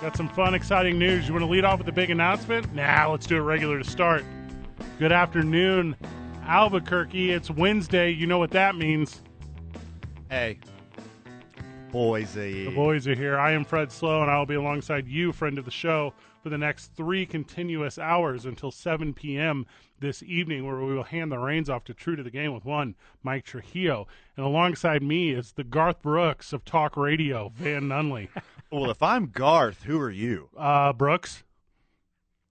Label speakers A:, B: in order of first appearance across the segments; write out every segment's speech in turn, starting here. A: Got some fun, exciting news. You want to lead off with a big announcement? Nah, let's do it regular to start. Good afternoon, Albuquerque. It's Wednesday. You know what that means.
B: Hey. eh, Boise.
A: The boys are here. I am Fred Slow, and I will be alongside you, friend of the show, for the next three continuous hours until 7 p.m. this evening, where we will hand the reins off to True to the Game with one, Mike Trujillo. And alongside me is the Garth Brooks of Talk Radio, Van Nunley.
B: Well, if I'm Garth, who are you?
A: Uh, Brooks,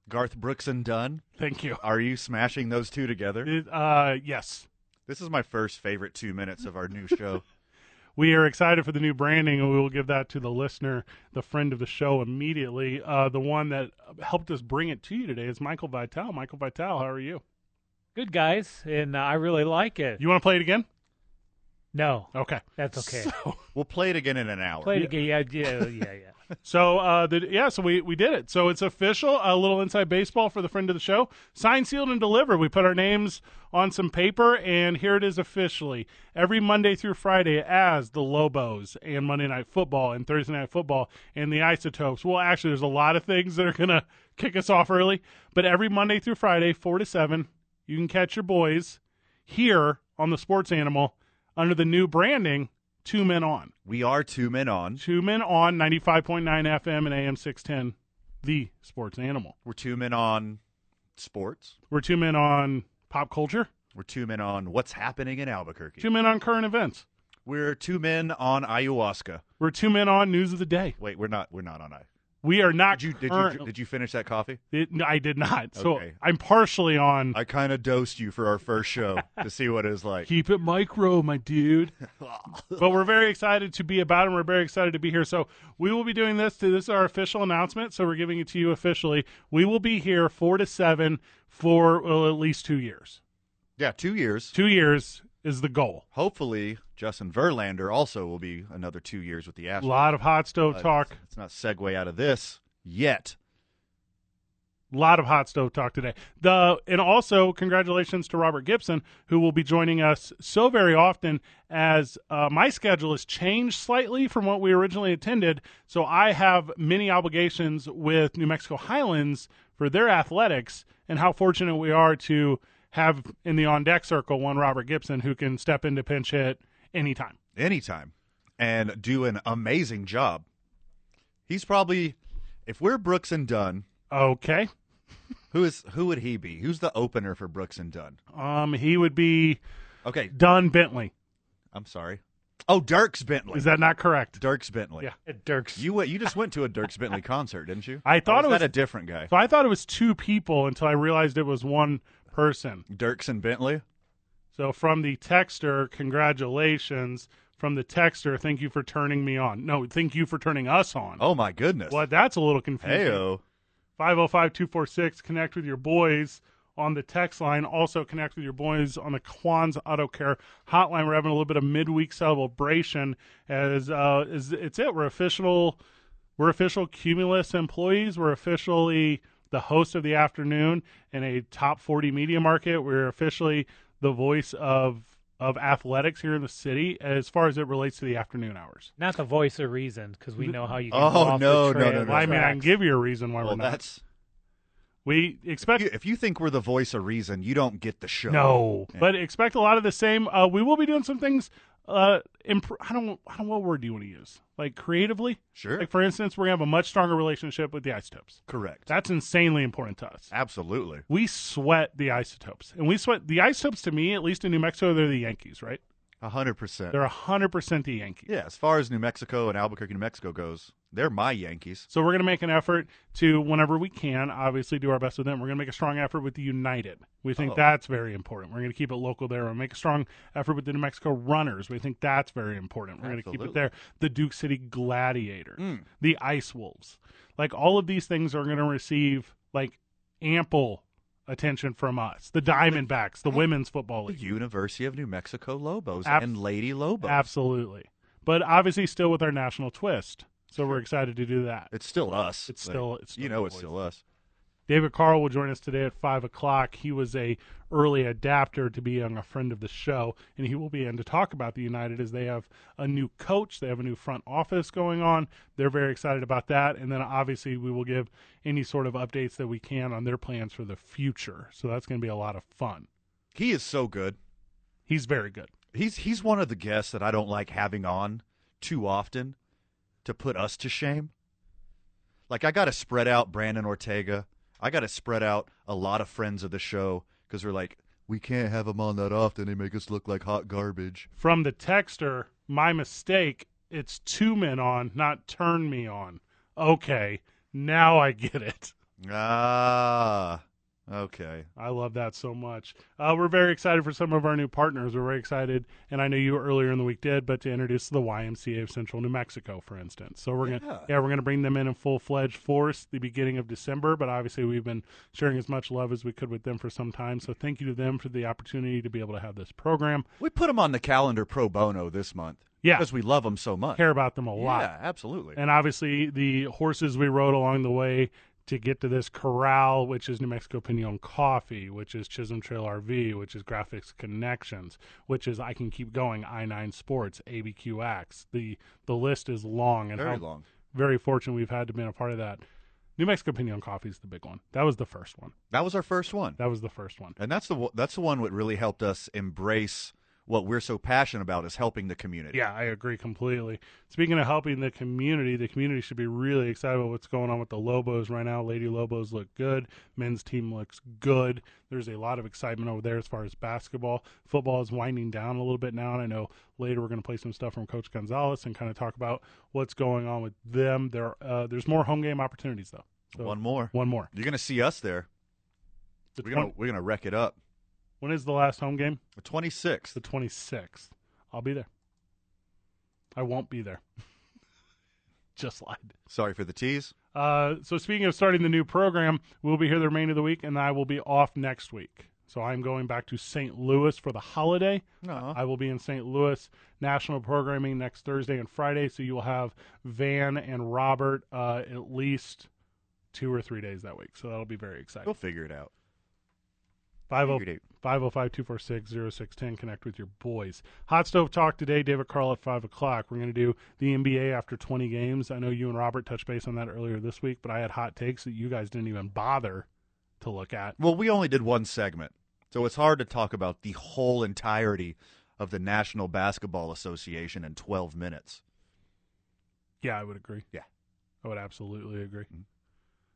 B: Garth Brooks and Dunn?
A: thank you.
B: Are you smashing those two together?
A: It- uh, yes.
B: This is my first favorite two minutes of our new show.
A: we are excited for the new branding and we will give that to the listener the friend of the show immediately uh, the one that helped us bring it to you today is michael vital michael vital how are you
C: Good guys, and uh, I really like it.
A: you want to play it again
C: no,
A: okay
C: that's okay.
A: so,
B: We'll play it again in an hour.
C: Play it again. Yeah, yeah, oh, yeah. yeah.
A: so, uh, the, yeah so we, we did it so it's official a little inside baseball for the friend of the show signed sealed and delivered we put our names on some paper and here it is officially every monday through friday as the lobos and monday night football and thursday night football and the isotopes well actually there's a lot of things that are gonna kick us off early but every monday through friday four to seven you can catch your boys here on the sports animal under the new branding two men on
B: We are two men on.
A: Two men on 95.9 FM and AM 610, the sports animal.
B: We're two men on sports.
A: We're two men on pop culture,
B: We're two men on what's happening in Albuquerque.
A: two men on current events.
B: We're two men on ayahuasca.
A: We're two men on news of the day.
B: Wait, we're not. We're not on ayahuasca.
A: We are not.
B: Did you did you
A: current-
B: did you finish that coffee?
A: It- no, I did not. So
B: Okay.
A: I'm partially on.
B: I kind of dosed you for our first show to see what it was like.
A: Keep it micro, my dude. but we're very excited to be about and we're very excited to be here. So we will be doing this. To, this is our official announcement. So we're giving it to you officially. We will be here four to seven for well, at least two years.
B: Yeah, two years.
A: Two years is the goal.
B: Hopefully, Justin Verlander also will be another two years with the
A: A
B: Astros.
A: lot of hot stove
B: But
A: talk.
B: Let's not segue out of this yet.
A: lot of hot stove talk today. The and also congratulations to Robert Gibson who will be joining us so very often as uh, my schedule has changed slightly from what we originally intended. So I have many obligations with New Mexico Highlands for their athletics and how fortunate we are to have in the on deck circle one Robert Gibson who can step into pinch hit anytime.
B: anytime and do an amazing job. He's probably if we're Brooks and Dunn,
A: Okay.
B: who is who would he be? Who's the opener for Brooks and Dunn?
A: Um he would be
B: Okay,
A: Don Bentley.
B: I'm sorry. Oh, Dirks Bentley.
A: Is that not correct?
B: Dirks Bentley?
A: Yeah.
C: Dirk's.
B: You went, you just went to a Dirks Bentley concert, didn't you?
A: I thought it
B: Or is
A: was
B: that a different guy.
A: So I thought it was two people until I realized it was one person.
B: Dirks and Bentley.
A: So from the texter, congratulations. From the texter, thank you for turning me on. No, thank you for turning us on.
B: Oh my goodness.
A: Well, that's a little confusing.
B: Heyo.
A: 505 246, connect with your boys on the text line. Also connect with your boys on the Kwan's Auto Care hotline. We're having a little bit of midweek celebration as uh is it's it. We're official we're official Cumulus employees. We're officially the host of the afternoon in a top 40 media market. We're officially the voice of of athletics here in the city as far as it relates to the afternoon hours.
C: Not the voice of reason, because we know how you. Can
B: Oh,
C: go off
B: no, no,
C: the trail.
B: no, no,
A: Well, I mean, I can
C: Facts.
A: give you a reason why
B: Well,
A: we're not.
B: that's
A: we expect
B: you- if you think we're the voice of reason, you don't get the show.
A: No, but expect a lot of the same. Uh, we will be doing some things. Uh, imp- I don't. I don't. What word do you want to use? Like creatively.
B: Sure.
A: Like for instance, we're gonna have a much stronger relationship with the isotopes.
B: Correct.
A: That's insanely important to us.
B: Absolutely.
A: We sweat the isotopes, and we sweat the isotopes. To me, at least in New Mexico, they're the Yankees, right?
B: hundred percent.
A: They're 100% the Yankees.
B: Yeah, as far as New Mexico and Albuquerque, New Mexico goes, they're my Yankees.
A: So we're going to make an effort to, whenever we can, obviously do our best with them. We're going to make a strong effort with the United. We think
B: Oh.
A: that's very important. We're going to keep it local there. We'll make a strong effort with the New Mexico Runners. We think that's very important. We're going to keep it
B: Absolutely.
A: there. The Duke City Gladiators, the Ice Wolves. Like all of these things are going to receive like ample attention from us. The Diamondbacks, the Women's Football
B: The
A: League.
B: University of New Mexico Lobos
A: Ab-
B: and Lady Lobos.
A: Absolutely. But obviously still with our national twist. So we're excited to do that.
B: It's still us.
A: It's still- it's still
B: you know, it's
A: boys.
B: still us.
A: David Carl will join us today at five o'clock. He was a early adapter to being a friend of the show, and he will be in to talk about the United as they have a new coach, they have a new front office going on. They're very excited about that, and then obviously we will give any sort of updates that we can on their plans for the future. So that's going to be a lot of fun.
B: He is so good.
A: He's very good.
B: He's he's one of the guests that I don't like having on too often to put us to shame. Like I got to spread out Brandon Ortega. I got to spread out a lot of friends of the show because we're like we can't have them on that often. They make us look like hot garbage.
A: From the texter, my mistake. It's two men on, not turn me on. Okay, now I get it.
B: Ah, okay.
A: I love that so much. Uh, we're very excited for some of our new partners. We're very excited, and I know you earlier in the week did, but to introduce the YMCA of Central New Mexico, for instance. So we're gonna yeah we're gonna bring them in in full fledged force the beginning of December. But obviously we've been sharing as much love as we could with them for some time. So thank you to them for the opportunity to be able to have this program.
B: We put them on the calendar pro bono this month.
A: Yeah.
B: because we love them so much.
A: Care about them a lot.
B: Yeah, absolutely.
A: And obviously, the horses we rode along the way to get to this corral, which is New Mexico Pinon Coffee, which is Chisholm Trail RV, which is Graphics Connections, which is I Can Keep Going, I Nine Sports, ABQX. The the list is long and
B: Very
A: how
B: long.
A: very fortunate we've had to been a part of that. New Mexico Pinon Coffee is the big one. That was the first one.
B: That was our first one.
A: That was the first one.
B: And that's the wo- that's the one that really helped us embrace what we're so passionate about is helping the community.
A: Yeah, I agree completely. Speaking of helping the community, the community should be really excited about what's going on with the Lobos right now. Lady Lobos look good. Men's team looks good. There's a lot of excitement over there as far as basketball. Football is winding down a little bit now, and I know later we're going to play some stuff from Coach Gonzalez and kind of talk about what's going on with them. There, uh, there's more home game opportunities though. So-
B: One more.
A: One more.
B: You're gonna see us there.
A: The
B: we're gonna
A: 20
B: we're gonna wreck it up.
A: when is the last home game?
B: The 26th.
A: The 26th. I'll be there. I won't be there. Just lied.
B: Sorry for the tease.
A: Uh, so speaking of starting the new program, we'll be here the remainder of the week, and I will be off next week. So I'm going back to St. Louis for the holiday.
B: No.
A: I will be in St. Louis national programming next Thursday and Friday. So you will have Van and Robert uh, at least two or three days that week. So that'll be very exciting.
B: We'll figure it out.
A: 50-
B: Figured it.
A: 505-246-0610. Connect with your boys. Hot Stove Talk today, David Carl at 5 o'clock. We're going to do the NBA after 20 games. I know you and Robert touched base on that earlier this week, but I had hot takes that you guys didn't even bother to look at.
B: Well, we only did one segment, so it's hard to talk about the whole entirety of the National Basketball Association in 12 minutes.
A: Yeah, I would agree.
B: Yeah.
A: I would absolutely agree.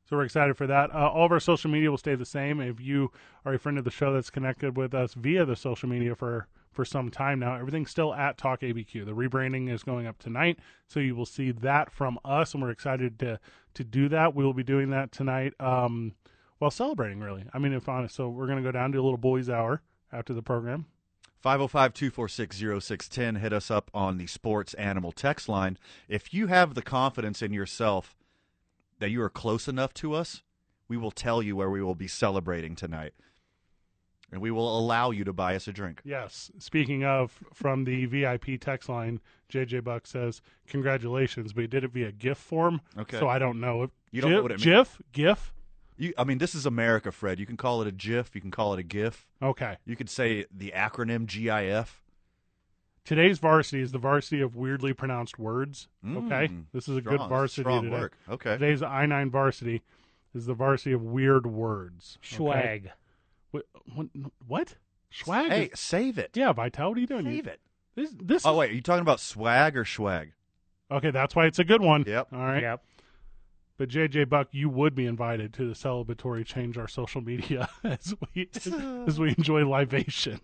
A: So we're excited for that. Uh, all of our social media will stay the same. If you are a friend of the show that's connected with us via the social media for for some time now, everything's still at Talk ABQ. The rebranding is going up tonight, so you will see that from us, and we're excited to to do that. We will be doing that tonight um, while celebrating. Really, I mean, if honest, so we're going to go down to a little boys' hour after the program.
B: 505-246-0610 oh. hit us up on the sports animal text line if you have the confidence in yourself that you are close enough to us we will tell you where we will be celebrating tonight and we will allow you to buy us a drink
A: Yes. Speaking of, from the VIP text line, JJ Buck says, "Congratulations, but he did it via GIF form.
B: Okay.
A: So I don't know if
B: You don't
A: GIF,
B: know what it means.
A: GIF, GIF.
B: you, i mean this is america fred you can call it a gif you can call it a gif
A: Okay.
B: you could say the acronym gif
A: Today's varsity is the varsity of weirdly pronounced words. okay.
B: Mm,
A: This is a
B: strong,
A: good varsity
B: strong
A: today.
B: work okay
A: Today's I nine varsity is the varsity of weird words. okay?
C: Schwag.
A: What? what- What? Swag.
B: hey
A: is-
B: save it
A: yeah, Vital. What are you doing?
B: save
A: You-
B: it
A: This. this
B: oh wait are you talking about swag or swag
A: Okay, that's why it's a good one.
B: Yep.
A: All right.
C: Yep.
A: But JJ Buck, you would be invited to the celebratory change our social media as we as we enjoy libation.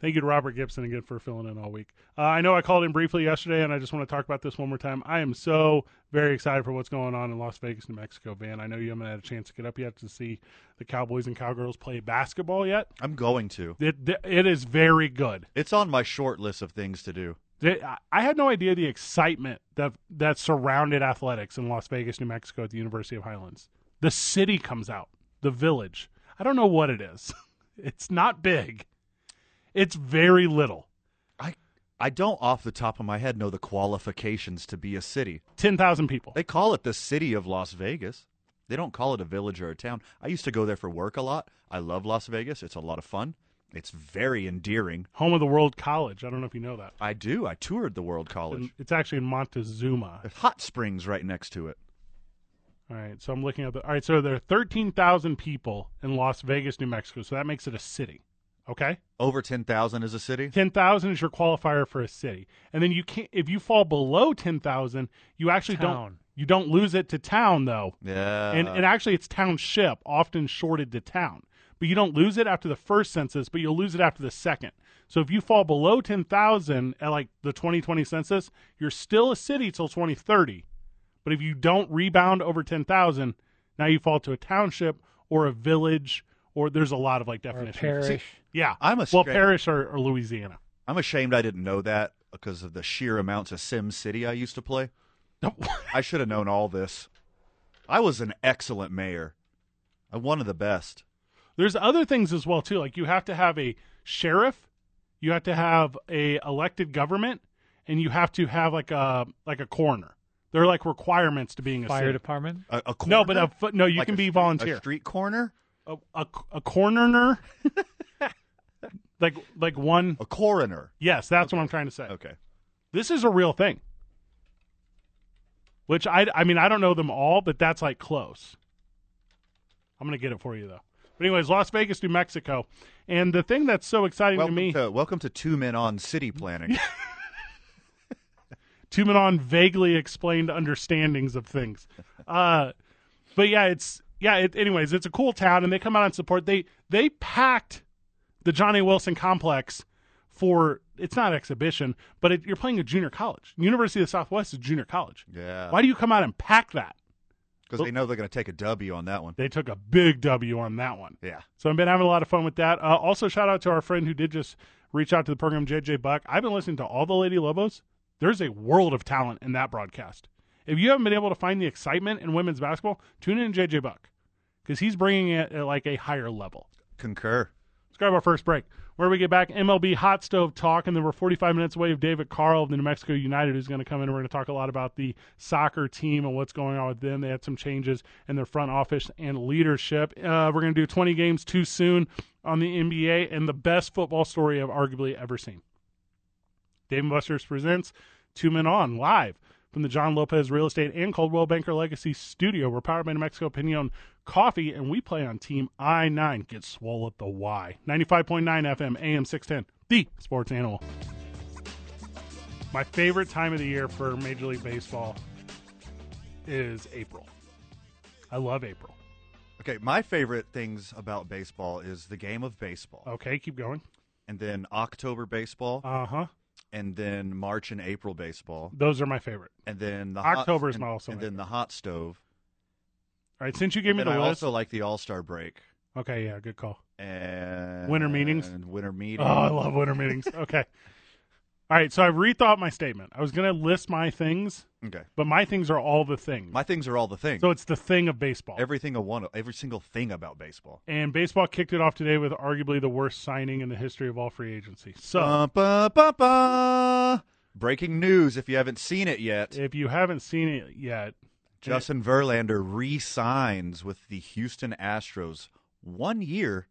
A: Thank you to Robert Gibson again for filling in all week. Uh, I know I called in briefly yesterday, and I just want to talk about this one more time. I am so very excited for what's going on in Las Vegas, New Mexico, Van. I know you haven't had a chance to get up yet to see the Cowboys and Cowgirls play basketball yet.
B: I'm going to.
A: It, it is very good.
B: It's on my short list of things to do.
A: They- I- I had no idea the excitement that that surrounded athletics in Las Vegas, New Mexico, at the University of Highlands. The city comes out, the village. I don't know what it is. It's not big. It's very little.
B: I I don't off the top of my head know the qualifications to be a city.
A: Ten thousand people.
B: They call it the city of Las Vegas. They don't call it a village or a town. I used to go there for work a lot. I love Las Vegas. It's a lot of fun. It's very endearing.
A: Home of the World College. I don't know if you know that.
B: I do. I toured the World College.
A: It's actually in Montezuma.
B: There's hot springs right next to it.
A: All right, so I'm looking at the. All right, so there are thirteen thousand people in Las Vegas, New Mexico. So that makes it a city. Okay.
B: Over 10,000 is a city.
A: ten thousand is your qualifier for a city, and then you can't if you fall below ten thousand, you actually don't
C: Town.
A: you don't lose it to town though,
B: Yeah.
A: and and actually it's township often shorted to town, but you don't lose it after the first census, but you'll lose it after the second. So if you fall below ten thousand at like the twenty twenty census, you're still a city till twenty thirty, but if you don't rebound over ten thousand, now you fall to a township or a village. Or there's a lot of like definitions.
C: parish.
A: Yeah,
B: I'm a
A: well
B: straight-
A: parish or, or Louisiana.
B: I'm ashamed I didn't know that because of the sheer amounts of Sim City I used to play. I should have known all this. I was an excellent mayor. I one of the best.
A: there's other things as well too like you have to have a sheriff you have to have a elected government and you have to have like a like a coroner they're like requirements to being a
C: Fire
A: city.
C: department.
B: A, a
A: no but
B: corner?
A: a fo- no you
B: Like
A: can
B: a
A: be
B: street-
A: volunteer
B: A street corner?
A: a, a, a coroner like like one
B: A coroner.
A: yes that's what i'm trying to say
B: Okay.
A: this is a real thing which i i mean i don't know them all but that's like close i'm gonna get it for you though but anyways las vegas new mexico and the thing that's so exciting
B: Welcome
A: to me
B: to, welcome to Two Men on City Planning.
A: Tumanon vaguely explained understandings of things. Uh, but yeah, it's yeah. It, anyways, it's a cool town, and they come out and support. They they packed the Johnny Wilson complex for it's not exhibition, but it, you're playing a junior college. University of the Southwest is junior college.
B: yeah.
A: Why do you come out and pack that?
B: Because they know they're going to take a W on that one.
A: They took a big W on that one.
B: Yeah.
A: So I've been having a lot of fun with that. Uh, also, shout out to our friend who did just reach out to the program, JJ Buck. I've been listening to all the Lady Lobos. There's a world of talent in that broadcast. If you haven't been able to find the excitement in women's basketball, tune in to JJ Buck because he's bringing it at like a higher level.
B: Concur.
A: Let's grab our first break. Where we get back, MLB hot stove talk, and then we're 45 minutes away of David Carl of the New Mexico United, who's going to come in. and We're going to talk a lot about the soccer team and what's going on with them. They had some changes in their front office and leadership. Uh, we're going to do 20 games too soon on the NBA and the best football story I've arguably ever seen. Dave and Buster's presents Two Men On live from the John Lopez Real Estate and Coldwell Banker Legacy Studio. We're powered by New Mexico Pinion Coffee, and we play on Team I 9. Get swole at the Y. 95.9 FM, AM 610, the sports animal. My favorite time of the year for Major League Baseball is April. I love April.
B: Okay. My favorite things about baseball is the game of baseball,
A: Okay, keep going.
B: and then October baseball,
A: Oh. Uh huh.
B: and then March and April baseball,
A: Those are my favorite.
B: and then the
A: October
B: hot,
A: is my
B: and-
A: also
B: and
A: my
B: then the hot stove.
A: All right, since you gave me
B: And
A: the
B: I
A: list.
B: also like the All Star break
A: okay, yeah, good call.
B: and
A: Winter meetings?
B: and winter
A: Oh,
B: meetings.
A: I love winter meetings. Okay. All right, so I've rethought my statement. I was going to list my things,
B: okay,
A: but my things are all the things.
B: my things are all the things.
A: so it's the thing of baseball.
B: everything a one, every single thing about baseball.
A: and baseball kicked it off today with arguably the worst signing in the history of all free agency. So
B: Ba, ba, ba, ba. Breaking news! If you haven't seen it yet,
A: if you haven't seen it yet,
B: Justin Verlander re-signs with the Houston Astros one year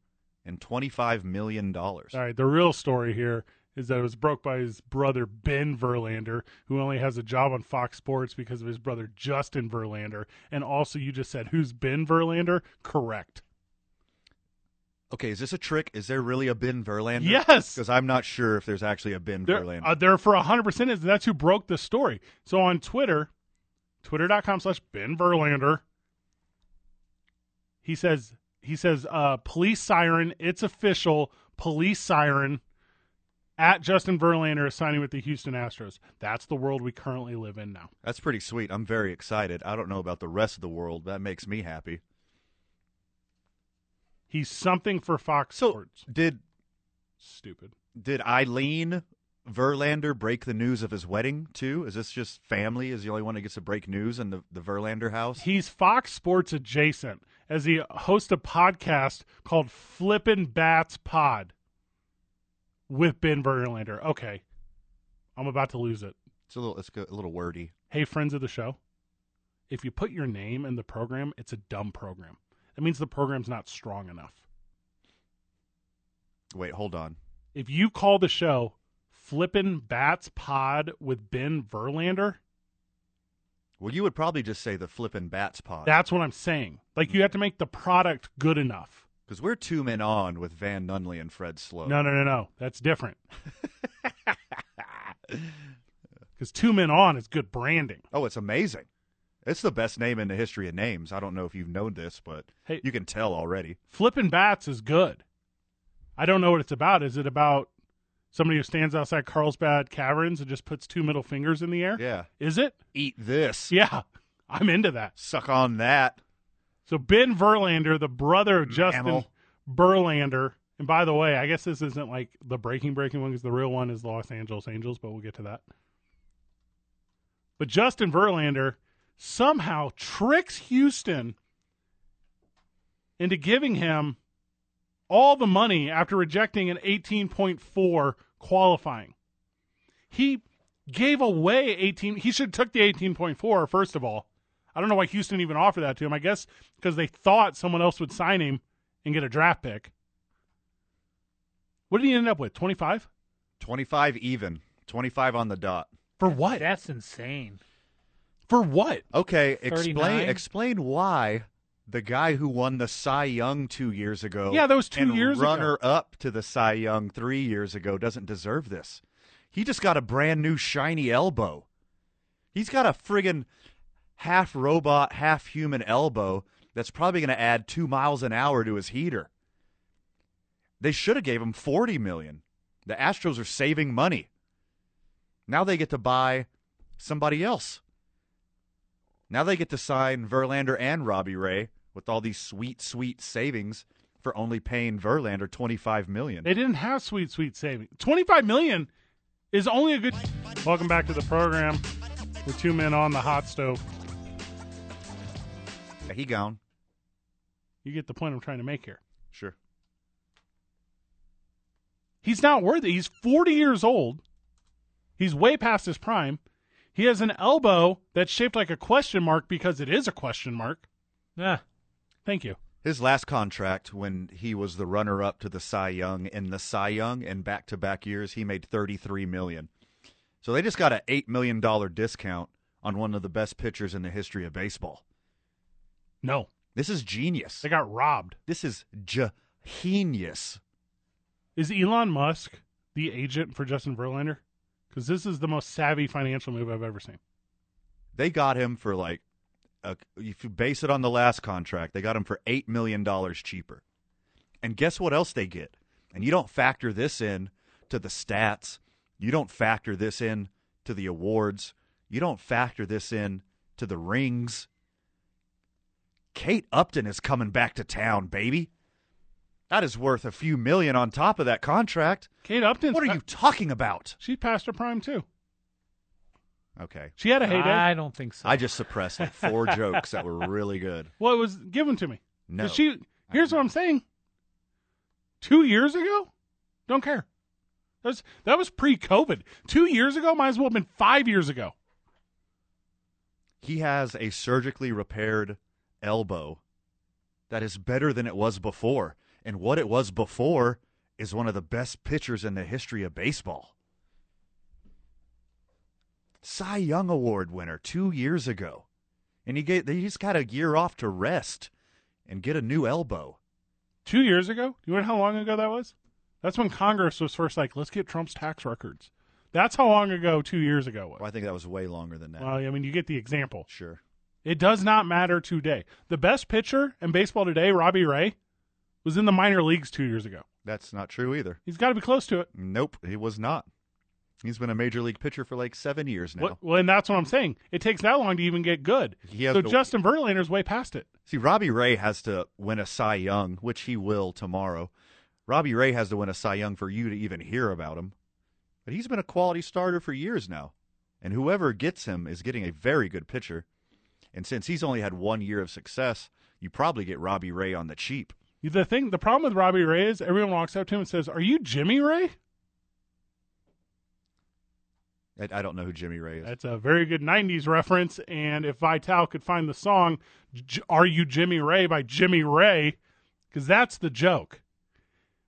B: and twenty-five million dollars.
A: all right, the real story here is that it was broke by his brother Ben Verlander, who only has a job on Fox Sports because of his brother Justin Verlander. And also, you just said, who's Ben Verlander? Correct.
B: Okay, is this a trick? Is there really a Ben Verlander?
A: Yes.
B: because I'm not sure if there's actually a Ben
A: They're,
B: Verlander.
A: uh, they're for 100% is that's who broke the story. So on Twitter, twitter.com slash Ben Verlander, he says, he says, uh, police siren, it's official, police siren. at Justin Verlander is signing with the Houston Astros. That's the world we currently live in now.
B: That's pretty sweet. I'm very excited. I don't know about the rest of the world. That makes me happy.
A: He's something for Fox
B: So
A: Sports.
B: did
A: Stupid.
B: did Eileen Verlander break the news of his wedding too? Is this just family? Is the only one that gets to break news in the, the Verlander house?
A: He's Fox Sports adjacent as he hosts a podcast called Flippin' Bats Pod with Ben Verlander. Okay. I'm about to lose it.
B: It's a little it's a little wordy.
A: Hey, friends of the show, if you put your name in the program, it's a dumb program. That means the program's not strong enough.
B: Wait, hold on.
A: If you call the show Flippin' Bats Pod with Ben Verlander,
B: Well, you would probably just say the flippin' bats pod
A: that's what I'm saying. Like, you have to make the product good enough.
B: because we're two men on with Van Nunley and Fred Slow.
A: No, no, no, no. That's different. Because Two Men On is good branding.
B: Oh, it's amazing. It's the best name in the history of names. I don't know if you've known this, but
A: Hey.
B: you can tell already.
A: Flipping Bats is good. I don't know what it's about. Is it about somebody who stands outside Carlsbad Caverns and just puts two middle fingers in the air?
B: Yeah.
A: Is it?
B: Eat this.
A: Yeah. I'm into that.
B: Suck on that.
A: So Ben Verlander, the brother of Justin
B: Mammal.
A: Verlander, and by the way, I guess this isn't like the breaking breaking one because the real one is the Los Angeles Angels, but we'll get to that. But Justin Verlander somehow tricks Houston into giving him all the money after rejecting an 18.4 qualifying. He gave away 18 he should have took the 18.4 first of all. I don't know why Houston even offered that to him. I guess because they thought someone else would sign him and get a draft pick. What did he end up with? 25?
B: 25 even. 25 on the dot.
A: For what?
C: That's insane.
A: For what?
B: Okay, explain
C: 39?
B: explain why the guy who won the Cy Young 2 years ago
A: Yeah, that was two
B: and
A: years ago.
B: runner up to the Cy Young 3 years ago doesn't deserve this. He just got a brand new shiny elbow. He's got a friggin' half robot, half human elbow that's probably going to add 2 miles an hour to his heater. They should have gave him 40 million. The Astros are saving money. Now they get to buy somebody else. Now they get to sign Verlander and Robbie Ray with all these sweet, sweet savings for only paying Verlander twenty five million.
A: They didn't have sweet, sweet saving. 25 million is only a good. Welcome back to the program. We're two men on the hot stove.
B: Yeah, he gone.
A: You get the point I'm trying to make here.
B: Sure.
A: He's not worth it. He's 40 years old. He's way past his prime. He has an elbow that's shaped like a question mark because it is a question mark.
C: Ah,
A: Thank you.
B: His last contract when he was the runner up to the Cy Young in the Cy Young and back to back years, he made thirty three million. So they just got an eight million dollar discount on one of the best pitchers in the history of baseball.
A: No,
B: This is genius.
A: they got robbed.
B: This is genius.
A: Is Elon Musk the agent for Justin Verlander? Because this is the most savvy financial move I've ever seen.
B: they got him for like a, if you base it on the last contract they got him for eight million dollars cheaper and guess what else they get and you don't factor this in to the stats you don't factor this in to the awards you don't factor this in to the rings kate upton is coming back to town baby that is worth a few million on top of that contract
A: Kate Upton.
B: what are you talking about
A: She's past her prime too.
B: okay
A: She had a heyday.
C: I don't think so.
B: i just suppressed like four jokes that were really good
A: well, it was given to me. 'Cause
B: No.
A: She. Here's what I'm saying. Two years ago, don't care. That was that was pre-COVID. Two years ago might as well have been five years ago.
B: he has a surgically repaired elbow that is better than it was before. And what it was before is one of the best pitchers in the history of baseball. Cy Young Award winner two years ago. And he, gave, he just got a year off to rest and get a new elbow.
A: Two years ago. You know how long ago that was? That's when Congress was first like, let's get Trump's tax records. That's how long ago two years ago was.
B: Well, I think that was way longer than that.
A: Well, I mean, you get the example.
B: sure.
A: It does not matter today. The best pitcher in baseball today, Robbie Ray, was in the minor leagues two years ago.
B: That's not true either.
A: He's got to be close to it.
B: Nope, he was not. He's been a major league pitcher for like seven years now.
A: What, well, and that's what I'm saying. It takes that long to even get good.
B: He has
A: so
B: to-
A: Justin Verlander's way past it.
B: See, Robbie Ray has to win a Cy Young, which he will tomorrow. Robbie Ray has to win a Cy Young for you to even hear about him. But he's been a quality starter for years now. And whoever gets him is getting a very good pitcher. And since he's only had one year of success, you probably get Robbie Ray on the cheap.
A: The thing, the problem with Robbie Ray is everyone walks up to him and says, "Are you Jimmy Ray?"
B: I, I don't know who Jimmy Ray is.
A: That's a very good '90s reference. And if Vital could find the song J- "Are You Jimmy Ray" by Jimmy Ray, because that's the joke.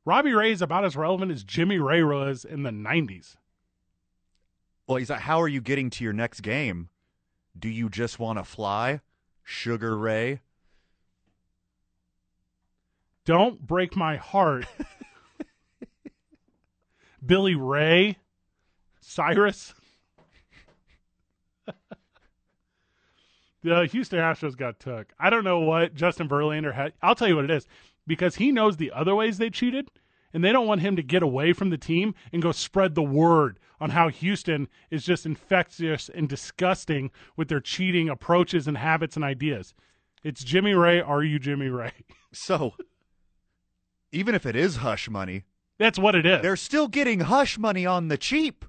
A: Robbie Ray is about as relevant as Jimmy Ray was in the '90s.
B: well, he's like, how are you getting to your next game? Do you just want to fly? Sugar Ray?
A: Don't break my heart. Billy Ray, Cyrus. the Houston Astros got took. I don't know what Justin Verlander had. I'll tell you what it is because he knows the other ways they cheated, and they don't want him to get away from the team and go spread the word on how Houston is just infectious and disgusting with their cheating approaches and habits and ideas. It's Jimmy Ray. Are you Jimmy Ray?
B: So, even if it is hush money,
A: That's what it is.
B: They're still getting hush money on the cheap.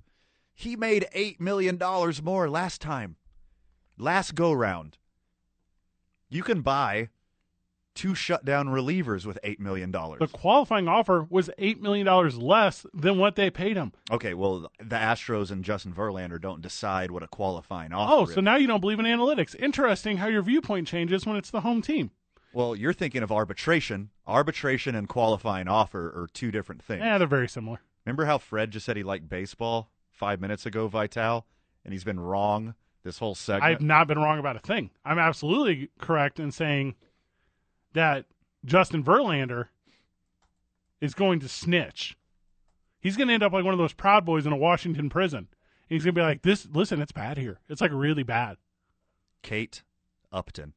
B: He made $8 million more last time, last go round. You can buy two shutdown relievers with $8 million.
A: the qualifying offer was $8 million less than what they paid him.
B: Okay, well, the Astros and Justin Verlander don't decide what a qualifying offer
A: Oh,
B: is.
A: so now you don't believe in analytics. Interesting how your viewpoint changes when it's the home team.
B: well, you're thinking of arbitration. Arbitration and qualifying offer are two different things.
A: Yeah, Eh, they're very similar.
B: Remember how Fred just said he liked baseball five minutes ago, Vital? And he's been wrong this whole segment.
A: I've not been wrong about a thing. I'm absolutely correct in saying that Justin Verlander is going to snitch. He's going to end up like one of those Proud Boys in a Washington prison. And he's going to be like, "This, listen, it's bad here. It's like really bad."
B: Kate Upton.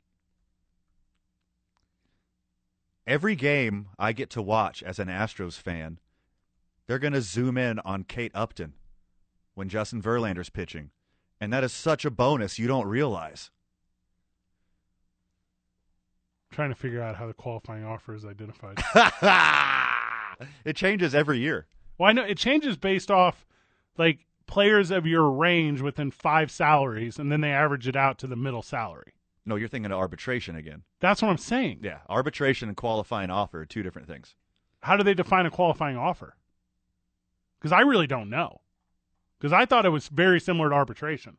B: Every game I get to watch as an Astros fan, they're going to zoom in on Kate Upton when Justin Verlander's pitching. And that is such a bonus you don't realize.
A: I'm trying to figure out how the qualifying offer is identified.
B: it changes every year.
A: Well, I know it changes based off like players of your range within five salaries, and then they average it out to the middle salary.
B: No, you're thinking of arbitration again.
A: That's what I'm saying.
B: Yeah, arbitration and qualifying offer are two different things.
A: How do they define a qualifying offer? Because I really don't know. Because I thought it was very similar to arbitration.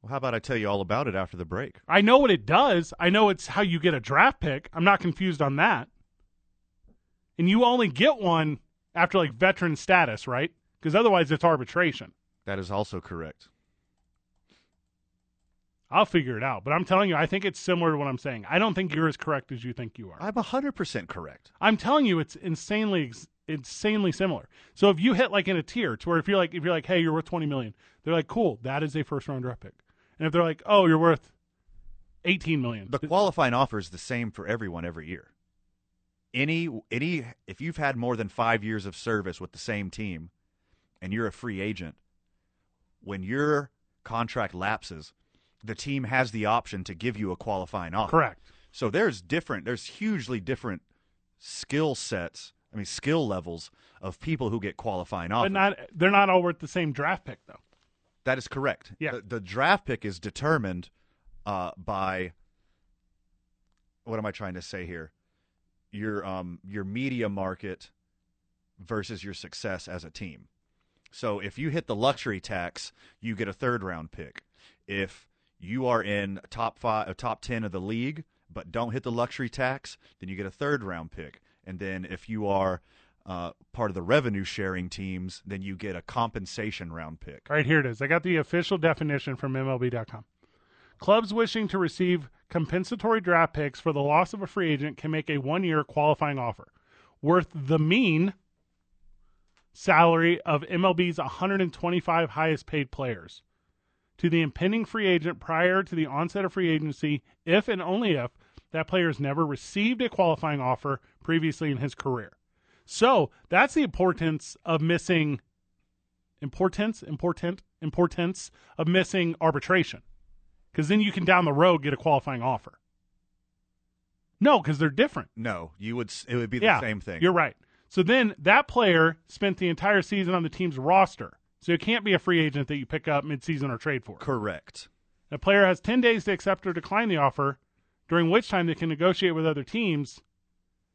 B: Well, how about I tell you all about it after the break?
A: I know what it does. I know it's how you get a draft pick. I'm not confused on that. And you only get one after like veteran status, right? Because otherwise it's arbitration.
B: That is also correct.
A: I'll figure it out. But I'm telling you, I think it's similar to what I'm saying. I don't think you're as correct as you think you are.
B: I'm 100% correct.
A: I'm telling you, it's insanely, ex- insanely similar. So if you hit like in a tier to where if you're like, if you're like, hey, you're worth 20 million, they're like, cool, that is a first round draft pick. And if they're like, oh, you're worth 18 million,
B: The qualifying offer is the same for everyone every year. Any any if you've had more than 5 years of service with the same team and you're a free agent, when your contract lapses, the team has the option to give you a qualifying offer.
A: correct.
B: So there's different there's hugely different skill sets, I mean skill levels of people who get qualifying
A: But
B: offers.
A: not, they're not all worth the same draft pick though.
B: That is correct.
A: Yeah.
B: The, the draft pick is determined uh, by what am I trying to say here? Your um your media market versus your success as a team. So if you hit the luxury tax, you get a third round pick. If you are in top five, uh, top ten of the league, but don't hit the luxury tax, then you get a third round pick. And then if you are uh, part of the revenue sharing teams, then you get a compensation round pick.
A: All right, here it is. I got the official definition from MLB.com. Clubs wishing to receive compensatory draft picks for the loss of a free agent can make a one year qualifying offer worth the mean salary of MLB's 125 highest paid players to the impending free agent prior to the onset of free agency if and only if That player has never received a qualifying offer previously in his career. So that's the importance of missing importance, important, importance of missing arbitration. Because then you can down the road get a qualifying offer. No, because they're different.
B: No, you would. s- It would be the
A: yeah,
B: same thing.
A: You're right. So then that player spent the entire season on the team's roster. So it can't be a free agent that you pick up midseason or trade for.
B: correct.
A: A player has 10 days to accept or decline the offer, during which time they can negotiate with other teams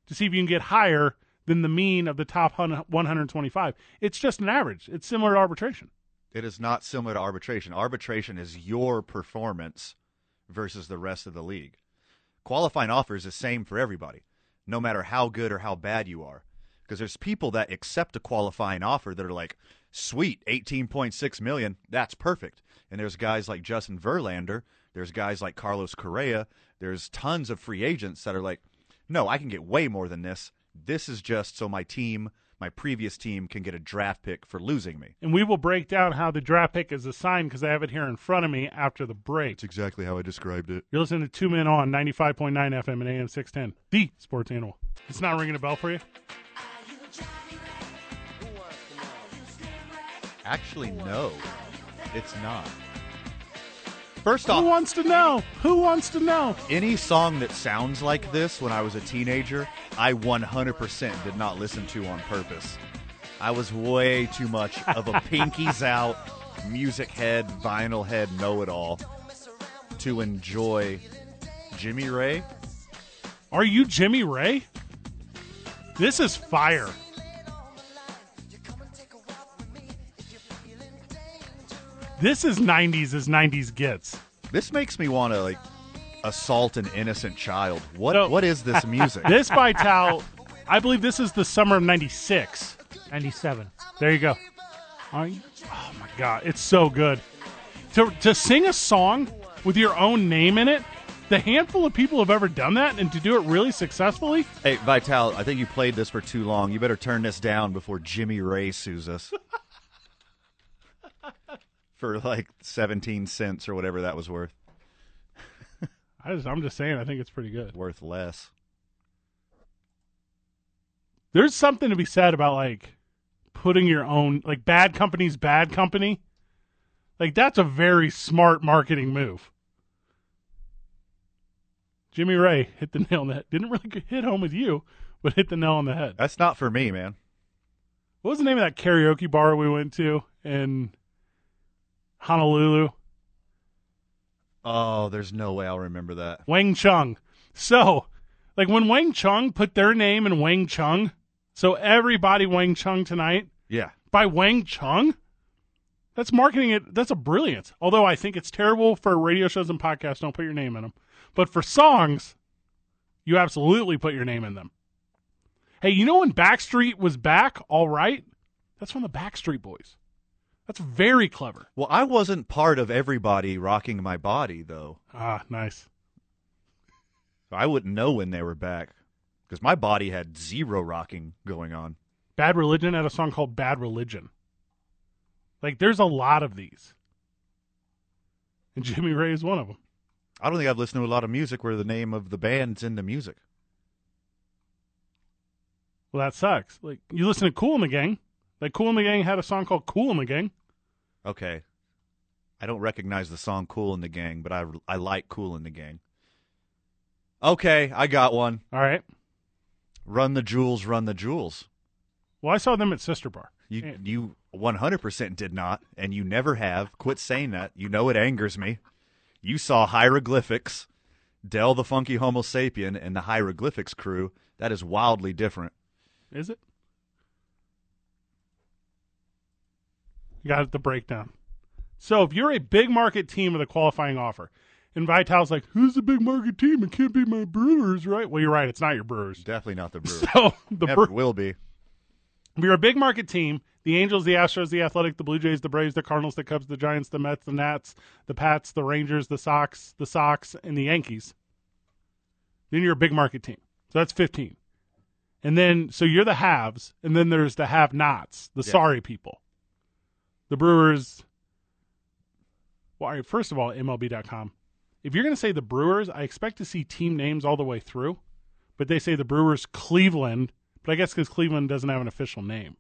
A: to see if you can get higher than the mean of the top hun- 125. It's just an average. It's similar to arbitration.
B: It is not similar to arbitration. Arbitration is your performance versus the rest of the league. Qualifying offer is the same for everybody, no matter how good or how bad you are. Because there's people that accept a qualifying offer that are like, sweet, 18.6 million, that's perfect. And there's guys like Justin Verlander, there's guys like Carlos Correa, there's tons of free agents that are like, no, I can get way more than this. This is just so my team, my previous team, can get a draft pick for losing me.
A: And we will break down how the draft pick is assigned because I have it here in front of me after the break.
B: exactly how I described it.
A: You're listening to Two Men On 95.9 FM and AM 610, the sports animal. It's not ringing a bell for you?
B: Actually, no, it's not. First off,
A: Who wants to know? Who wants to know?
B: any song that sounds like this when I was a teenager, I 100% did not listen to on purpose. I was way too much of a pinkies out, music head, vinyl head, know it all to enjoy Jimmy Ray.
A: Are you Jimmy Ray? This is fire. This is 90s as 90s gets.
B: This makes me want to like assault an innocent child. What
A: No.
B: what is this music?
A: This by Tao, I believe this is the summer of 96.
C: 97.
A: There you go. Are you- Oh my God, it's so good. To, to sing a song with your own name in it, the handful of people who have ever done that and to do it really successfully,
B: Hey, Vital, I think you played this for too long. You better turn this down before Jimmy Ray sues us. for like 17 cents or whatever that was worth.
A: I just, I'm just saying, I think it's pretty good.
B: Worth less.
A: there's something to be said about like putting your own like bad company's bad company. Like that's a very smart marketing move. Jimmy Ray hit the nail on the head. Didn't really get- hit home with you, but hit the nail on the head.
B: That's not for me, man.
A: What was the name of that karaoke bar we went to in Honolulu?
B: Oh, there's no way I'll remember that.
A: Wang Chung. So, like when Wang Chung put their name in Wang Chung, so everybody Wang Chung tonight,
B: Yeah.
A: by Wang Chung? That's marketing it. That's a brilliance. Although I think it's terrible for radio shows and podcasts. Don't put your name in them. But for songs, you absolutely put your name in them. Hey, you know when Backstreet was back, all right? That's from the Backstreet Boys. That's very clever.
B: Well, I wasn't part of everybody rocking my body, though.
A: Ah, nice.
B: I wouldn't know when they were back because my body had zero rocking going on.
A: Bad Religion had a song called Bad Religion. Like, there's a lot of these. And Jimmy Ray is one of them.
B: I don't think I've listened to a lot of music where the name of the band's in the music.
A: Well, that sucks. Like you listen to Cool in the Gang. Like Cool in the Gang had a song called Cool in the Gang.
B: Okay. I don't recognize the song Cool in the Gang, but I I like Cool in the Gang. Okay, I got one.
A: All right.
B: Run the Jewels, Run the Jewels.
A: Well, I saw them at Sister Bar.
B: You
A: Yeah.
B: you 100% did not and you never have. Quit saying that. You know it angers me. You saw Hieroglyphics, Dell the Funky Homo Sapien and the Hieroglyphics crew. That is wildly different.
A: Is it? You got the breakdown. So if you're a big market team with a qualifying offer, and Vital's like, "Who's the big market team? It can't be my Brewers, right?" Well, you're right. It's not your Brewers.
B: Definitely not the Brewers.
A: So the
B: Never
A: Brewers.
B: will be.
A: We are a big market team. The Angels, the Astros, the Athletic, the Blue Jays, the Braves, the Cardinals, the Cubs, the Giants, the Mets, the Nats, the Pats, the Rangers, the Sox, the Sox, and the Yankees. Then you're a big market team. So that's 15. And then, so you're the haves, and then there's the have nots, the
B: Yeah.
A: sorry people. The Brewers. Well, all right, first of all, MLB.com. If you're going to say the Brewers, I expect to see team names all the way through, but they say the Brewers Cleveland, but I guess because Cleveland doesn't have an official name.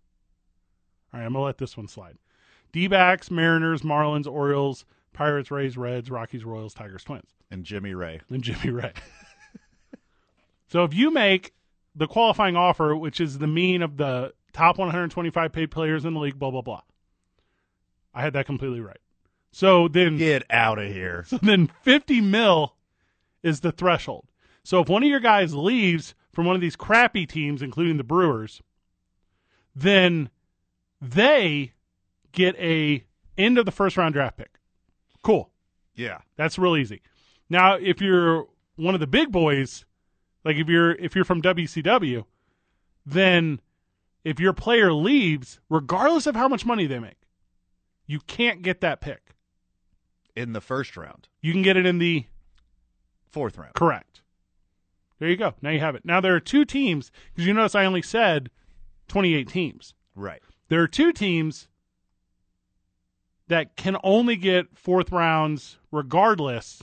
A: All right, I'm going to let this one slide. D backs, Mariners, Marlins, Orioles, Pirates, Rays, Reds, Rockies, Royals, Tigers, Twins
B: and Jimmy Ray.
A: than Jimmy Ray. so if you make the qualifying offer, which is the mean of the top 125 paid players in the league, blah blah blah. I had that completely right. So then,
B: Get out of here.
A: so then 50 mil is the threshold. So if one of your guys leaves from one of these crappy teams, including the Brewers, then they get a end of the first round draft pick. Cool.
B: Yeah.
A: That's real easy. Now, if you're one of the big boys, like if you're if you're from WCW, then if your player leaves, regardless of how much money they make, you can't get that pick.
B: In the first round,
A: You can get it in the
B: fourth round.
A: correct. There you go. Now you have it. Now there are two teams because you notice I only said 28 teams.
B: Right.
A: There are two teams that can only get fourth rounds regardless,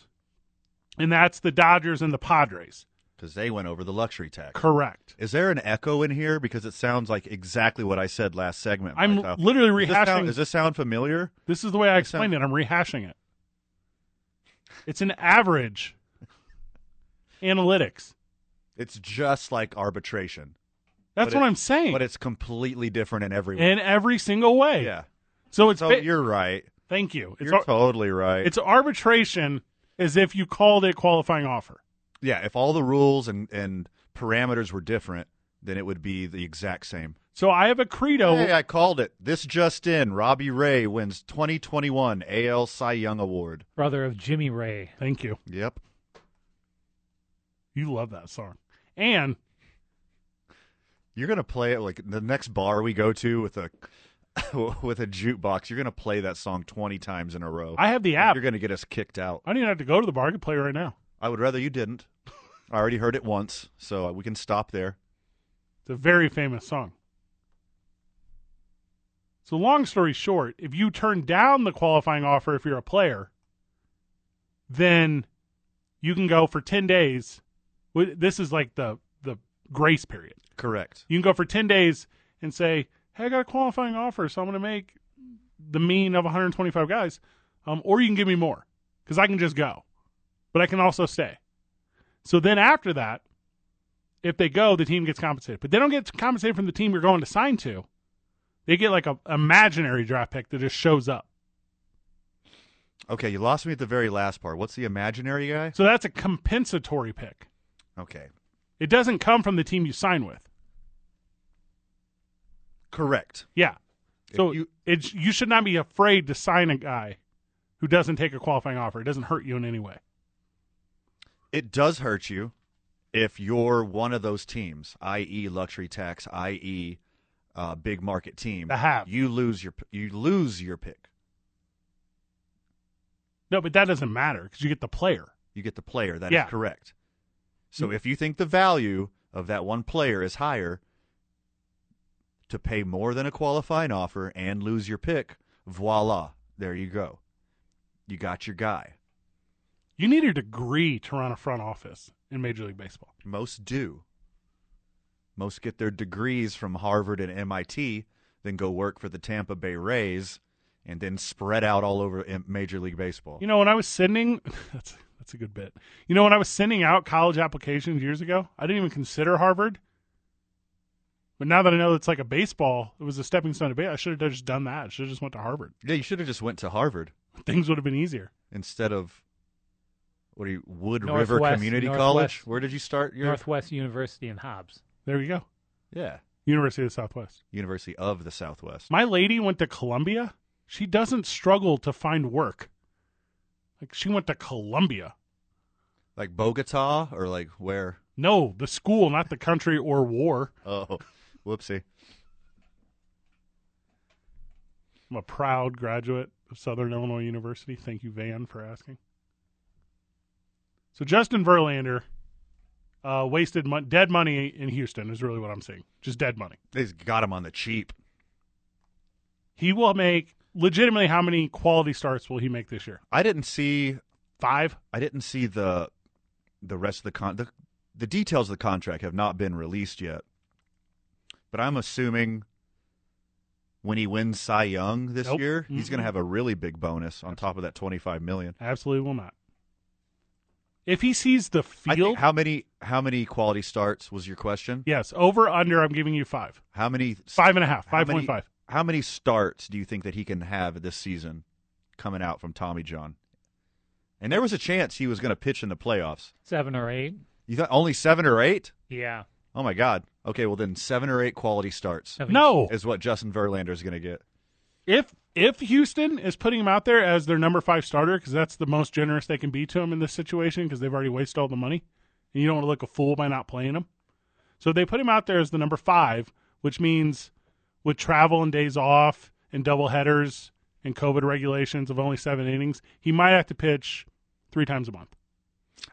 A: and that's the Dodgers and the Padres.
B: Because they went over the luxury tax.
A: Correct.
B: Is there an echo in here? Because it sounds like exactly what I said last segment.
A: I'm
B: Like, uh,
A: literally
B: does this sound-
A: rehashing. This,
B: Does this sound familiar?
A: is the way I
B: this sound-
A: explained it. I'm rehashing it. It's an average analytics.
B: It's just like arbitration,
A: That's
B: But
A: what
B: it-
A: I'm saying.
B: but it's completely different in every way.
A: in every single way.
B: Yeah.
A: So it's
B: So
A: ba-
B: you're right.
A: thank you. It's
B: You're
A: ar-
B: totally right.
A: it's arbitration as if you called it qualifying offer.
B: yeah. If all the rules and, and parameters were different, then it would be the exact same.
A: So I have a credo.
B: Hey, I called it. This just in: Robbie Ray wins 2021 AL Cy Young Award.
C: brother of Jimmy Ray.
A: Thank you.
B: Yep.
A: You love that song. And
B: You're gonna play it like the next bar we go to with a with a jukebox. You're gonna play that song 20 times in a row.
A: I have the app.
B: You're gonna get us kicked out.
A: I don't even have to go to the bar. I can play right now.
B: I would rather you didn't. I already heard it once, so we can stop there.
A: It's a very famous song. So, long story short, if you turn down the qualifying offer if you're a player, then you can go for 10 days. Wh- This is like the, the grace period.
B: Correct.
A: You can go for 10 days and say, hey, I got a qualifying offer, so I'm going to make the mean of 125 guys. Um, or you can give me more because I can just go, but I can also stay. So then after that, if they go, the team gets compensated. But they don't get compensated from the team you're going to sign to. They get like a imaginary draft pick that just shows up.
B: Okay, you lost me at the very last part. What's the imaginary guy?
A: So that's a compensatory pick.
B: Okay.
A: It doesn't come from the team you sign with.
B: Correct.
A: Yeah.
B: If
A: So
B: you-
A: it's you should not be afraid to sign a guy who doesn't take a qualifying offer. It doesn't hurt you in any way.
B: it does hurt you if you're one of those teams, i.e., luxury tax, i.e., uh, big market team.
A: The have.
B: You lose your you lose your pick.
A: No, but that doesn't matter because you get the player.
B: You get the player. That is
A: Yeah. Mm.
B: correct. So if you think the value of that one player is higher, to pay more than a qualifying offer and lose your pick, voila, there you go. You got your guy.
A: You need a degree to run a front office in Major League Baseball.
B: Most do. Most get their degrees from Harvard and MIT, then go work for the Tampa Bay Rays, and then spread out all over in Major League Baseball.
A: You know, when I was sending that's that's a good bit. You know, when I was sending out college applications years ago, I didn't even consider Harvard. But now that I know it's like a baseball, it was a stepping stone to ba- I should have just done that. I should have just went to Harvard.
B: yeah, you should have just went to Harvard
A: Things would have been easier.
B: instead of what are you Wood River
C: Northwest-
B: Community College?
C: Northwest-
B: Where did you start your
C: Northwest University in Hobbs.
A: There you go.
B: Yeah,
A: University of the Southwest.
B: University of the Southwest.
A: My lady went to Columbia. She doesn't struggle to find work. Like she went to Columbia.
B: Like Bogota or like where?
A: No, the school, not the country or war.
B: Oh, whoopsie.
A: I'm a proud graduate of Southern Illinois University. Thank you, Van, for asking. So Justin Verlander uh, wasted mon- dead money in Houston is really what I'm seeing. Just dead money.
B: They've got him on the cheap.
A: He will make legitimately how many quality starts will he make this year?
B: I didn't see
A: Five.
B: I didn't see the the rest of the con the, the details of the contract have not been released yet. But I'm assuming when he wins Cy Young this
A: Nope.
B: year, he's going to have a really big bonus on top of that 25 million.
A: Absolutely will not. If he sees the
B: I
A: field,
B: think, how many how many quality starts was your question?
A: yes, over under. I'm giving you five,
B: How many
A: five and a half,
B: how
A: five
B: many-
A: point five.
B: How many starts do you think that he can have this season coming out from Tommy John? And there was a chance he was going to pitch in the playoffs.
C: seven or eight.
B: You thought only 7 or 8?
C: Yeah.
B: Oh my god. Okay, well then 7 or 8 quality starts.
C: Seven-
A: No,
B: is what Justin Verlander is going to get.
A: if if Houston is putting him out there as their number five starter because that's the most generous they can be to him in this situation because they've already wasted all the money, and you don't want to look a fool by not playing him. So they put him out there as the number five, which means with travel and days off and double headers and COVID regulations of only seven innings, he might have to pitch three times a month.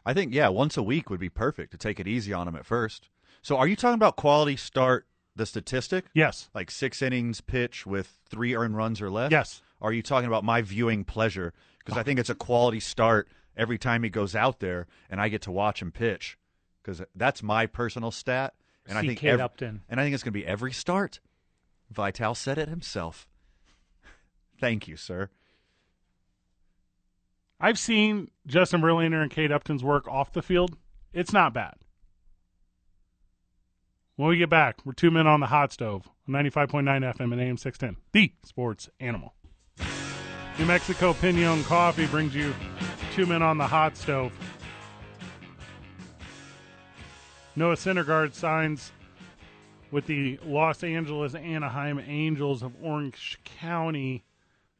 B: I think yeah, once a week would be perfect to take it easy on him at first. So are you talking about quality start the statistic?
A: Yes,
B: Like 6 innings pitch with 3 earned runs or less?
A: yes.
B: Or are you talking about my viewing pleasure because I think it's a quality start every time he goes out there and I get to watch him pitch cuz that's my personal stat and I
C: See
B: think
C: Kate
B: ev-
C: Upton.
B: and I think it's going to be every start. Vital said it himself. Thank you, sir.
A: I've seen Justin Verlander and Kate Upton's work off the field. It's not bad. When we get back, we're two men on the hot stove, 95.9 FM and AM 610, the sports animal. New Mexico Pinon Coffee brings you two men on the hot stove. Noah Syndergaard signs with the Los Angeles Anaheim Angels of Orange County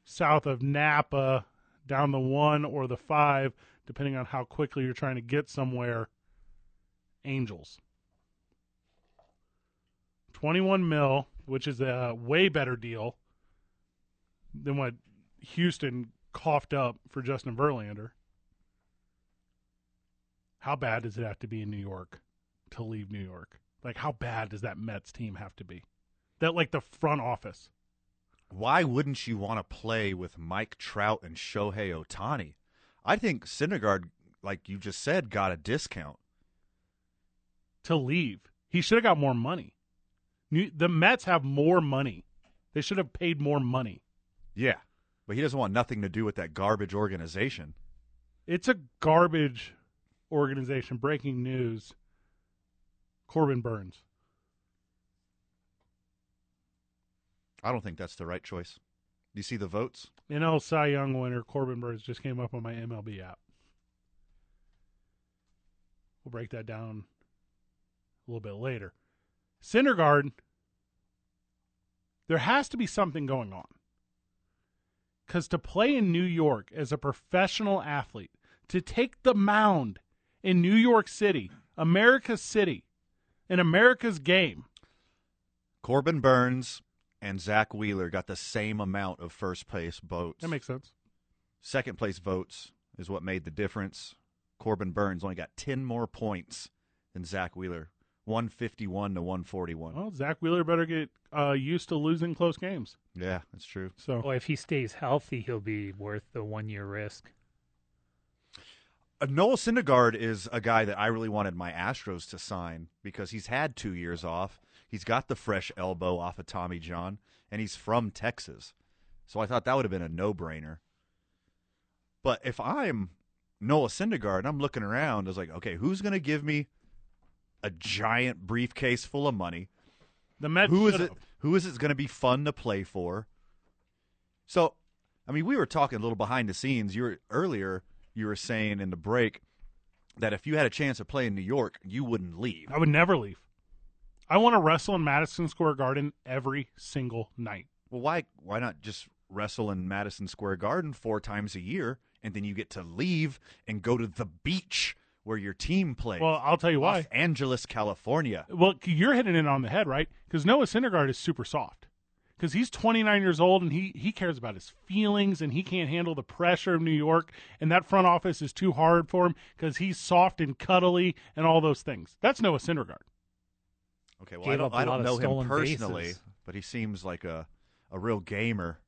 A: south of Napa, down the one or the five, depending on how quickly you're trying to get somewhere. Angels. 21 mil, which is a way better deal than what Houston coughed up for Justin Verlander. How bad does it have to be in New York to leave New York? Like, how bad does that Mets team have to be? That, like, the front office.
B: why wouldn't you want to play with Mike Trout and Shohei Otani? I think Syndergaard, like you just said, got a discount.
A: to leave. He should have got more money. You- The Mets have more money. They should have paid more money.
B: Yeah. But he doesn't want nothing to do with that garbage organization.
A: It's a garbage organization. Breaking news Corbin Burns.
B: I don't think that's the right choice. You see the votes?
A: NL Cy Young winner Corbin Burns just came up on my MLB app. We'll break that down a little bit later. Syndergaard, there has to be something going on. Because to play in New York as a professional athlete, to take the mound in New York City, America's city, in America's game,
B: Corbin Burns and Zach Wheeler got the same amount of first place votes.
A: that makes sense.
B: Second place votes is what made the difference. Corbin Burns only got 10 more points than Zach Wheeler 151 to 141.
A: Well, Zach Wheeler better get uh, used to losing close games.
B: Yeah, that's true.
A: So
C: Well, Oh, if he stays healthy, he'll be worth the one year risk.
B: Uh, Noel Syndergaard is a guy that I really wanted my Astros to sign because he's had two years off. He's got the fresh elbow off of Tommy John, and he's from Texas. So I thought that would have been a no brainer. But if I'm Noah Syndergaard and I'm looking around, I was like, okay, who's going to give me a giant briefcase full of money?
A: The Mets.
B: who is
A: should
B: it?
A: have.
B: Who is it going to be fun to play for? So, I mean, we were talking a little behind the scenes. You were earlier. You were saying in the break that if you had a chance to play in New York, you wouldn't leave.
A: I would never leave. I want to wrestle in Madison Square Garden every single night.
B: Well, why? Why not just wrestle in Madison Square Garden four times a year, and then you get to leave and go to the beach where your team plays,
A: Well, I'll tell you why.
B: Los Angeles, California.
A: Well, you're hitting it on the head, right? Because Noah Syndergaard is super soft. Because he's 29 years old and he he cares about his feelings and he can't handle the pressure of New York and that front office is too hard for him because he's soft and cuddly and all those things. That's Noah Syndergaard.
B: Okay, well,
C: Gave
B: I don't,
C: up a
B: I
C: lot
B: don't
C: of
B: know him
C: stolen
B: personally,
C: bases.
B: but he seems like a a real gamer.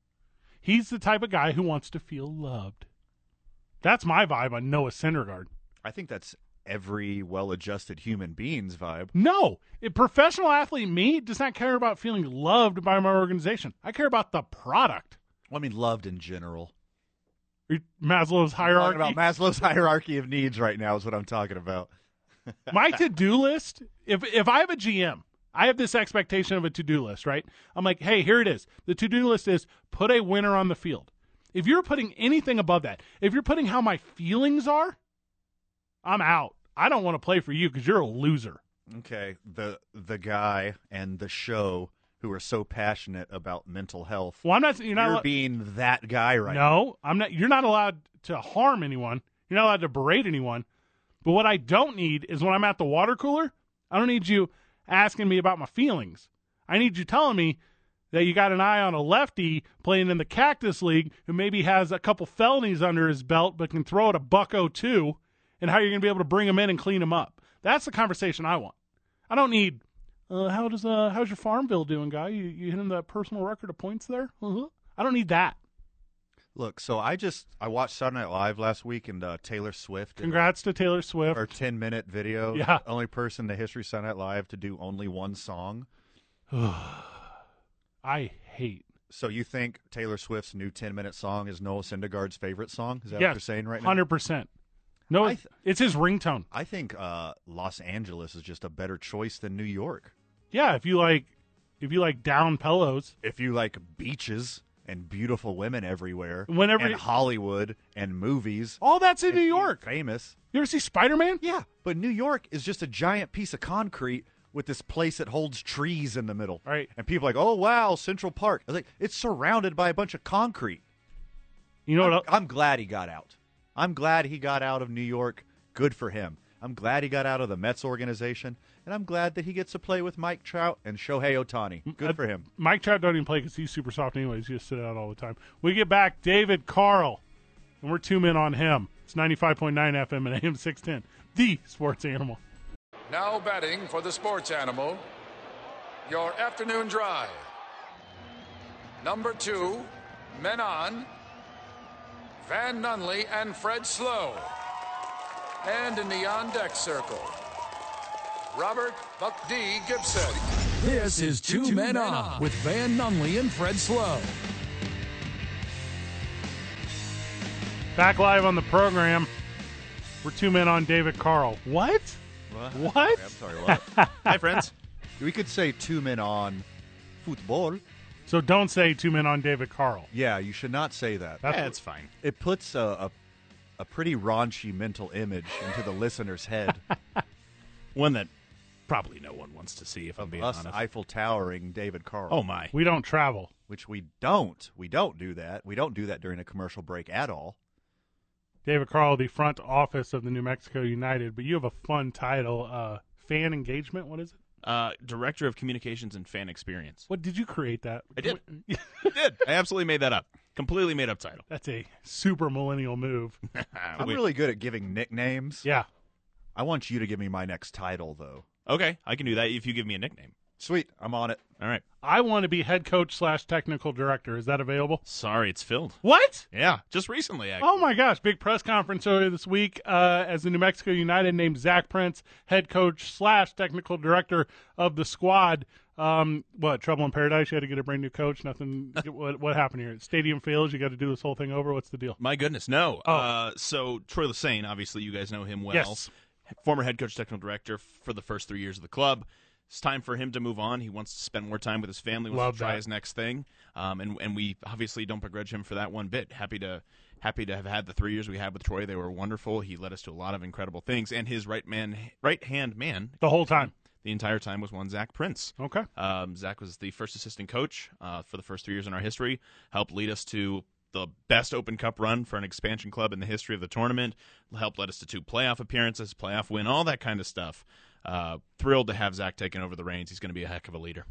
A: He's the type of guy who wants to feel loved. That's my vibe on Noah Syndergaard.
B: I think that's every well-adjusted human being's vibe.
A: No, a professional athlete me does not care about feeling loved by my organization. I care about the product.
B: Well, I mean, loved in general.
A: Maslow's hierarchy.
B: Talking about Maslow's hierarchy of needs right now is what I'm talking about.
A: my to-do list if if i have a gm i have this expectation of a to-do list right i'm like hey here it is the to-do list is put a winner on the field if you're putting anything above that if you're putting how my feelings are i'm out i don't want to play for you because you're a loser
B: Okay, the the guy and the show who are so passionate about mental health.
A: well i'm not you're not
B: You're
A: allo-
B: being that guy right now.
A: no i'm not you're not allowed to harm anyone you're not allowed to berate anyone but what i don't need is when i'm at the water cooler i don't need you asking me about my feelings i need you telling me that you got an eye on a lefty playing in the Cactus League who maybe has a couple felonies under his belt but can throw at a buck oh two, and how you're going to be able to bring him in and clean him up. That's the conversation I want. I don't need uh, how does uh, how's your farm bill doing, guy? You you hitting that personal record of points there? Uh-huh. I don't need that.
B: Look, so I just I watched Saturday Night Live last week and uh, Taylor Swift did
A: Congrats to Taylor Swift.
B: her 10 minute video.
A: Yeah.
B: Only person in the history of Saturday Night Live to do only one song.
A: I hate
B: So you think Taylor Swift's new 10 minute song is Noah Syndergaard's favorite song? Is that what
A: yes,
B: you're saying right now?
A: hundred percent. No,
B: I th-
A: it's his ringtone.
B: I think uh, Los Angeles is just a better choice than New York.
A: Yeah, if you like, if you like down pillows,
B: If you like beaches and beautiful women everywhere,
A: Whenever-
B: and Hollywood and movies,
A: all that's in New
B: and
A: York.
B: famous.
A: You ever see Spider Man?
B: Yeah, but New York is just a giant piece of concrete with this place that holds trees in the middle.
A: Right.
B: And people are like, oh wow, Central Park. I was like, it's surrounded by a bunch of concrete.
A: You know what?
B: I'm,
A: el-
B: I'm glad he got out. I'm glad he got out of New York. Good for him. I'm glad he got out of the Mets organization, and I'm glad that he gets to play with Mike Trout and Shohei Otani.
D: Uh,
B: Good for him.
A: Mike Trout don't even play because he's super soft anyways. He just sit out all the time. We get back David Carl, and we're two men on him. It's 95.9 FM and AM 610, the sports animal.
E: Now batting for the sports animal, your afternoon drive. Number two, men on, Van Nunley and Fred Slow. And in the on deck circle, Robert Buck D. Gibson.
F: This is Two, Men, on, with Van Nunley and Fred Slow.
A: Back live on the program. We're two men on David Carl. What? What?
B: I'm sorry. What? Hi, friends. We could say two men on football.
A: So don't say two men on David Carl.
B: Yeah, you should not say that.
A: That's
D: That's fine.
B: it puts a, a a pretty raunchy mental image into the listener's head
D: One that probably no one wants to see, if I'm
B: of
D: being
B: us
D: honest.
B: Eiffel towering David Carl.
D: oh, my.
A: we don't travel.
B: Which we don't. We don't do that. We don't do that during a commercial break at all.
A: David Carl, the front office of the New Mexico United, but you have a fun title, uh, fan engagement. What is it?
D: Uh, Director of Communications and Fan Experience.
A: What did you create that?
D: I did. I did. I absolutely made that up. Completely made up title.
A: That's a super millennial move.
B: I'm
D: Wait.
B: really good at giving nicknames.
A: Yeah.
B: I want you to give me my next title though.
D: Okay, I can do that if you give me a nickname.
B: Sweet, I'm on it.
D: All right.
A: I want to be head coach slash technical director. Is that available?
D: Sorry, it's filled.
A: What?
D: Yeah, just recently, actually.
A: Oh my gosh! Big press conference earlier this week uh, as the New Mexico United named Zach Prince head coach slash technical director of the squad. Um, what trouble in paradise? You had to get a brand new coach. Nothing. what, what happened here? Stadium fails. You got to do this whole thing over. What's the deal?
D: My goodness, no. Uh, so Troy Lassane, obviously you guys know him well.
A: Oh. Yes.
D: Former head coach, technical director for the first three years of the club. It's time for him to move on. He wants to spend more time with his family. Wants
A: Love
D: to try
A: that.
D: his next thing. Um, and and we obviously don't begrudge him for that one bit. Happy to happy to have had the three years we had with Troy. They were wonderful. He led us to a lot of incredible things. And his right man, right hand man,
A: The whole time.
D: the entire time was one Zach Prince.
A: Okay.
D: Um, Zach was the first assistant coach uh, for the first three years in our history, helped lead us to the best Open Cup run for an expansion club in the history of the tournament, helped lead us to two playoff appearances, playoff win, all that kind of stuff. Uh, thrilled to have Zach taking over the reins. He's going to be a heck of a leader.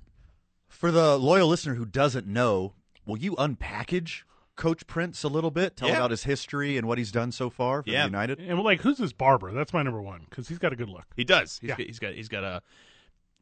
B: For the loyal listener who doesn't know, will you unpackage Coach Prince a little bit? Tell
D: Yeah.
B: about his history and what he's done so far for the
D: Yeah.
B: United.
A: And like, who's this barber? That's my number one because he's got a good look.
D: He does. He's
A: Yeah.
D: got, he's got. He's got a.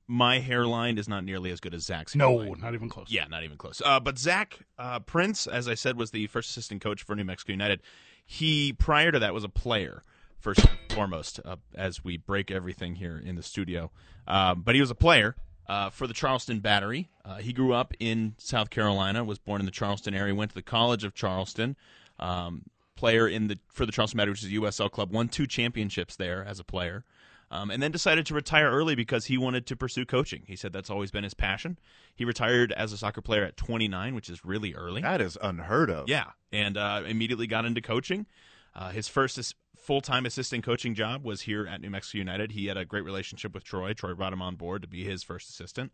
D: My hairline is not nearly as good as Zach's.
A: No,
D: hairline.
A: not even close.
D: Yeah, not even close. Uh, but Zach uh, Prince, as I said, was the first assistant coach for New Mexico United. He prior to that was a player first and foremost. Uh, as we break everything here in the studio, um, but he was a player uh, for the Charleston Battery. Uh, he grew up in South Carolina, was born in the Charleston area, went to the College of Charleston. Um, player in the for the Charleston Battery, which is a USL club, won two championships there as a player. Um, and then decided to retire early because he wanted to pursue coaching. He said that's always been his passion. He retired as a soccer player at 29, which is really early.
B: That is unheard of.
D: Yeah, and uh, immediately got into coaching. Uh, his first as- full-time assistant coaching job was here at New Mexico United. He had a great relationship with Troy. Troy brought him on board to be his first assistant.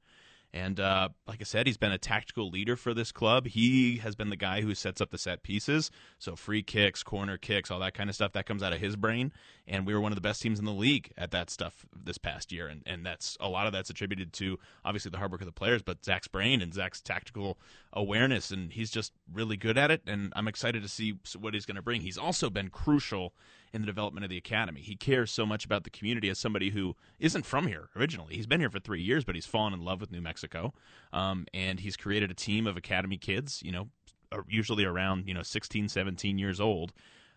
D: And uh, like I said, he's been a tactical leader for this club. He has been the guy who sets up the set pieces. So free kicks, corner kicks, all that kind of stuff that comes out of his brain. And we were one of the best teams in the league at that stuff this past year. And and that's a lot of that's attributed to obviously the hard work of the players, but Zach's brain and Zach's tactical awareness. And he's just really good at it. And I'm excited to see what he's going to bring. He's also been crucial in the development of the academy. He cares so much about the community as somebody who isn't from here originally. He's been here for three years, but he's fallen in love with New Mexico, um, and he's created a team of academy kids. You know, are usually around you know 16, 17 years old.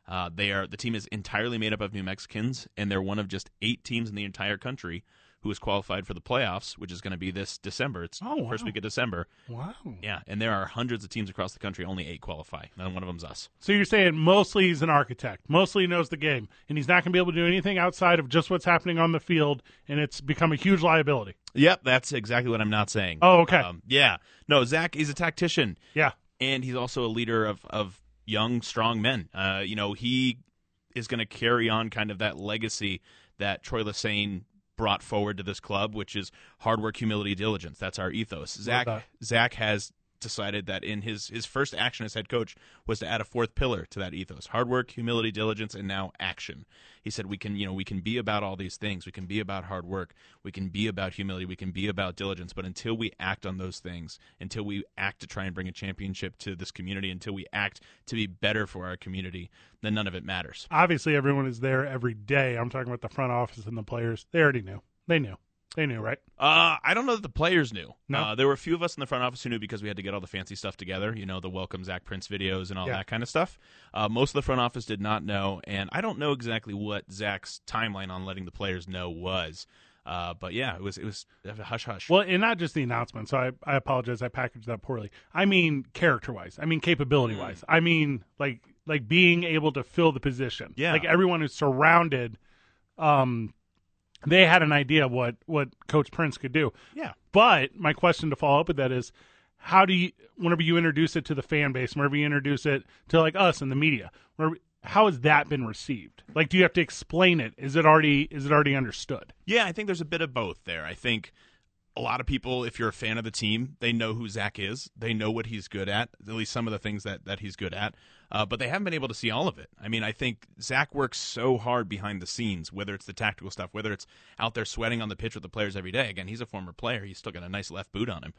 D: Uh, they are the team is entirely made up of New Mexicans, and they're one of just eight teams in the entire country who is qualified for the playoffs, which is going to be this December. It's
A: Oh, wow.
D: first week of December.
A: Wow.
D: Yeah, and there are hundreds of teams across the country. Only eight qualify, and one of them's us.
A: So you're saying mostly he's an architect, mostly he knows the game, and he's not going to be able to do anything outside of just what's happening on the field, and it's become a huge liability.
D: Yep, that's exactly what I'm not saying.
A: Oh, okay.
D: Um, yeah. No, Zach is a tactician,
A: Yeah.
D: and he's also a leader of of young, strong men. Uh, you know, he is going to carry on kind of that legacy that Troy Lassane brought forward to this club, which is hard work, humility, diligence. That's our ethos. Zach
A: that.
D: Zach has decided that in his his first action as head coach was to add a fourth pillar to that ethos hard work humility diligence and now action he said we can you know we can be about all these things we can be about hard work we can be about humility we can be about diligence but until we act on those things until we act to try and bring a championship to this community until we act to be better for our community then none of it matters
A: Obviously, everyone is there every day. I'm talking about the front office and the players. They already knew. They knew. They knew, right?
D: Uh, I don't know that the players knew.
A: No?
D: Uh, there were a few of us in the front office who knew because we had to get all the fancy stuff together, you know, the welcome Zach Prince videos and all
A: Yeah.
D: that kind of stuff. Uh, most of the front office did not know, and I don't know exactly what Zach's timeline on letting the players know was. Uh, but yeah, it was it was hush hush.
A: Well, and not just the announcement. So I, I apologize. I packaged that poorly. I mean character wise. I mean capability wise. I mean like like being able to fill the position.
D: Yeah.
A: Like everyone is surrounded. Um, they had an idea what what Coach Prince could do.
D: Yeah.
A: But my question to follow up with that is, how do you whenever you introduce it to the fan base, whenever you introduce it to like us and the media, where how has that been received? Like, do you have to explain it? Is it already is it already understood?
D: Yeah, I think there's a bit of both there. I think a lot of people, if you're a fan of the team, they know who Zach is. They know what he's good at, at least some of the things that, that he's good at. Uh, but they haven't been able to see all of it. I mean, I think Zach works so hard behind the scenes, whether it's the tactical stuff, whether it's out there sweating on the pitch with the players every day. Again, he's a former player. He's still got a nice left boot on him.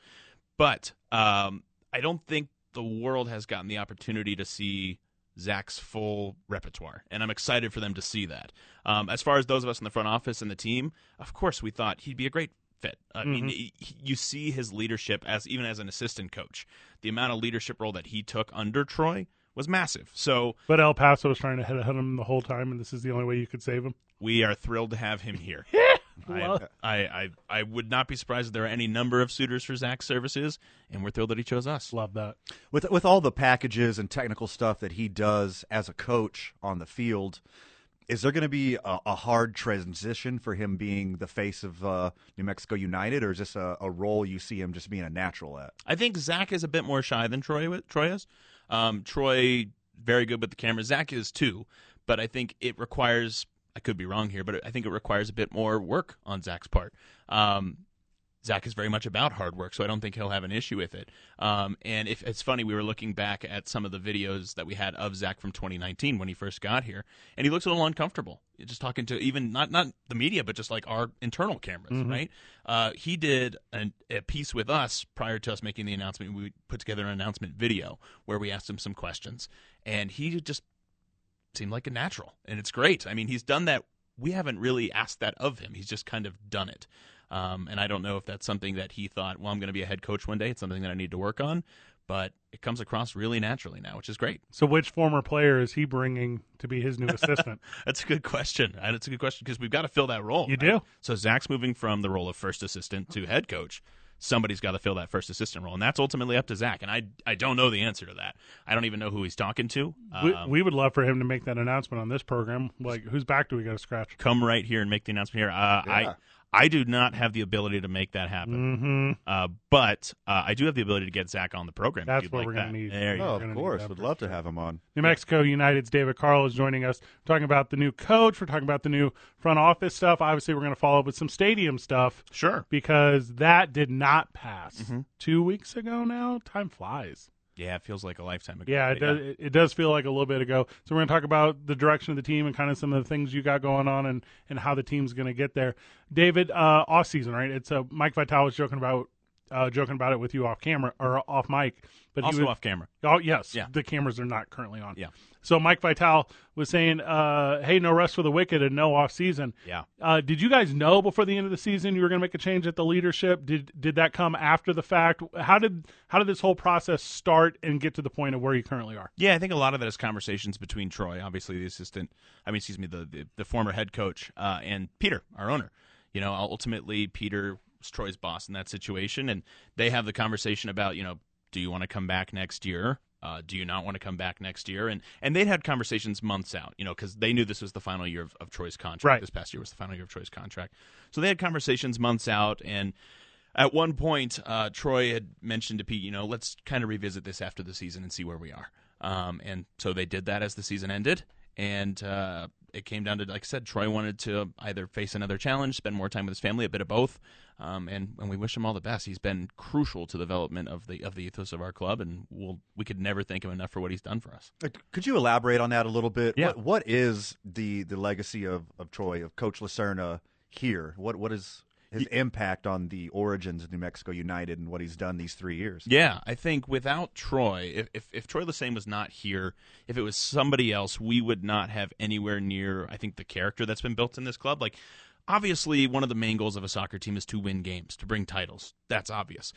D: But um, I don't think the world has gotten the opportunity to see Zach's full repertoire, and I'm excited for them to see that. Um, as far as those of us in the front office and the team, of course, we thought he'd be a great fit. I mean, he- he- you see his leadership as even as an assistant coach, the amount of leadership role that he took under Troy was massive. So
A: But El Paso was trying to head ahead him the whole time, and this is the only way you could save him.
D: we are thrilled to have him here. I, I, I, I would not be surprised if there are any number of suitors for Zach's services, and we're thrilled that he chose us.
A: Love that.
B: with with all the packages and technical stuff that he does as a coach on the field, is there going to be a, a hard transition for him being the face of uh, New Mexico United, or is this a, a role you see him just being a natural at?
D: I think Zach is a bit more shy than Troy Troy is. Um, Troy very good with the camera. Zach is too, but I think it requires. I could be wrong here, but I think it requires a bit more work on Zach's part. Um, Zach is very much about hard work, so I don't think he'll have an issue with it. Um, and if it's funny, we were looking back at some of the videos that we had of Zach from 2019 when he first got here, and he looks a little uncomfortable. Just talking to even not not the media, but just like our internal cameras, right? Uh, he did an, a piece with us prior to us making the announcement. We put together an announcement video where we asked him some questions, and he just seemed like a natural, and it's great. I mean, he's done that. We haven't really asked that of him. He's just kind of done it. Um, and I don't know if that's something that he thought, well, I'm going to be a head coach one day. It's something that I need to work on. but it comes across really naturally now, which is great.
A: So, which former player is he bringing to be his new assistant?
D: That's a good question. And it's a good question because we've got to fill that role.
A: You do.
D: So Zach's moving from the role of first assistant to head coach. Somebody's got to fill that first assistant role, and that's ultimately up to Zach. And I, I don't know the answer to that. I don't even know who he's talking to.
A: we,
D: Um,
A: we would love for him to make that announcement on this program. Like, whose back do we got to scratch?
D: come right here and make the announcement here. Uh,
B: Yeah.
D: I, I do not have the ability to make that happen.
A: Mm-hmm.
D: Uh, but uh, I do have the ability to get Zach on the program. if
A: That's
D: you'd
A: what
D: like
A: we're gonna
D: that.
A: need.
D: There you
B: Oh,
D: go.
A: gonna
B: of
A: need
B: course.
A: that
B: Would
A: for
B: love to have him on.
A: New Mexico United's David Carl is joining us, talking about the new coach. We're talking about the new front office stuff. Obviously, we're going to follow up with some stadium stuff
D: Sure.
A: because that did not pass
D: Mm-hmm.
A: two weeks ago. Now time flies.
D: Yeah, it feels like a lifetime ago.
A: Yeah, it
D: but
A: does. It, it does feel like a little bit ago. So we're going to talk about the direction of the team and kind of some of the things you got going on and and how the team's going to get there. David, uh, off season, right? It's uh, Mike Vitale was joking about uh, joking about it with you off camera or off mic, but he
D: Also
A: was,
D: off camera.
A: Oh yes,
D: Yeah.
A: the cameras are not currently on.
D: Yeah.
A: So Mike Vital was saying, uh, "Hey, no rest for the wicked and no off season."
D: Yeah.
A: Uh, did you guys know before the end of the season you were going to make a change at the leadership? Did did that come after the fact? How did how did this whole process start and get to the point of where you currently are?
D: Yeah, I think a lot of that is conversations between Troy, obviously the assistant. I mean, excuse me, the the, the former head coach, uh, and Peter, our owner. You know, ultimately Peter was Troy's boss in that situation, and they have the conversation about you know, do you want to come back next year? Uh, do you not want to come back next year? And and they'd had conversations months out, you know, because they knew this was the final year of, of Troy's contract.
A: Right.
D: This past year was the final year of Troy's contract, so they had conversations months out, and at one point, uh, Troy had mentioned to Pete, you know, let's kind of revisit this after the season and see where we are. Um, and so they did that as the season ended. And uh, it came down to, like I said, Troy wanted to either face another challenge, spend more time with his family, a bit of both. Um, and, and we wish him all the best. He's been crucial to the development of the of the ethos of our club, and we'll, we could never thank him enough for what he's done for us.
B: Uh, Could you elaborate on that a little bit?
A: Yeah.
B: What, what is the the legacy of, of Troy of Coach Lacerna here? What what is his impact on the origins of New Mexico United and what he's done these three years?
D: Yeah, I think without Troy, if if, if Troy Lassane was not here, if it was somebody else, we would not have anywhere near. I think the character that's been built in this club, like obviously, one of the main goals of a soccer team is to win games, to bring titles. That's obvious.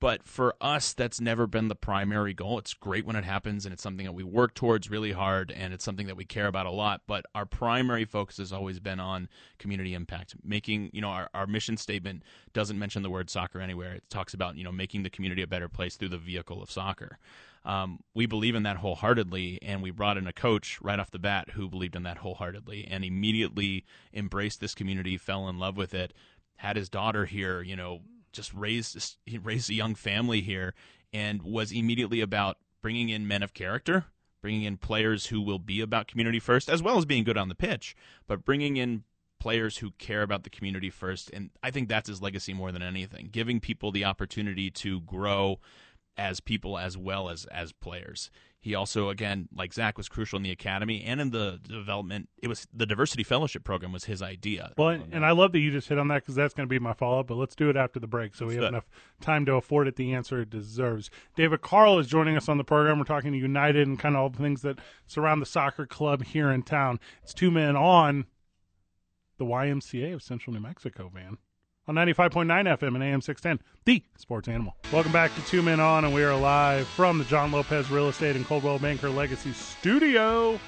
D: But for us, that's never been the primary goal. It's great when it happens, and it's something that we work towards really hard, and it's something that we care about a lot. But our primary focus has always been on community impact. Making, you know, our, our mission statement doesn't mention the word soccer anywhere. It talks about, you know, making the community a better place through the vehicle of soccer. Um, we believe in that wholeheartedly, and we brought in a coach right off the bat who believed in that wholeheartedly and immediately embraced this community, fell in love with it, had his daughter here, you know, just raised he raised a young family here and was immediately about bringing in men of character bringing in players who will be about community first as well as being good on the pitch but bringing in players who care about the community first and i think that's his legacy more than anything giving people the opportunity to grow as people as well as as players he also again like zach was crucial in the academy and in the development it was the diversity fellowship program was his idea
A: Well, and, and I love that you just hit on that because that's going to be my follow up, but let's do it after the break so we
D: Let's
A: have
D: do it.
A: enough time to afford it the answer it deserves. David Carl is joining us on the program. We're talking to United and kind of all the things that surround the soccer club here in town. It's two men on the YMCA of Central New Mexico, man. On 95.9 FM and AM 610, the sports animal. Welcome back to Two Men On, and we are live from the John Lopez Real Estate and Coldwell Banker Legacy Studio.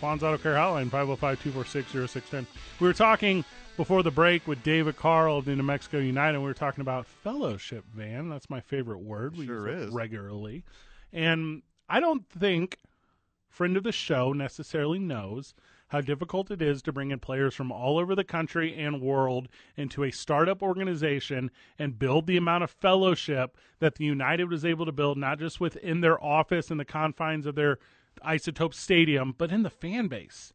A: Juan's Auto Care Hotline, 505 246 0610. We were talking before the break with David Carl of the New Mexico United. We were talking about fellowship, man. That's my favorite word. We
B: Sure
A: use it
B: is.
A: regularly. And I don't think friend of the show necessarily knows how difficult it is to bring in players from all over the country and world into a startup organization and build the amount of fellowship that the United was able to build, not just within their office and the confines of their isotope stadium, but in the fan base.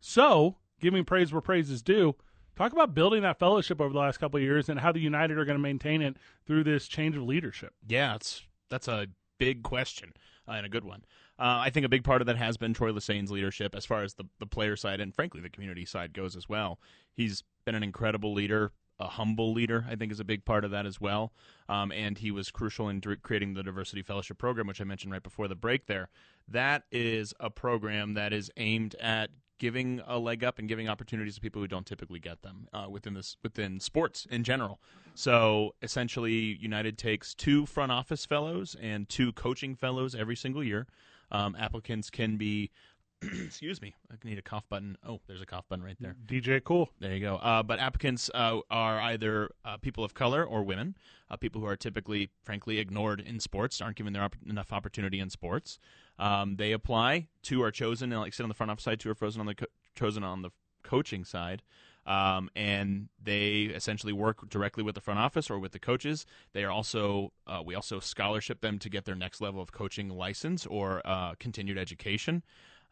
A: So, giving praise where praise is due, talk about building that fellowship over the last couple of years and how the United are going to maintain it through this change of leadership.
D: Yeah, it's that's a big question uh, and a good one. Uh, I think a big part of that has been Troy Lassane's leadership, as far as the the player side and frankly the community side goes as well. He's been an incredible leader, a humble leader. I think is a big part of that as well. Um, and he was crucial in dir- creating the diversity fellowship program, which I mentioned right before the break. There, that is a program that is aimed at giving a leg up and giving opportunities to people who don't typically get them uh, within this within sports in general. So essentially, United takes two front office fellows and two coaching fellows every single year. Um, applicants can be, excuse me, I need a cough button. Oh, there's a cough button right there.
A: DJ Cool.
D: There you go. Uh, but applicants uh, are either uh, people of color or women, uh, people who are typically, frankly, ignored in sports, aren't given their opp- enough opportunity in sports. Um, they apply. Two are chosen, and like sit on the front office side. Two are frozen on the co- chosen on the coaching side. Um, and they essentially work directly with the front office or with the coaches. They are also uh, we also scholarship them to get their next level of coaching license or uh, continued education.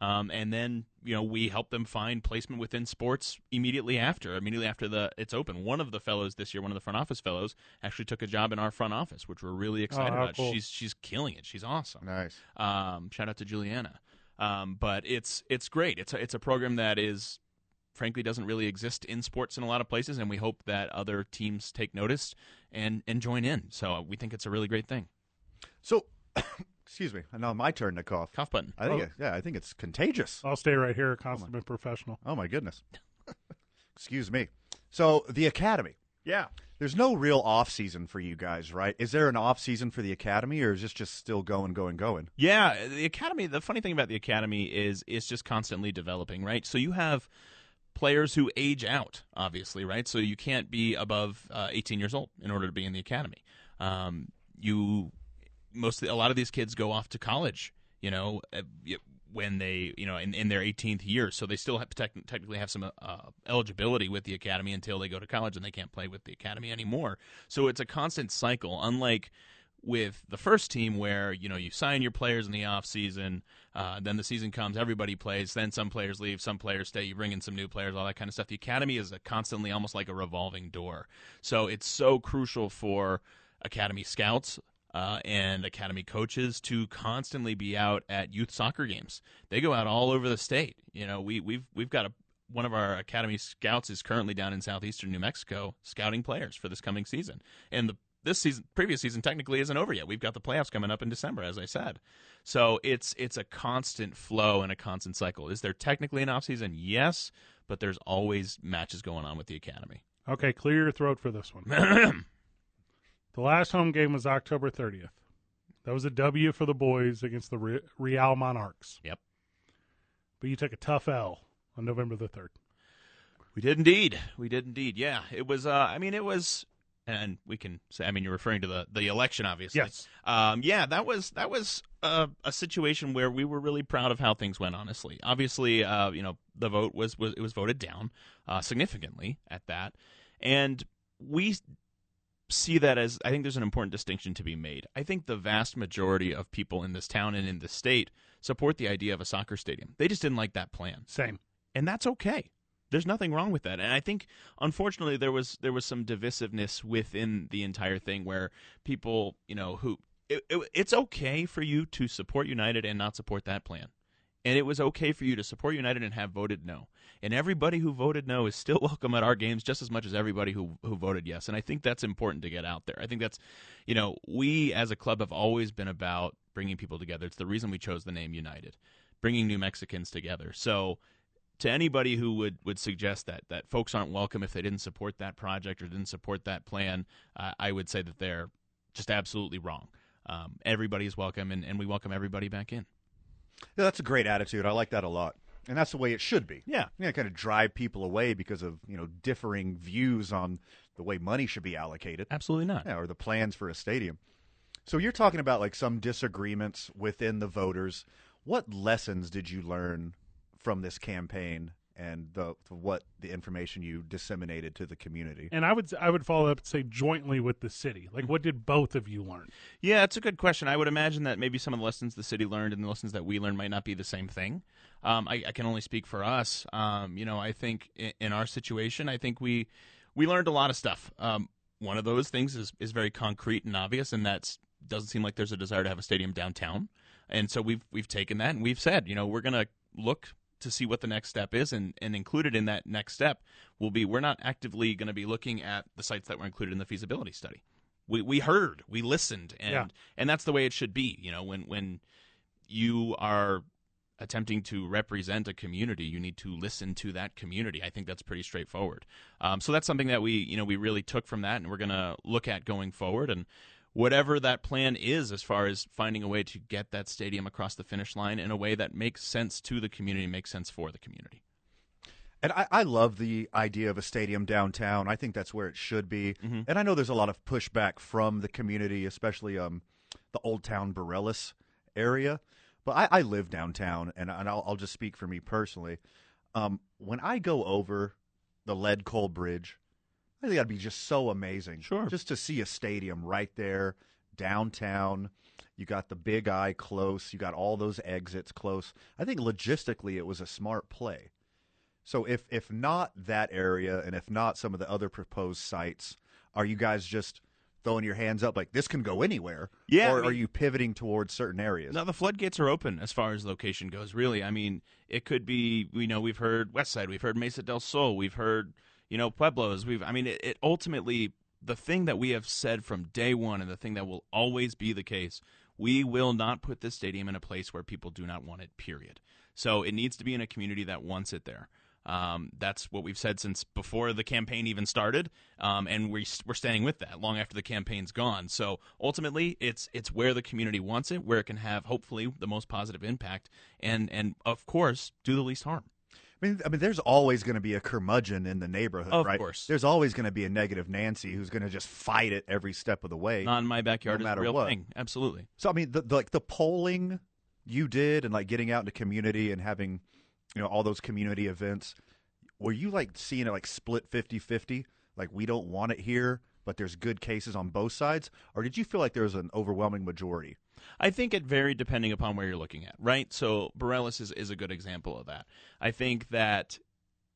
D: Um, and then you know we help them find placement within sports immediately after immediately after the it's open one of the fellows this year one of the front office fellows actually took a job in our front office which we're really excited
A: Oh, how
D: about
A: cool.
D: she's she's killing it she's awesome
B: Nice.
D: um, shout out to Juliana. Um, but it's it's great. It's a, it's a program that is frankly doesn't really exist in sports in a lot of places, and we hope that other teams take notice and and join in. So uh, we think it's a really great thing.
B: So, excuse me. Now my turn to cough.
D: Cough button.
B: I think
A: Oh.
B: it- yeah, I think it's contagious.
A: I'll stay right here, consummate professional.
B: Oh my goodness. Excuse me. So the academy. Yeah. There's no real off season for you guys, right? Is there an off season for the academy, or is this just still going, going, going?
D: Yeah, the academy. The funny thing about the academy is it's just constantly developing, right? So you have players who age out, obviously, right? So you can't be above uh, 18 years old in order to be in the academy. Um, you most a lot of these kids go off to college, you know, uh, y- when they you know in, in their 18th year, so they still have tech, technically have some uh, eligibility with the academy until they go to college and they can't play with the academy anymore. So it's a constant cycle, unlike with the first team where you know you sign your players in the off season uh, then the season comes everybody plays then some players leave some players stay you bring in some new players all that kind of stuff the academy is a constantly almost like a revolving door so it's so crucial for academy scouts uh, and academy coaches to constantly be out at youth soccer games they go out all over the state you know we we've we've got a one of our academy scouts is currently down in southeastern New Mexico scouting players for this coming season. And the this season, previous season, technically isn't over yet. We've got the playoffs coming up in December, as I said. So it's it's a constant flow and a constant cycle. Is there technically an off season? Yes, but there's always matches going on with the academy.
A: Okay, clear your throat for this one. the last home game was October 30th. That was a W for the boys against the Re- Real Monarchs.
D: Yep.
A: But you took a tough L on November the 3rd.
D: We did indeed. We did indeed. Yeah, it was. Uh, I mean, it was, and we can say. I mean, you're referring to the the election, obviously.
A: Yes.
D: Um, yeah, that was that was a, a situation where we were really proud of how things went. Honestly, obviously, uh, you know, the vote was was it was voted down uh, significantly at that, and we see that as I think there's an important distinction to be made. I think the vast majority of people in this town and in this state support the idea of a soccer stadium. They just didn't like that plan
A: Same.
D: and that's okay. There's nothing wrong with that. And I think unfortunately there was there was some divisiveness within the entire thing where people, you know, who it, it, it's okay for you to support United and not support that plan. And it was okay for you to support United and have voted no. And everybody who voted no is still welcome at our games just as much as everybody who who voted yes. And I think that's important to get out there. I think that's, you know, we as a club have always been about bringing people together. It's the reason we chose the name United, bringing New Mexicans together. So to anybody who would, would suggest that that folks aren't welcome if they didn't support that project or didn't support that plan, uh, I would say that they're just absolutely wrong. Um, everybody is welcome, and, and we welcome everybody back in.
B: Yeah, that's a great attitude. I like that a lot, and that's the way it should be.
D: Yeah.
B: yeah, kind of drive people away because of you know differing views on the way money should be allocated.
D: Absolutely not.
B: Yeah, or the plans for a stadium. So you're talking about like some disagreements within the voters. What lessons did you learn from this campaign and the what the information you disseminated to the community?
A: And I would I would follow up and say jointly with the city. Like, what did both of you learn?
D: Yeah, it's a good question. I would imagine that maybe some of the lessons the city learned and the lessons that we learned might not be the same thing. Um, I, I can only speak for us. Um, you know, I think in, in our situation, I think we we learned a lot of stuff. Um, one of those things is is very concrete and obvious, and that's doesn't seem like there's a desire to have a stadium downtown. And so we've we've taken that and we've said, you know, we're gonna look to see what the next step is and, and included in that next step will be we're not actively going to be looking at the sites that were included in the feasibility study we we heard, we listened, and
A: Yeah.
D: and that's the way it should be. You know, when when you are attempting to represent a community, you need to listen to that community. I think that's pretty straightforward. Um, so that's something that we, you know, we really took from that, and we're going to look at going forward. And whatever that plan is, as far as finding a way to get that stadium across the finish line in a way that makes sense to the community, makes sense for the community.
B: And I, I love the idea of a stadium downtown. I think that's where it should be. And I know there's a lot of pushback from the community, especially um, the Old Town Borellis area. But I, I live downtown, and, and I'll, I'll just speak for me personally. Um, when I go over the Lead Coal Bridge, I think that'd be just so amazing.
D: Sure.
B: Just to see a stadium right there, downtown. You got the big eye close. You got all those exits close. I think logistically it was a smart play. So if if not that area and if not some of the other proposed sites, are you guys just throwing your hands up like this can go anywhere? Or
D: Yeah, I mean-
B: are you pivoting towards certain areas?
D: Now the floodgates are open as far as location goes. Really, I mean, it could be. You know, we've heard West Side, we've heard Mesa del Sol, we've heard you know Pueblos. We've. I mean, it, it ultimately the thing that we have said from day one, and the thing that will always be the case. We will not put this stadium in a place where people do not want it. Period. So it needs to be in a community that wants it there. Um, that's what we've said since before the campaign even started, um, and we, we're staying with that long after the campaign's gone. So ultimately, it's it's where the community wants it, where it can have hopefully the most positive impact, and and of course do the least harm.
B: I mean, I mean, there's always going to be a curmudgeon in the neighborhood,
D: Of
B: right?
D: course.
B: There's always going to be a negative Nancy who's going to just fight it every step of the way.
D: Not in my backyard
B: No
D: is a
B: matter
D: real
B: what.
D: thing. Absolutely.
B: So I mean, the, the, like the polling you did, and like getting out into community and having, you know, all those community events. Were you like seeing it like split 50-50? Like we don't want it here, but there's good cases on both sides, or did you feel like there was an overwhelming majority?
D: I think it varied depending upon where you're looking at, right? So Borellis is, is a good example of that. I think that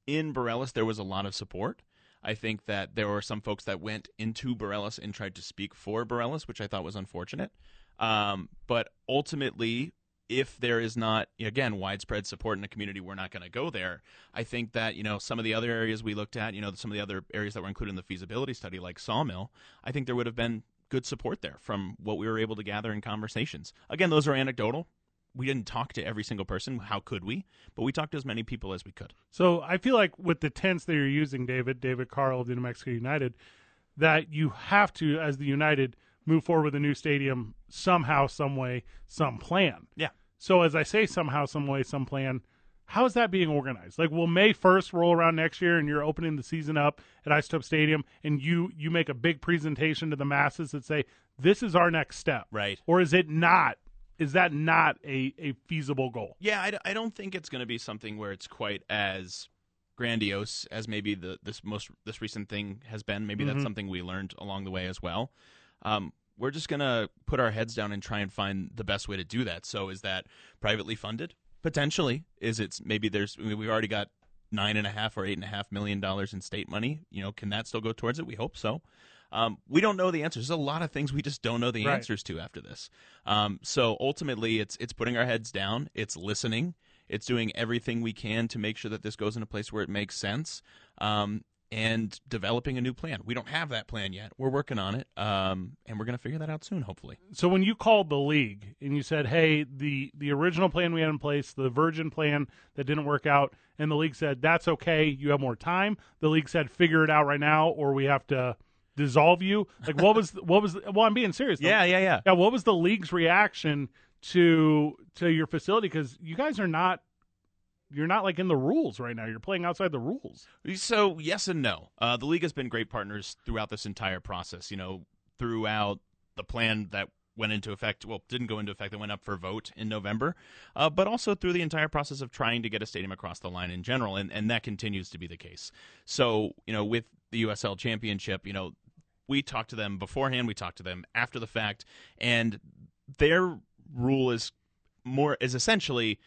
D: in Borellis there was a lot of support. I think that there were some folks that went into Borellis and tried to speak for Borellis, which I thought was unfortunate. Um, but ultimately, if there is not again widespread support in the community, we're not going to go there. I think that you know some of the other areas we looked at, you know, some of the other areas that were included in the feasibility study, like Sawmill, I think there would have been good support there from what we were able to gather in conversations. Again, those are anecdotal. We didn't talk to every single person. How could we? But we talked to as many people as we could.
A: So I feel like with the tents that you're using, David, David Carl of the New Mexico United, that you have to, as the United, move forward with a new stadium somehow, some way, some plan.
D: Yeah.
A: So as I say, somehow, some way, some plan. How is that being organized? Like, will May first roll around next year, and you're opening the season up at Isotope Stadium, and you you make a big presentation to the masses that say this is our next step,
D: Right.
A: Or is it not? Is that not a a feasible goal?
D: Yeah, I, d- I don't think it's going to be something where it's quite as grandiose as maybe the this most this recent thing has been. Maybe that's something we learned along the way as well. Um, we're just going to put our heads down and try and find the best way to do that. So is that privately funded? Potentially. Is it maybe there's I mean, we've already got nine and a half or eight and a half million dollars in state money. You know, can that still go towards it? We hope so. Um, we don't know the answers. There's a lot of things we just don't know the
A: Right.
D: answers to after this. Um, so ultimately, it's it's putting our heads down. It's listening. It's doing everything we can to make sure that this goes in a place where it makes sense. Um, and developing a new plan. We don't have that plan yet. We're working on it. Um, and we're going to figure that out soon, hopefully.
A: so when you called the league and you said, "Hey, the the original plan we had in place, the Virgin plan that didn't work out," and the league said, "That's okay, you have more time." The league said, "Figure it out right now, or we have to dissolve you." Like, what was what was? Well, I'm being serious.
D: yeah, yeah.
A: yeah. What was the league's reaction to to your facility? Because you guys are not you're not like in the rules right now. You're playing outside the rules.
D: So yes and no. Uh, the league has been great partners throughout this entire process. You know, throughout the plan that went into effect, well, didn't go into effect, that went up for vote in November, uh, but also through the entire process of trying to get a stadium across the line in general, and, and that continues to be the case. So you know, with the USL Championship, you know, we talked to them beforehand, we talked to them after the fact, and their rule is more is essentially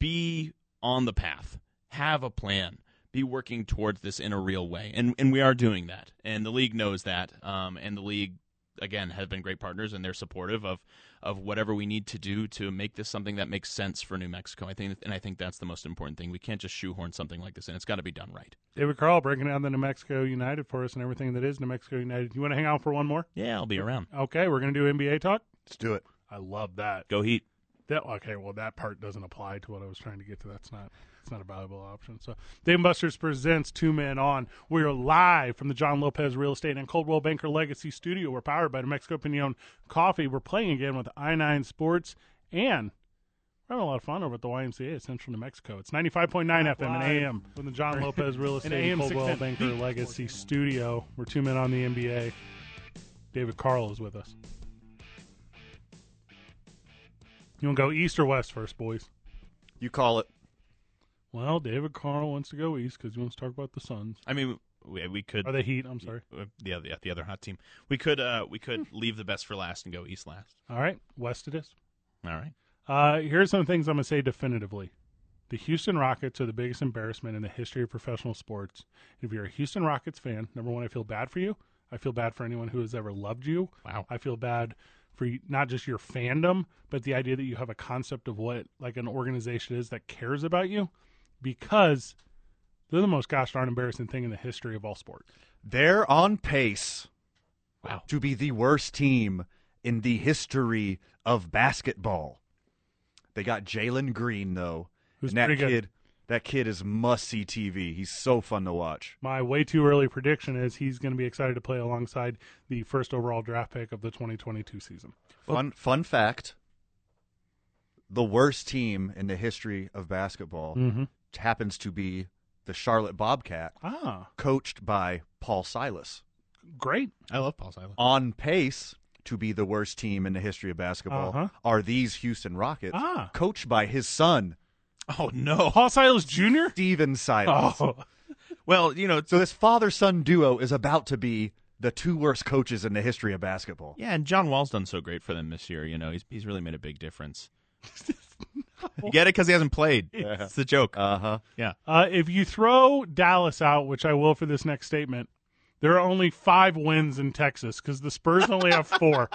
D: be on the path, have a plan, be working towards this in a real way, and and we are doing that, and the league knows that, um, and the league again have been great partners and they're supportive of of whatever we need to do to make this something that makes sense for New Mexico. I think and I think that's the most important thing. We can't just shoehorn something like this in. It's got to be done right.
A: David Carl breaking down the New Mexico United for us and everything that is New Mexico United. You want to hang out for one more?
D: Yeah, I'll be around.
A: Okay, we're gonna do NBA talk.
B: Let's do it.
A: I love that.
D: Go Heat.
A: That okay? Well, that part doesn't apply to what I was trying to get to. That's not it's not a valuable option. So, Dave and Buster's presents Two Men On. We are live from the John Lopez Real Estate and Coldwell Banker Legacy Studio. We're powered by New Mexico Pinion Coffee. We're playing again with I Nine Sports, and we're having a lot of fun over at the YMCA of Central New Mexico. It's ninety five point nine FM and AM from the John Lopez Real Estate and
C: AM
A: Coldwell
C: 610.
A: Banker Legacy Studio. We're Two Men on the NBA. David Carl is with us. You want to go east or west first, boys?
B: You call it.
A: Well, David Carl wants to go east because he wants to talk about the Suns
D: I mean, we, we could
A: or the Heat. I'm sorry.
D: uh, the other yeah, the other hot team. We could uh we could leave the best for last and go east last.
A: All right, west it is.
D: All right.
A: Uh, here's some things I'm gonna say definitively: the Houston Rockets are the biggest embarrassment in the history of professional sports. If you're a Houston Rockets fan, number one, I feel bad for you. I feel bad for anyone who has ever loved you.
B: Oh.
D: Wow.
A: I feel bad for you, not just your fandom, but the idea that you have a concept of what like an organization is that cares about you, because they're the most gosh darn embarrassing thing in the history of all sports.
B: They're on pace
D: Wow.
B: to be the worst team in the history of basketball. They got Jalen Green though,
A: Who's
B: and that
A: pretty good.
B: kid. That kid is must see TV. He's so fun to watch.
A: My way too early prediction is he's going to be excited to play alongside the first overall draft pick of the 2022 season.
B: Fun fun fact: the worst team in the history of basketball
A: Mhm.
B: happens to be the Charlotte Bobcat,
A: Ah,
B: coached by Paul Silas,
A: great.
D: I love Paul Silas.
B: on pace to be the worst team in the history of basketball.
A: Uh-huh.
B: Are these Houston Rockets,
A: Ah.
B: coached by his son
D: Oh no.
A: Paul Silas Jr.
B: Steven Silas?
A: Oh,
D: Well, you know, it's-
B: So this father-son duo is about to be the two worst coaches in the history of basketball.
D: yeah, and John Wall's done so great for them this year. You know, he's he's really made a big difference. You get it because he hasn't played. It's the joke.
B: Uh huh.
D: yeah.
A: uh, if you throw Dallas out, which I will for this next statement, there are only five wins in Texas because the Spurs only have four.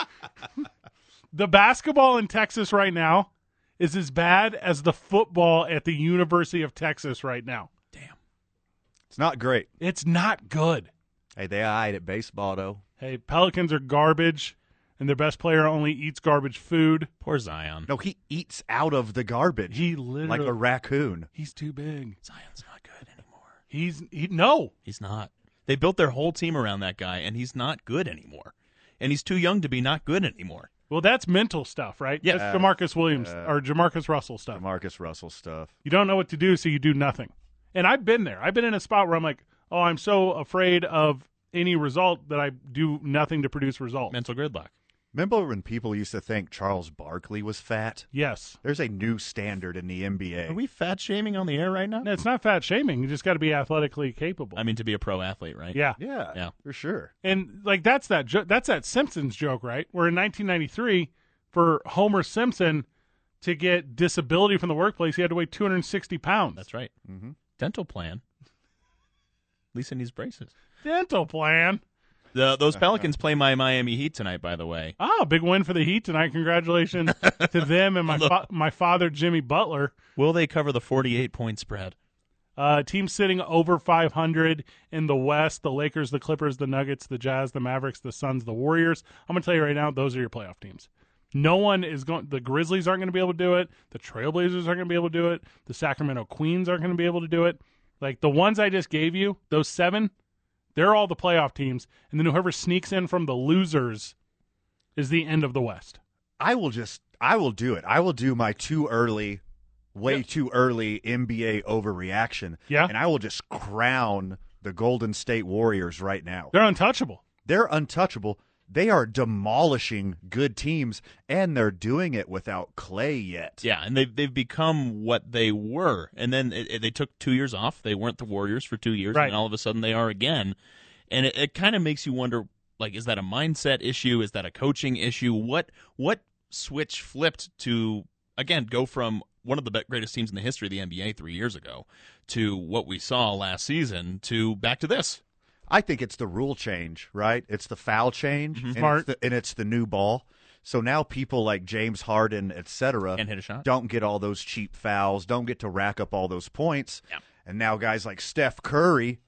A: the basketball in Texas right now is as bad as the football at the University of Texas right now.
B: It's not great.
A: It's not good.
B: Hey, they eyed at baseball though.
A: Hey, Pelicans are garbage, and their best player only eats garbage food.
D: Poor Zion.
B: No, he eats out of the garbage
A: He literally
B: like a raccoon.
A: he's too big.
D: Zion's not good anymore.
A: He's he no.
D: He's not. They built their whole team around that guy, and he's not good anymore. And he's too young to be not good anymore.
A: Well, that's mental stuff, right?
D: Yeah.
A: that's Jamarcus Williams or Jamarcus Russell stuff.
B: Marcus Russell stuff.
A: You don't know what to do, so you do nothing. And I've been there. I've been in a spot where I'm like, oh, I'm so afraid of any result that I do nothing to produce results.
D: Mental gridlock.
B: Remember when people used to think Charles Barkley was fat?
A: Yes.
B: There's a new standard in the NBA.
D: Are we fat shaming on the air right now?
A: No, it's not fat shaming. You just got to be athletically capable.
D: I mean, to be a pro athlete, right?
A: yeah.
B: yeah,
D: Yeah.
B: for sure.
A: and like that's that jo- that's that Simpsons joke, right? Where in 1993, for Homer Simpson to get disability from the workplace, he had to weigh 260 pounds.
D: That's right. Dental plan. Lisa needs braces.
A: Dental plan.
D: The, those Pelicans play my Miami Heat tonight, by the way.
A: Oh, big win for the Heat tonight! Congratulations to them and my fa- my father Jimmy Butler.
D: Will they cover the 48 point spread?
A: Uh, team sitting over 500 in the West: the Lakers, the Clippers, the Nuggets, the Jazz, the Mavericks, the Suns, the Warriors. I'm gonna tell you right now, those are your playoff teams. No one is going. The Grizzlies aren't going to be able to do it. The Trailblazers aren't going to be able to do it. The Sacramento Queens aren't going to be able to do it. Like the ones I just gave you, those seven, they're all the playoff teams. And then whoever sneaks in from the losers is the end of the West.
B: I will just, I will do it. I will do my too early, way too early NBA overreaction.
A: Yeah.
B: and I will just crown the Golden State Warriors right now.
A: They're untouchable.
B: They're untouchable. They are demolishing good teams, and they're doing it without Clay yet.
D: Yeah, and they've they've become what they were, and then it, it- they took two years off. They weren't the Warriors for two years,
A: Right.
D: and all of a sudden they are again. And it, it kind of makes you wonder: like, is that a mindset issue? Is that a coaching issue? What what switch flipped to again go from one of the be- greatest teams in the history of the NBA three years ago to what we saw last season to back to this?
B: I think it's the rule change, right? It's the foul change, and,
A: Mm-hmm. Smart.
B: It's the, and it's the new ball. So now people like James Harden, et cetera,
D: Can't hit a shot.
B: don't get all those cheap fouls, don't get to rack up all those points.
D: Yeah.
B: And now guys like Steph Curry,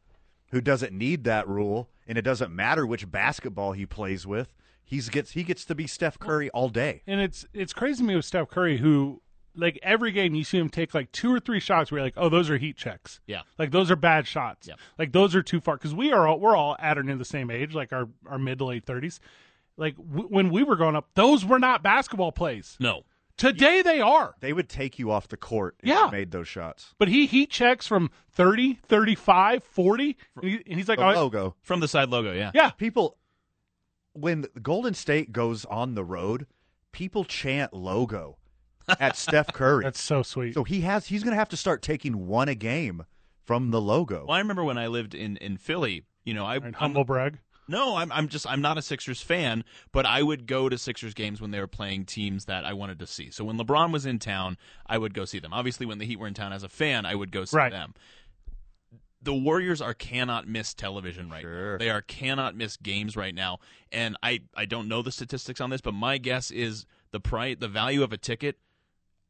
B: who doesn't need that rule, and it doesn't matter which basketball he plays with, He's gets he gets to be Steph Curry all day.
A: And it's it's crazy to me with Steph Curry, who like every game you see him take like two or three shots where you're like, oh, those are heat checks.
D: Yeah.
A: like those are bad shots.
D: Yep.
A: like those are too far because we are all, we're all at or near the same age, like our our mid to late thirties. Like w- when we were growing up, those were not basketball plays.
D: No.
A: Today they are.
B: They would take you off the court if
A: Yeah.
B: you made those shots.
A: But he heat checks from 30, 35, 40, and, he- and he's like,
B: The
A: oh,
B: logo.
D: From the side logo, yeah.
A: yeah,
B: People when Golden State goes on the road, people chant logo at Steph Curry.
A: that's so sweet.
B: So he has he's gonna have to start taking one a game from the logo.
D: Well, I remember when I lived in, in Philly, you know, I
A: and
D: I'm-
A: humble brag.
D: No, I'm I'm just I'm not a Sixers fan, but I would go to Sixers games when they were playing teams that I wanted to see. So when LeBron was in town, I would go see them. Obviously, when the Heat were in town as a fan, I would go see
A: Right.
D: them. The Warriors are cannot miss television right now. They are cannot miss games right now. And I I don't know the statistics on this, but my guess is the price the value of a ticket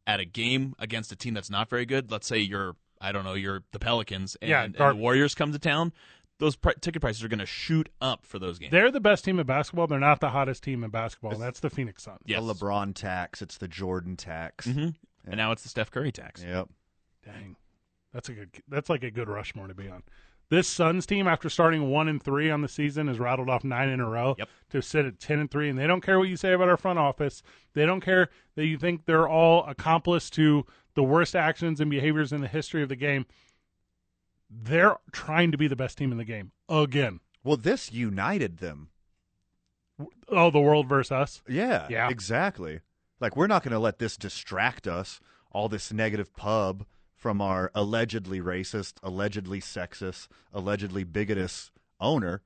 D: at a game against a team that's not very good, let's say you're, I don't know, you're the Pelicans and,
A: Yeah,
D: and the
A: Gar-
D: Warriors come to town, those pri- ticket prices are going to shoot up for those games.
A: They're the best team in basketball. They're not the hottest team in basketball. and That's the Phoenix Suns.
D: yes.
B: The LeBron tax, it's the Jordan tax.
A: Mm-hmm.
D: hmm And now it's the Steph Curry tax.
B: Yep.
A: Dang, that's a good. That's like a good Rushmore to be on. This Suns team, after starting one and three on the season, has rattled off nine in a row
D: Yep.
A: to sit at ten and three, and they don't care what you say about our front office. They don't care that you think they're all accomplice to the worst actions and behaviors in the history of the game. They're trying to be the best team in the game again.
B: Well, this united them.
A: Oh, the world versus us.
B: Yeah.
A: Yeah.
B: Exactly. Like we're not going to let this distract us. All this negative pub from our allegedly racist, allegedly sexist, allegedly bigotous owner.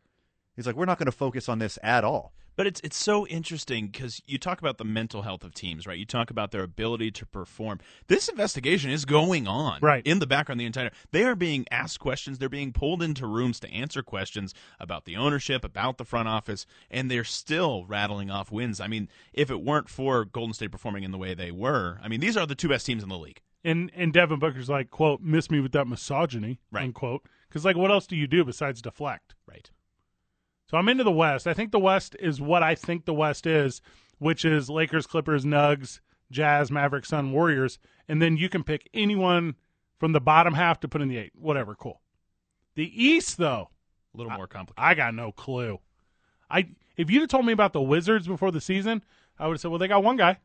B: He's like, we're not going to focus on this at all.
D: But it's it's so interesting because you talk about the mental health of teams, right? You talk about their ability to perform. This investigation is going on,
A: Right.
D: In the background, the entire they are being asked questions. They're being pulled into rooms to answer questions about the ownership, about the front office, and they're still rattling off wins. I mean, if it weren't for Golden State performing in the way they were, I mean, these are the two best teams in the league.
A: And and Devin Booker's like, quote, miss me with that misogyny,
D: Right.
A: unquote. Because like, what else do you do besides deflect?
D: Right.
A: So I'm into the West. I think the West is what I think the West is, which is Lakers, Clippers, Nugs, Jazz, Mavericks, Sun, Warriors, and then you can pick anyone from the bottom half to put in the eight. Whatever, cool. The East though,
D: A little more complicated.
A: I got no clue. I if you'd have told me about the Wizards before the season, I would have said, well, they got one guy.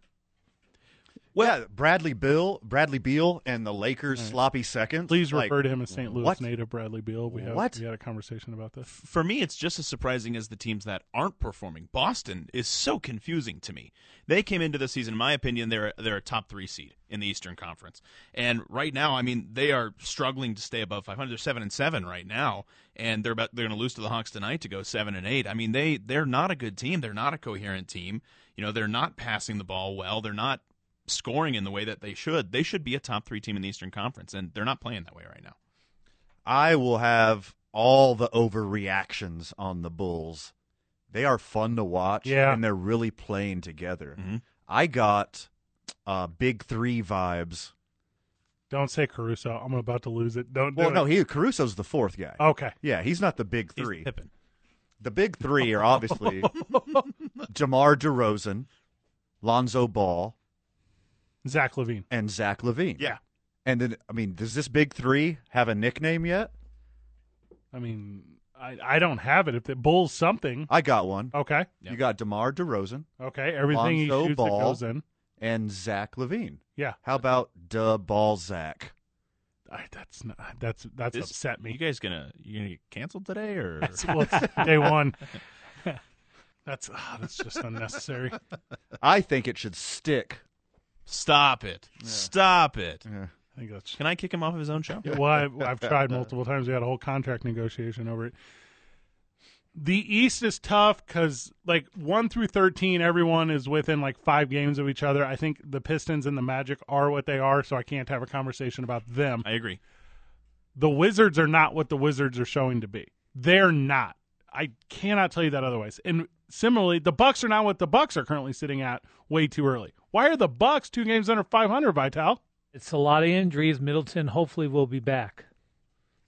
B: yeah, Bradley Bill, Bradley Beal, and the Lakers sloppy seconds.
A: Please
B: Like,
A: refer to him as St. Louis
B: what?
A: native Bradley Beal. We have,
B: What?
A: we had a conversation about this.
D: for me, it's just as surprising as the teams that aren't performing. Boston is so confusing to me. They came into the season, in my opinion, they're they're a top three seed in the Eastern Conference, and right now, I mean, they are struggling to stay above 500. They're seven and seven right now, and they're about, they're going to lose to the Hawks tonight to go seven and eight. I mean, they they're not a good team. They're not a coherent team. You know, they're not passing the ball well. They're not scoring in the way that they should. They should be a top three team in the Eastern Conference, and they're not playing that way right now.
B: I will have all the overreactions on the Bulls. They are fun to watch,
A: Yeah.
B: and they're really playing together.
D: Mhm.
B: I got uh, big three vibes.
A: Don't say Caruso. I'm Oh. about to lose it. Don't.
B: Well,
A: do
B: no,
A: It.
B: he Caruso's the fourth guy.
A: Okay.
B: Yeah, he's not the big
D: He's
B: three.
D: Pippen.
B: The big three are obviously Jamar DeRozan, Lonzo Ball,
A: Zach Levine.
B: and Zach Levine.
A: Yeah.
B: And then, I mean, does this big three have a nickname yet?
A: I mean, I, I don't have it. If the Bulls something,
B: I got one.
A: okay,
D: Yeah.
B: You got DeMar DeRozan
A: okay, everything he
B: Lonzo
A: shoots
B: Ball.
A: that goes in.
B: and Zach Levine.
A: Yeah,
B: How about Da Balzac?
A: I, that's not, that's that's
D: This-
A: upset
D: You
A: me.
D: guys gonna you gonna get canceled today or
A: That's, well, it's day one. That's ah, that's just unnecessary. I
B: I think it should stick.
D: Stop it. Stop it.
A: think that's
D: Can I kick him off of his own show?
A: well. I've, I've tried multiple times. We had a whole contract negotiation over it. The East is tough because like one through thirteen, everyone is within like five games of each other. I think the Pistons and the Magic are what they are, so I can't have a conversation about them.
D: I agree.
A: the Wizards are not what the Wizards are showing to be. They're not. I cannot tell you that otherwise. And similarly, the Bucks are not what the Bucks are currently sitting at way too early. Why are the Bucks two games under 500, Vital?
C: It's a lot of injuries. Middleton hopefully will be back.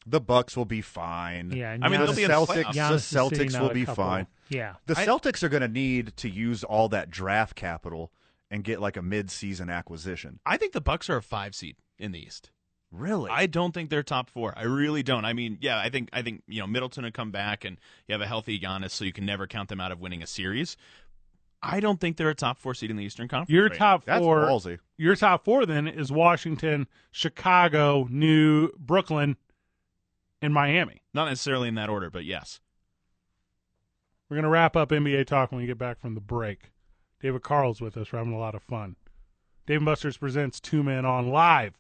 B: The Bucks will be fine.
C: Yeah, and
D: I mean,
C: Giannis-
D: they'll
B: the
D: be in the
B: Celtics,
D: playoffs.
C: Giannis is
B: the
C: sitting
B: Celtics
C: out
B: will
C: a
B: be
C: couple.
B: fine.
C: Yeah.
B: The
D: I-
B: Celtics are going to need to use all that draft capital and get like a mid-season acquisition.
D: I think the Bucks are a five seed in the East.
B: Really?
D: I don't think they're top four. I really don't. I mean, yeah, I think I think you know Middleton would come back, and you have a healthy Giannis, so you can never count them out of winning a series. I don't think they're a top four seed in the Eastern Conference.
A: Your
D: right
A: top
B: That's
A: four.
B: ballsy.
A: Your top four then is Washington, Chicago, New Brooklyn, and Miami.
D: now. not necessarily in that order, but yes.
A: We're gonna wrap up NBA talk when we get back from the break. David Carl's with us. We're having a lot of fun. Dave and Buster's presents Two Men on live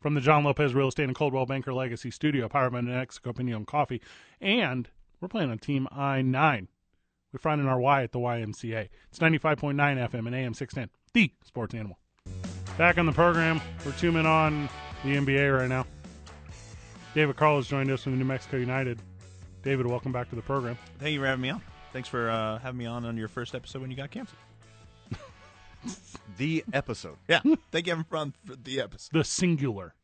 A: from the John Lopez Real Estate and Coldwell Banker Legacy Studio, powered by New Mexico Pinion Coffee, and we're playing on Team I nine. We're finding our Y at the YMCA. It's ninety five point nine FM and AM six ten. The Sports Animal. Back on the program, we're two men on the NBA right now. David Carl has joined us from the New Mexico United. David, welcome back to the program.
D: Thank you for having me on. Thanks for uh, having me on on your first episode when you got canceled.
B: The episode.
D: Yeah, thank you for on for the episode.
A: the singular.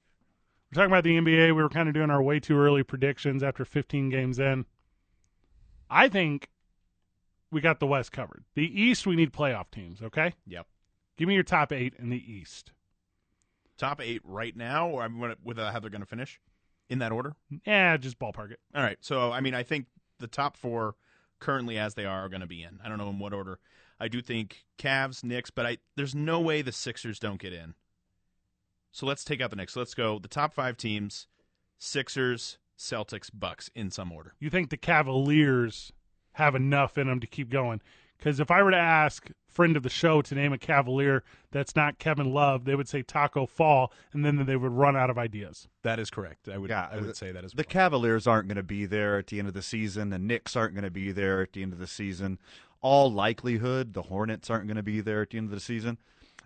A: We're talking about the NBA. We were kind of doing our way too early predictions after 15 games in. I think we got the West covered. The East, we need playoff teams, okay?
D: Yep.
A: Give me your top eight in the East.
D: Top eight right now, or I'm gonna, with uh, how they're going to finish in that order.
A: Yeah, just ballpark it.
D: All right. So, I mean, I think the top four currently as they are are going to be in. I don't know in what order. I do think Cavs, Knicks, but I there's no way the Sixers don't get in. So let's take out the Knicks. Let's go the top five teams: Sixers, Celtics, Bucks in some order.
A: You think the Cavaliers have enough in them to keep going? Because if I were to ask friend of the show to name a Cavalier that's not Kevin Love, they would say Taco Fall, and then they would run out of ideas.
D: That is correct. I would
B: Yeah, I would the-
D: say that is
B: The Cavaliers aren't going to be there at the end of the season. The Knicks aren't going to be there at the end of the season. All likelihood, the Hornets aren't going to be there at the end of the season.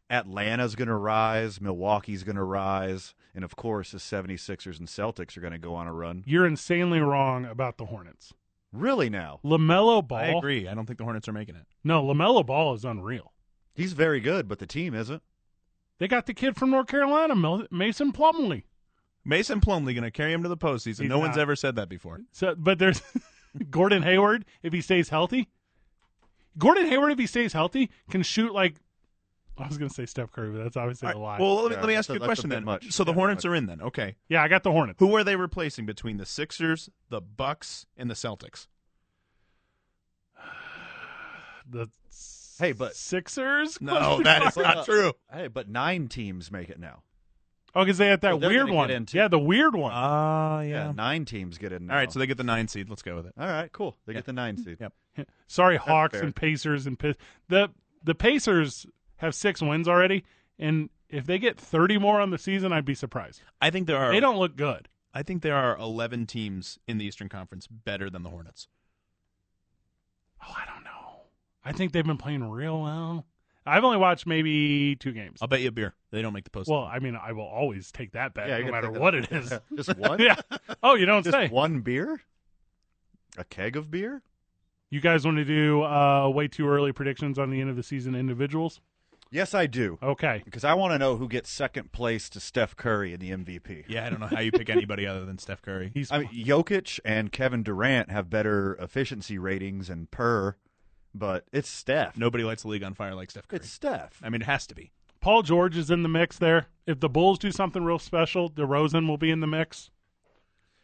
B: Atlanta's going to rise. Milwaukee's going to rise. And of course, the 76ers and Celtics are going to go on a run.
A: You're insanely wrong about the Hornets.
B: Really now.
A: LaMelo Ball.
D: I agree. I don't think the Hornets are making it.
A: No, LaMelo Ball is unreal.
B: He's very good, but the team isn't.
A: They got the kid from North Carolina, Mel- Mason Plumley.
D: Mason Plumlee going to carry him to the postseason.
A: He's
D: no one's
A: not.
D: ever said that before.
A: So, but there's Gordon Hayward if he stays healthy. Gordon Hayward if he stays healthy can shoot like I was going to say Steph Curry, but that's obviously a
D: All
A: lie.
D: right, Well, let me,
B: Yeah,
D: let me ask
B: that's a-
D: you a
B: that's a
D: question
B: bit
D: then.
B: much.
D: So the
B: Yeah,
D: Hornets
B: but-
D: are in then. Okay.
A: yeah, I got the Hornets.
D: Who are they replacing between the Sixers, the Bucks, and the Celtics?
A: The
B: Hey, but-
A: Sixers?
D: No, that is not true.
B: uh, Hey, but nine teams make it now.
A: Oh, because they had that
B: Well, they're
A: weird
B: gonna get
A: one.
B: in too.
A: Yeah, the weird one.
D: Ah, yeah.
B: nine teams get in now.
D: All right, so they get the nine seed. Let's go with it.
B: All right, cool. They get the nine seed.
D: Yep.
A: Sorry, Hawks
B: fair.
A: and Pacers and Pist- the the Pacers have six wins already, and if they get thirty more on the season, I'd be surprised.
D: I think there are.
A: They don't look good.
D: I think there are eleven teams in the Eastern Conference better than the Hornets.
A: Oh, I don't know. I think they've been playing real well. I've only watched maybe two games.
D: I'll bet you a beer they don't make the postseason.
A: Well, I mean, I will always take that bet,
B: Yeah, you're
A: no
B: gonna
A: matter
B: take
A: what
B: that bet.
A: it is.
B: Just one?
A: yeah. Oh, you don't
B: Just
A: say.
B: one beer? A keg of beer?
A: You guys want to do uh, way too early predictions on the end of the season individuals?
B: Yes, I do.
A: Okay.
B: Because I want to know who gets second place to Steph Curry in the MVP.
D: yeah, I don't know how you pick anybody other than Steph Curry.
A: He's
B: I mean, Jokic and Kevin Durant have better efficiency ratings and per, but it's Steph.
D: Nobody lights the league on fire like Steph Curry.
B: it's Steph.
D: I mean, it has to be.
A: Paul George is in the mix there. If the Bulls do something real special, DeRozan will be in the mix.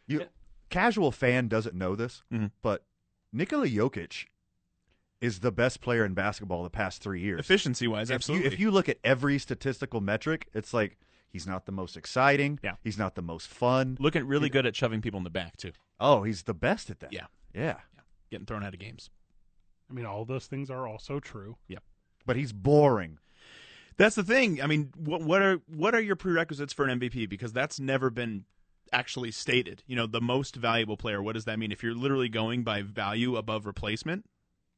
B: You, casual fan doesn't know this,
D: Mhm.
B: but Nikola Jokic is the best player in basketball the past three years.
D: Efficiency wise,
B: If you-
D: absolutely.
B: If you, look at every statistical metric, it's like he's not the most exciting.
D: Yeah.
B: He's not the most fun.
D: looking really good at shoving people in the back too,
B: Oh, he's the best at that.
D: Yeah.
B: Yeah.
D: getting thrown out of games.
A: I mean, all those things are also true.
B: But he's boring.
D: That's the thing. I mean, what what are what are your prerequisites for an MVP? Because that's never been actually stated. You know, the most valuable player. What does that mean? If you're literally going by value above replacement,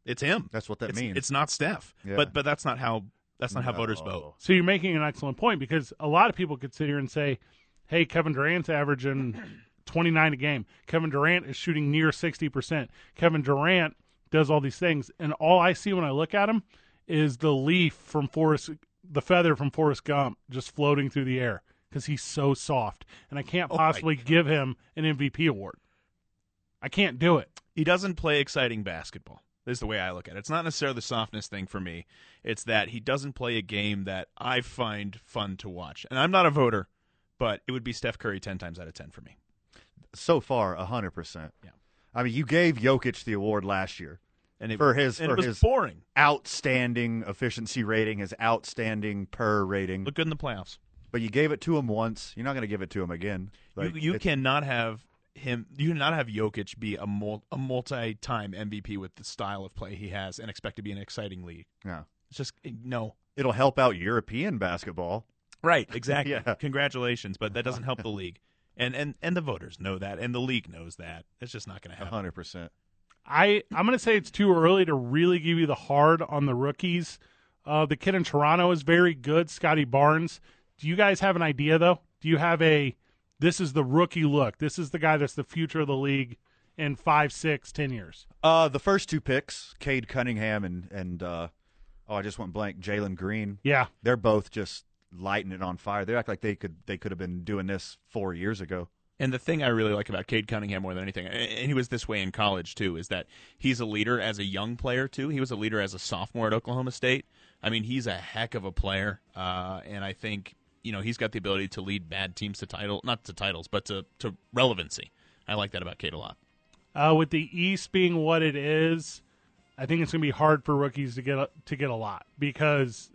D: it's him.
B: That's what that
D: it's,
B: means.
D: It's not Steph.
B: Yeah.
D: But but that's not how that's not how voters
B: No.
D: vote.
A: So you're making an excellent point because a lot of people could sit here and say, "Hey, Kevin Durant's averaging 29 a game. Kevin Durant is shooting near 60 percent. Kevin Durant does all these things, and all I see when I look at him is the leaf from Forrest, the feather from Forrest Gump, just floating through the air because he's so soft, and I can't
D: Oh my
A: possibly give him an MVP award. I can't do it.
D: He doesn't play exciting basketball. This is the way I look at it. It's not necessarily the softness thing for me. It's that he doesn't play a game that I find fun to watch. And I'm not a voter, but it would be Steph Curry 10 times out of 10 for me.
B: So far, hundred percent.
D: Yeah.
B: I mean, you gave Jokic the award last year
D: And it,
B: For his-
D: and
B: for
D: it was
B: his-
D: boring.
B: outstanding efficiency rating, his outstanding per rating.
D: Look good in the playoffs.
B: but you gave it to him once. You're not going to give it to him again. Like,
D: you you
B: it's-
D: cannot have him. You cannot have Jokic be a mul- a multi-time MVP with the style of play he has and expect to be an exciting league.
B: Yeah.
D: It's just eh, no.
B: It'll help out European basketball.
D: Right. Exactly.
B: Yeah.
D: Congratulations, but that doesn't help the league. And, and and the voters know that, and the league knows that. It's just not going to happen.
B: hundred percent.
A: I I'm gonna say it's too early to really give you the hard on the rookies. Uh, the kid in Toronto is very good, Scotty Barnes. Do you guys have an idea though? Do you have a this is the rookie look? This is the guy that's the future of the league in five, six, ten years.
B: Uh, the first two picks, Cade Cunningham and and uh, oh, I just went blank. Jalen Green.
A: Yeah,
B: They're both just lighting it on fire. They act like they could they could have been doing this four years ago.
D: And the thing I really like about Cade Cunningham more than anything, a- and he was this way in college too, is that he's a leader as a young player too. He was a leader as a sophomore at Oklahoma State. I mean, he's a heck of a player, uh, and I think you know he's got the ability to lead bad teams to title, not to titles, but to to relevancy. I like that about Cade a lot.
A: uh, with the East being what it is, I think it's gonna be hard for rookies to get a, to get a lot because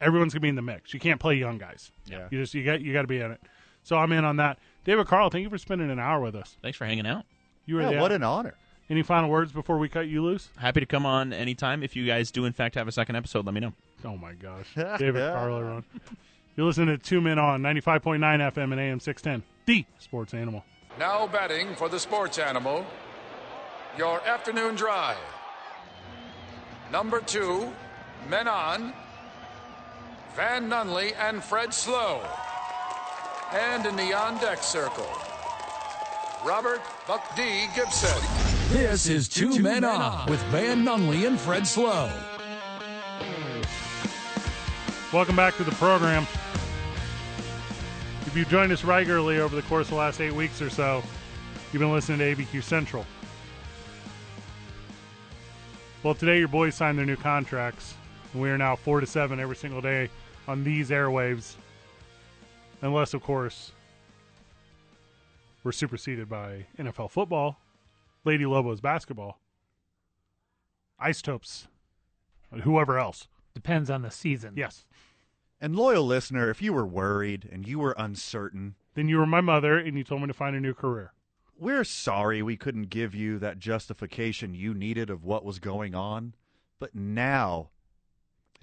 A: everyone's gonna be in the mix. You can't play young guys.
B: Yeah.
A: you just you got you got to be in it. So I'm in on that. David Carl, thank you for spending an hour with us.
D: Thanks for hanging out.
A: You were
B: Yeah,
A: there.
B: what an honor.
A: Any final words before we cut you loose?
D: Happy to come on anytime. If you guys do in fact have a second episode, let me know.
A: Oh my gosh. David Carl, everyone. You're listening to Two Men on 95.9 FM and AM 610, the sports animal.
E: Now batting for the sports animal, your afternoon drive. Number two, Menon, Van Nunley, and Fred Slow. And in the on deck circle, Robert Buck D. Gibson.
F: This is Two Men On with Van Nunley and Fred Slow.
A: Welcome back to the program. If you've joined us regularly over the course of the last eight weeks or so, you've been listening to ABQ Central. Well, today your boys signed their new contracts. We are now four to seven every single day on these airwaves, unless, of course, we're superseded by NFL football, Lady Lobos basketball, Isotopes, and whoever else.
C: Depends on the season.
A: Yes.
B: And loyal listener, if you were worried and you were uncertain,
A: Then you were my mother and you told me to find a new career.
B: we're sorry we couldn't give you that justification you needed of what was going on. But now,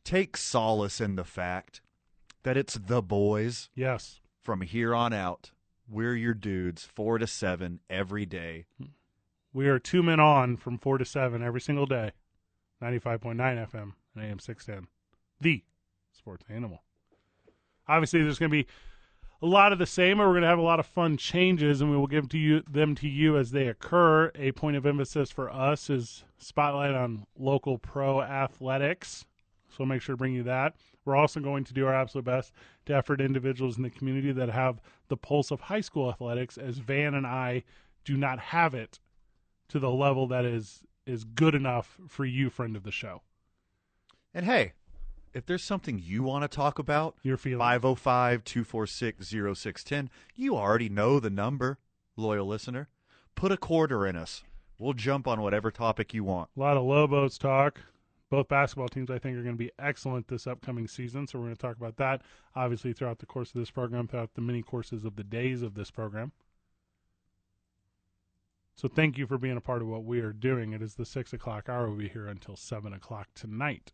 B: take solace in the fact that it's the boys
A: Yes.
B: from here on out. We're your dudes, four to seven every day.
A: We are two men on from four to seven every single day. 95.9 FM and AM 610. The sports animal. Obviously, there's going to be a lot of the same, or we're going to have a lot of fun changes, and we will give to you them to you as they occur. A point of emphasis for us is spotlight on local pro athletics. So we'll make sure to bring you that. We're also going to do our absolute best to effort individuals in the community that have the pulse of high school athletics, as Van and I do not have it to the level that is is good enough for you, friend of the show.
B: And hey, if there's something you want to talk about,
A: Your feelings.
B: 505 246 0610, oh. you already know the number, loyal listener. Put a quarter in us. We'll jump on whatever topic you want.
A: A lot of Lobos talk. Both basketball teams, I think, are going to be excellent this upcoming season. So we're going to talk about that, obviously, throughout the course of this program, throughout the many courses of the days of this program. So thank you for being a part of what we are doing. It is the six o'clock hour. We'll be here until seven o'clock tonight.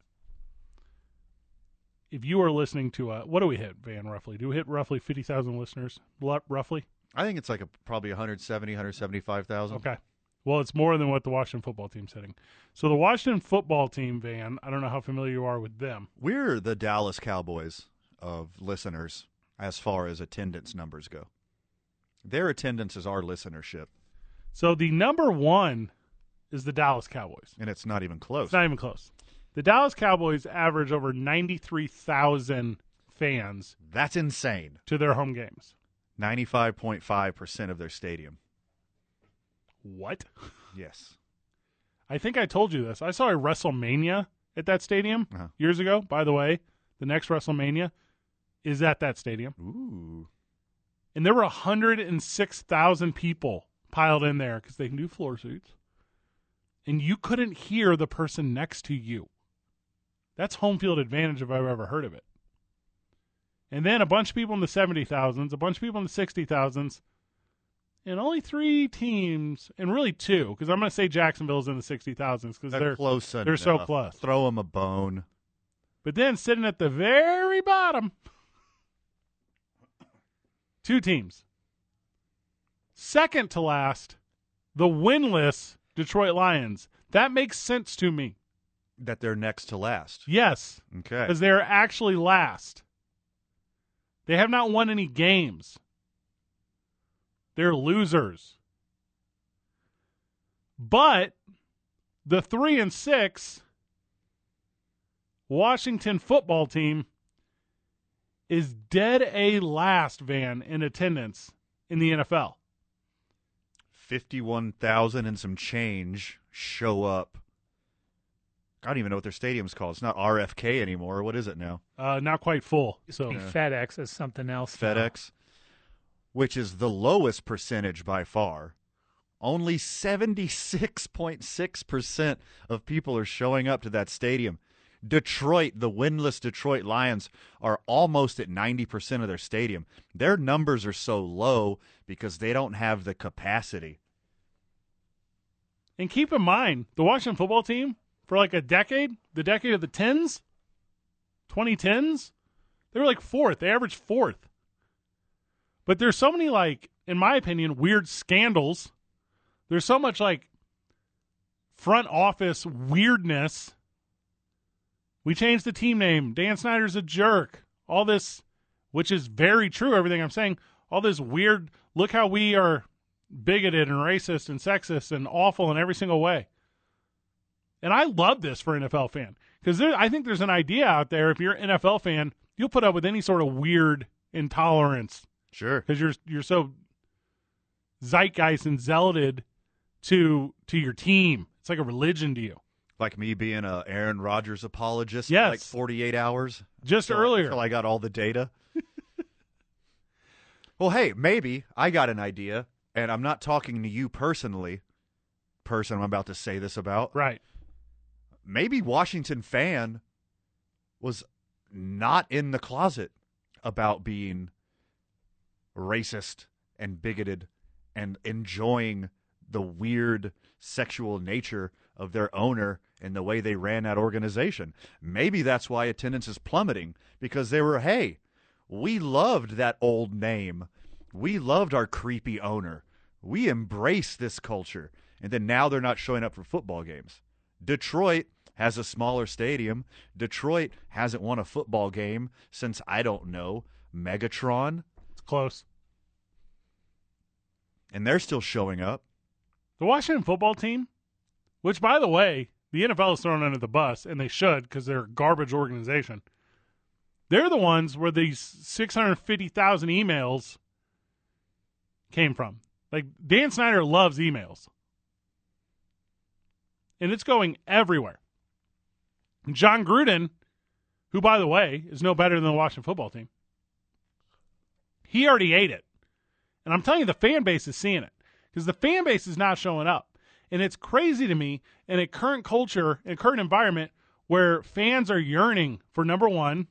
A: If you are listening to, uh, what do we hit, Van? Roughly, do we hit roughly fifty thousand listeners? Lu- Roughly,
B: I think it's like a, probably 170, 175,000.
A: Okay. Well, it's more than what the Washington football team's hitting. So the Washington football team, Van, I don't know how familiar you are with them.
B: We're the Dallas Cowboys of listeners as far as attendance numbers go. Their attendance is our listenership,
A: So the number one is the Dallas Cowboys.
B: and it's not even close.
A: It's not even close. The Dallas Cowboys average over 93,000 fans
B: That's insane.
A: to their home games.
B: 95.5% of their stadium.
A: What?
B: Yes.
A: I think I told you this. I saw a WrestleMania at that stadium
B: Uh-huh.
A: years ago. By the way, the next WrestleMania is at that stadium.
B: Ooh.
A: And there were 106,000 people piled in there because they can do floor suits. And you couldn't hear the person next to you. That's home field advantage if I've ever heard of it. And then a bunch of people in the 70,000s, a bunch of people in the 60,000s, and only three teams, and really two, because I'm going to say Jacksonville's in the 60,000s because
B: They're,
A: they're.
B: close
A: they're so
B: enough.
A: close.
B: Throw them a bone.
A: But then sitting at the very bottom, two teams. Second to last, the winless Detroit Lions. That makes sense to me.
B: That they're next to last.
A: Yes,
B: Okay.
A: because they're actually last. They have not won any games. They're losers. But the three and six Washington football team is dead a last van in attendance in the NFL.
B: 51,000 and some change show up. I don't even know what their stadium's called. It's not RFK anymore. What is it now?
A: Uh, not quite full. So
C: Be FedEx is something else. now.
B: FedEx, which is the lowest percentage by far. Only 76.6% of people are showing up to that stadium. Detroit, the winless Detroit Lions, are almost at 90% of their stadium. Their numbers are so low because they don't have the capacity.
A: And keep in mind, the Washington football team for like a decade, the decade of the tens, 2010s, they were like fourth. They averaged fourth. But there's so many like, in my opinion, weird scandals. There's so much like front office weirdness. We changed the team name. Dan Snyder's a jerk. All this, which is very true, everything I'm saying. All this weird, look how we are bigoted and racist and sexist and awful in every single way. And I love this for NFL fan because I think there's an idea out there. If you're an NFL fan, you'll put up with any sort of weird intolerance
B: Sure.
A: because you're you're so zeitgeist and zealoted to to your team. It's like a religion to you.
B: Like me being a Aaron Rodgers apologist
A: Yes.
B: for like 48 hours.
A: Just
B: till-
A: earlier,
B: till I got all the data. well, hey, maybe I got an idea, and I'm not talking to you personally, person I'm about to say this about.
A: right?
B: Maybe Washington fan was not in the closet about being racist and bigoted and enjoying the weird sexual nature of their owner and the way they ran that organization. Maybe that's why attendance is plummeting because they were, hey, we loved that old name. We loved our creepy owner. We embrace this culture. And then now they're not showing up for football games. Detroit has a smaller stadium. Detroit hasn't won a football game since, I don't know, Megatron.
A: It's close.
B: And they're still showing up.
A: The Washington football team, which, by the way, the NFL is thrown under the bus, and they should because they're a garbage organization. They're the ones where these 650,000 emails came from. Like, Dan Snyder loves emails, and it's going everywhere. John Gruden, who, by the way, is no better than the Washington football team, he already ate it. And I'm telling you, the fan base is seeing it because the fan base is not showing up. And it's crazy to me in a current culture, in a current environment where fans are yearning for number one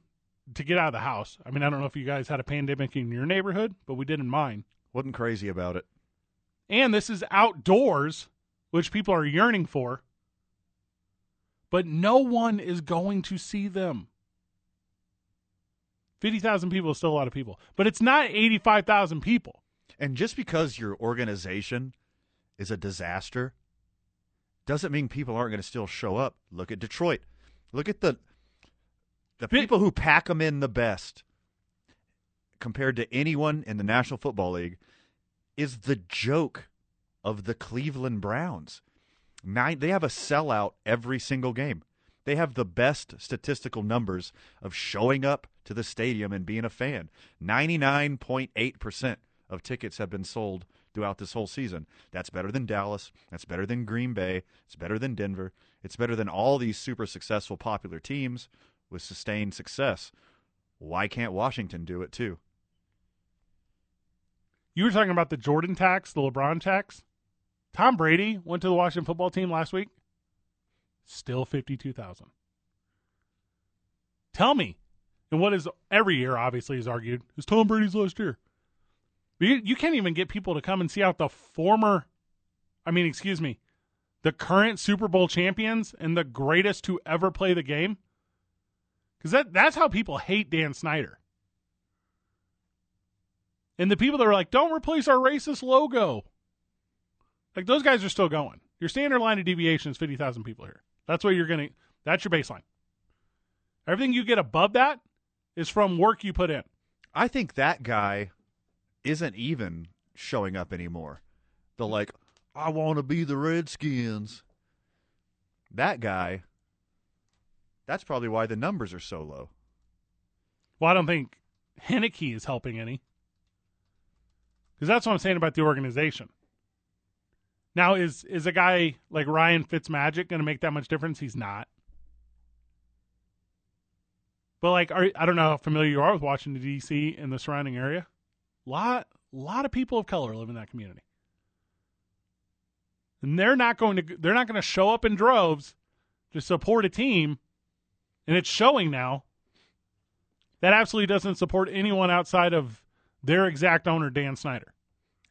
A: to get out of the house. I mean, I don't know if you guys had a pandemic in your neighborhood, but we did in mine.
B: Wasn't crazy about it.
A: And this is outdoors, which people are yearning for. But no one is going to see them. 50,000 people is still a lot of people, but it's not 85,000 people.
B: And just because your organization is a disaster doesn't mean people aren't going to still show up. Look at Detroit. Look at the the
A: Bit-
B: people who pack them in the best compared to anyone in the National Football League is the joke of the Cleveland Browns. Nine, they have a sellout every single game. They have the best statistical numbers of showing up to the stadium and being a fan. 99.8% of tickets have been sold throughout this whole season. That's better than Dallas. That's better than Green Bay. It's better than Denver. It's better than all these super successful, popular teams with sustained success. Why can't Washington do it too?
A: You were talking about the Jordan tax, the LeBron tax. Tom Brady went to the Washington football team last week. Still fifty-two thousand. Tell me, and what is every year obviously is argued is Tom Brady's last year. But you, you can't even get people to come and see out the former, I mean, excuse me, the current Super Bowl champions and the greatest to ever play the game. Because that, that's how people hate Dan Snyder. And the people that are like, don't replace our racist logo. Like, those guys are still going. Your standard line of deviation is 50,000 people here. That's what you're going to, that's your baseline. Everything you get above that is from work you put in.
B: I think that guy isn't even showing up anymore. The like, I want to be the Redskins. That guy, that's probably why the numbers are so low.
A: Well, I don't think Henneke is helping any. Because that's what I'm saying about the organization. Now, is is a guy like Ryan Fitzmagic going to make that much difference? He's not. But like, are, I don't know how familiar you are with Washington D.C. and the surrounding area. Lot lot of people of color live in that community, and they're not going to they're not going to show up in droves to support a team, and it's showing now. That absolutely doesn't support anyone outside of their exact owner, Dan Snyder.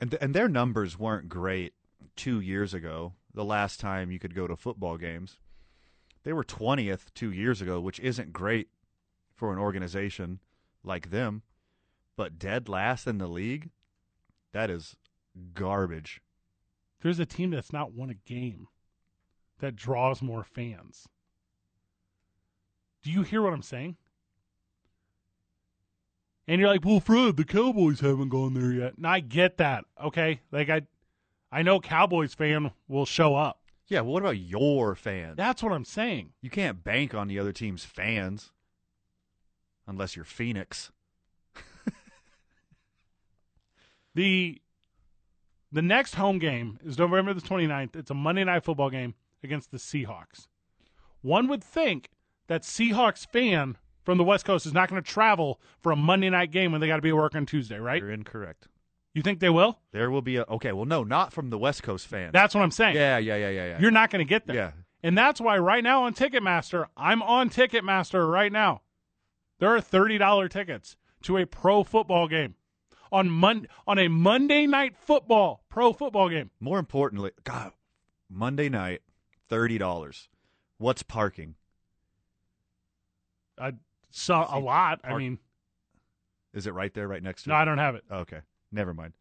B: And th- and their numbers weren't great 2 years ago, the last time you could go to football games. They were 20th 2 years ago, which isn't great for an organization like them, but dead last in the league, that is garbage.
A: There's a team that's not won a game that draws more fans. Do you hear what I'm saying? And you're like, well, Fred, the Cowboys haven't gone there yet. And I get that. Okay. Like I I know Cowboys fan will show up.
B: Yeah, well, what about your fans?
A: That's what I'm saying.
B: You can't bank on the other team's fans unless you're Phoenix.
A: The the next home game is November the 29th. It's a Monday night football game against the Seahawks. One would think that Seahawks fan from the West Coast is not going to travel for a Monday night game when they got to be at work on Tuesday, right?
B: You're incorrect.
A: You think they will?
B: There will be a okay. Well, no, not from the West Coast fans.
A: That's what I'm saying.
B: yeah, yeah, yeah, yeah, yeah.
A: You're not going to get there.
B: Yeah.
A: And that's why right now on Ticketmaster, I'm on Ticketmaster right now. There are $30 tickets to a pro football game on Mon- on a Monday night football pro football game.
B: More importantly, God, Monday night, thirty dollars. What's parking?
A: I saw a lot. I
B: Park-
A: mean,
B: Is it right there, right next to?
A: no,
B: it?
A: I don't have it.
B: Okay, never mind.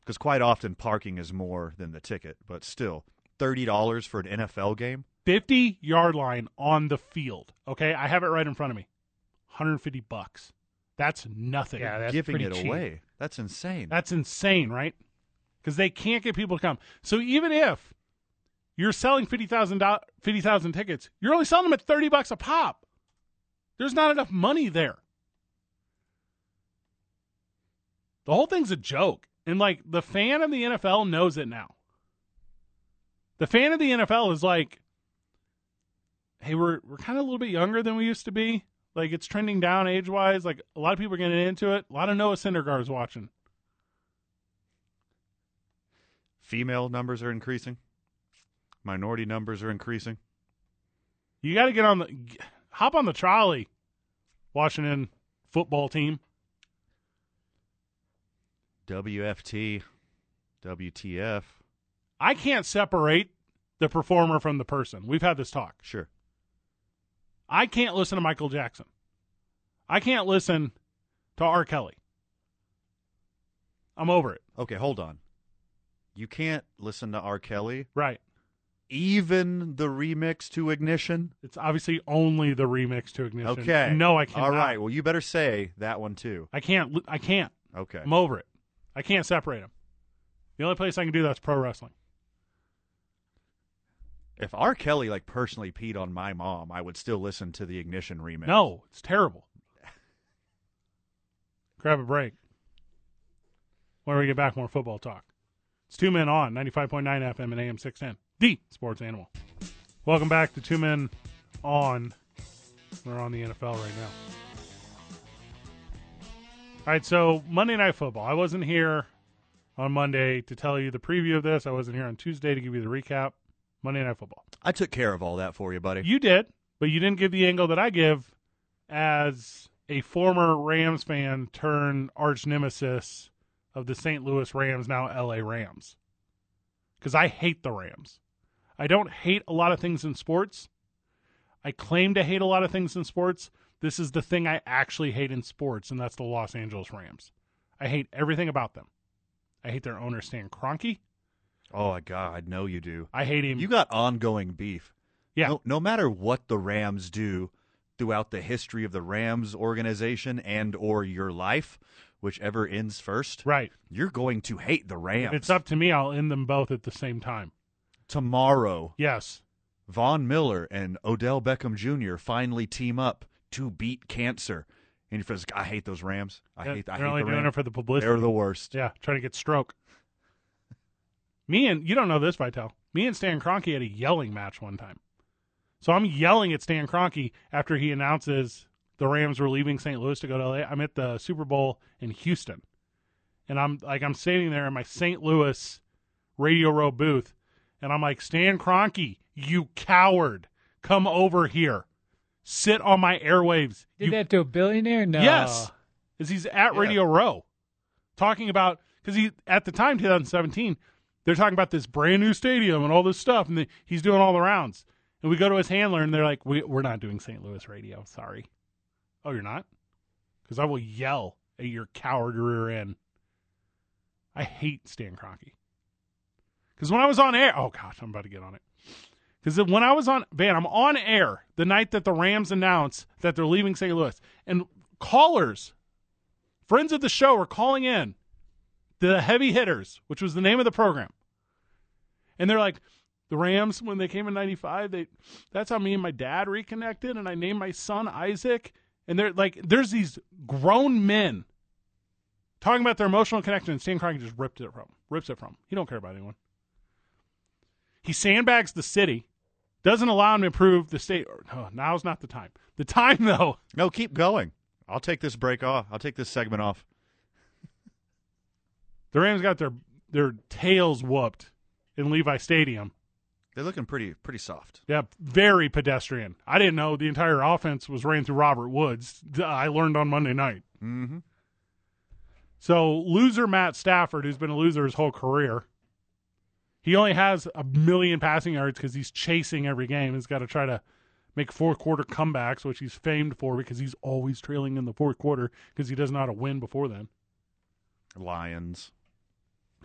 B: Because quite often parking is more than the ticket, but still, thirty dollars for an NFL game.
A: 50 yard line on the field. Okay, I have it right in front of me. 150 bucks. That's nothing.
C: Yeah, that's
B: giving
C: pretty
B: it
C: cheap.
B: away. That's insane.
A: That's insane, right? Because they can't get people to come. So even if you're selling 50,000 do- 50,000 tickets, you're only selling them at 30 bucks a pop. There's not enough money there. The whole thing's a joke. And like the fan of the NFL knows it now. The fan of the NFL is like, hey, we're we're kind of a little bit younger than we used to be. Like it's trending down age wise. Like a lot of people are getting into it. A lot of Noah Syndergaard is watching.
B: Female numbers are increasing. Minority numbers are increasing.
A: You got to get on the g- hop on the trolley, Washington football team.
B: WFT, WTF.
A: I can't separate the performer from the person. We've had this talk.
B: Sure.
A: I can't listen to Michael Jackson. I can't listen to R. Kelly. I'm over it.
B: Okay, hold on. You can't listen to R. Kelly,
A: Right.
B: even the remix to Ignition.
A: It's obviously only the remix to Ignition.
B: Okay.
A: No, I can't.
B: All right. Well, you better say that one too.
A: I can't. li- I can't.
B: Okay.
A: I'm over it. I can't separate them. The only place I can do that's pro wrestling.
B: If R. Kelly like personally peed on my mom, I would still listen to the Ignition remix.
A: No, it's terrible. Grab a break. When we get back, more football talk. It's Two Men on 95.9 FM and AM 610. The Sports Animal. Welcome back to Two Men on. We're on the NFL right now. All right, so Monday Night Football. I wasn't here on Monday to tell you the preview of this. I wasn't here on Tuesday to give you the recap. Monday Night Football.
B: I took care of all that for you, buddy.
A: You did, but you didn't give the angle that I give as a former Rams fan turned arch nemesis of the St. Louis Rams, now LA Rams. Because I hate the Rams. I don't hate a lot of things in sports. I claim to hate a lot of things in sports. This is the thing I actually hate in sports, and that's the Los Angeles Rams. I hate everything about them. I hate their owner, Stan Kroenke.
B: oh my god, I know you do.
A: I hate him.
B: You got ongoing beef.
A: yeah.
B: No, no matter what the Rams do throughout the history of the Rams organization and or your life, whichever ends first,
A: Right.
B: you're going to hate the Rams.
A: If it's up to me, I'll end them both at the same time.
B: tomorrow.
A: Yes.
B: Von Miller and Odell Beckham Jr. finally team up to beat cancer. And you're just, I hate those Rams. I
A: Yeah,
B: hate. I
A: they're
B: hate
A: only
B: the
A: doing
B: Rams.
A: it for the publicity.
B: They're the worst.
A: Yeah, trying to get stroke. Me and you don't know this, Vital. Me and Stan Kroenke had a yelling match one time. So I'm yelling at Stan Kroenke after he announces the Rams were leaving St. Louis to go to LA. I'm at the Super Bowl in Houston, and I'm like I'm standing there in my St. Louis Radio Row booth, and I'm like Stan Kroenke, you coward, come over here, sit on my airwaves.
C: Did
A: you
C: that to a billionaire? No.
A: Yes, is he's at Radio Row talking about because he at the time 2017 they're talking about this brand new stadium and all this stuff, and the, he's doing all the rounds. And we go to his handler, and they're like, we, "We're not doing St. Louis radio. Sorry." Oh, you're not? Because I will yell at your coward rear end. I hate Stan Kroenke. Because when I was on air, oh gosh, I'm about to get on it. Because when I was on, man, I'm on air the night that the Rams announced that they're leaving St. Louis, and callers, friends of the show, were calling in, the heavy hitters, which was the name of the program, and they're like, the Rams when they came in '95, they that's how me and my dad reconnected, and I named my son Isaac, and they're like, there's these grown men talking about their emotional connection, and Stan Kroenke just ripped it from, rips it from. He don't care about anyone. He sandbags the city, doesn't allow him to improve the state. Oh, now's not the time. The time though.
B: No, keep going. I'll take this break off. I'll take this segment off.
A: The Rams got their their tails whooped in Levi Stadium.
B: They're looking pretty pretty soft.
A: Yeah, very pedestrian. I didn't know the entire offense was ran through Robert Woods. D- I learned on Monday night.
B: Mm-hmm.
A: So loser Matt Stafford, who's been a loser his whole career, he only has a million passing yards because he's chasing every game. He's got to try to make fourth quarter comebacks, which he's famed for because he's always trailing in the fourth quarter because he doesn't know how to win before then.
B: Lions.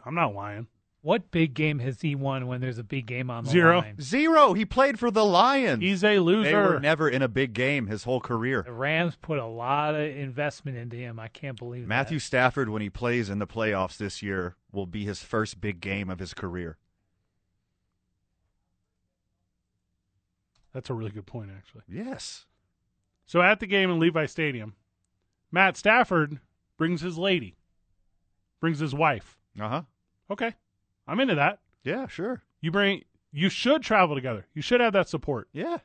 A: I'm not lying.
C: What big game has he won when there's a big game on the
A: Zero.
C: line?
B: Zero. He played for the Lions.
A: He's a
B: they
A: loser.
B: were never in a big game his whole career.
C: The Rams put a lot of investment into him. I can't believe
B: Matthew
C: that.
B: Stafford, when he plays in the playoffs this year, will be his first big game of his career.
A: That's a really good point, actually.
B: Yes.
A: So at the game in Levi Stadium, Matt Stafford brings his lady, brings his wife.
B: Uh huh.
A: Okay, I'm into that.
B: Yeah. Sure.
A: You bring, you should travel together. You should have that support.
B: Yeah.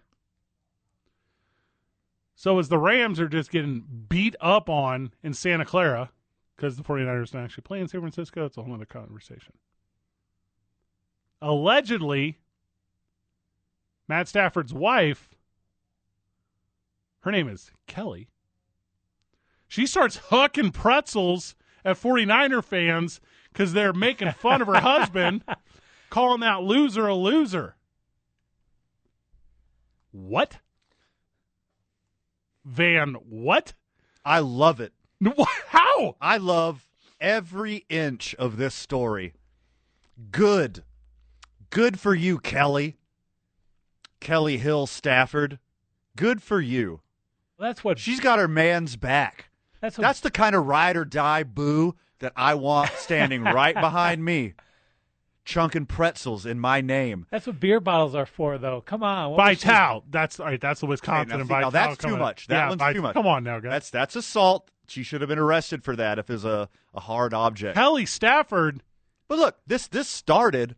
A: So as the Rams are just getting beat up on in Santa Clara, because the 49ers don't actually play in San Francisco, it's a whole other conversation. Allegedly, Matt Stafford's wife, her name is Kelly, she starts hucking pretzels at 49er fans because they're making fun of her husband, calling that loser a loser. What? Van, what?
B: I love it.
A: How?
B: I love every inch of this story. Good. Good for you, Kelly. Kelly Hill Stafford. Good for you.
C: Well, that's what
B: She's got her man's back.
C: that's what
B: That's the kind of ride or die boo that I want standing right behind me, chunking pretzels in my name.
C: that's what beer bottles are for, though. Come on, what was she-
A: Vital. That's all right. That's the Wisconsin.
B: Hey, now
A: and
B: see, now
A: Vital
B: that's too
A: coming up.
B: much. That
A: Yeah,
B: one's
A: Vit-
B: too much.
A: Come on now, guys.
B: That's that's assault. She should have been arrested for that if it's a, a hard object.
A: Kelly Stafford
B: But look, this this started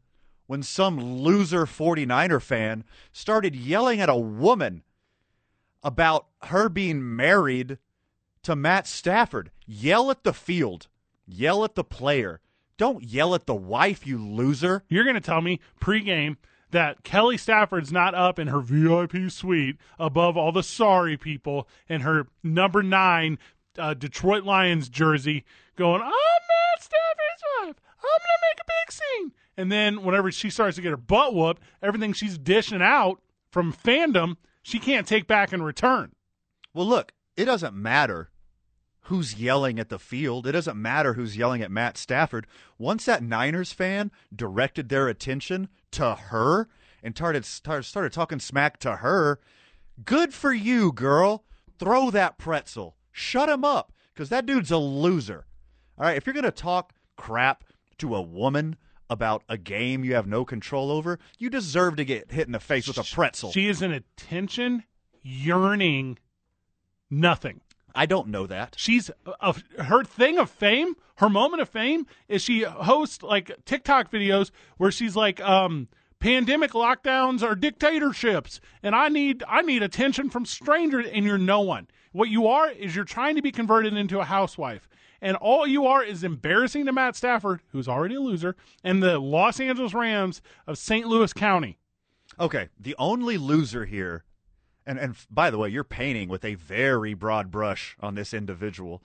B: when some loser 49er fan started yelling at a woman about her being married to Matt Stafford. Yell at the field. Yell at the player. Don't yell at the wife, you loser.
A: You're going to tell me pregame that Kelly Stafford's not up in her VIP suite above all the sorry people in her number nine uh, Detroit Lions jersey going, I'm Matt Stafford's wife. I'm going to make a big scene. And then whenever she starts to get her butt whooped, everything she's dishing out from fandom, she can't take back in return.
B: Well, look, it doesn't matter who's yelling at the field. It doesn't matter who's yelling at Matt Stafford. Once that Niners fan directed their attention to her and started started, started talking smack to her, good for you, girl. Throw that pretzel. Shut him up because that dude's a loser. All right, if you're going to talk crap to a woman about a game you have no control over, you deserve to get hit in the face with a pretzel.
A: She is an attention yearning nothing.
B: I don't know that.
A: She's uh, her thing of fame, her moment of fame is she hosts like TikTok videos where she's like um pandemic lockdowns are dictatorships and I need I need attention from strangers and you're no one. What you are is you're trying to be converted into a housewife. And all you are is embarrassing to Matt Stafford, who's already a loser, and the Los Angeles Rams of St. Louis County.
B: Okay, the only loser here, and and by the way, you're painting with a very broad brush on this individual.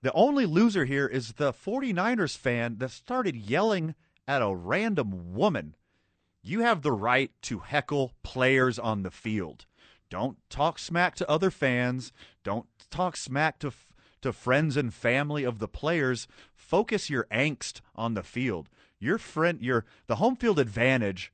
B: The only loser here is the 49ers fan that started yelling at a random woman. You have the right to heckle players on the field. Don't talk smack to other fans. Don't talk smack to f- to friends and family of the players. Focus your angst on the field. Your friend, your the home field advantage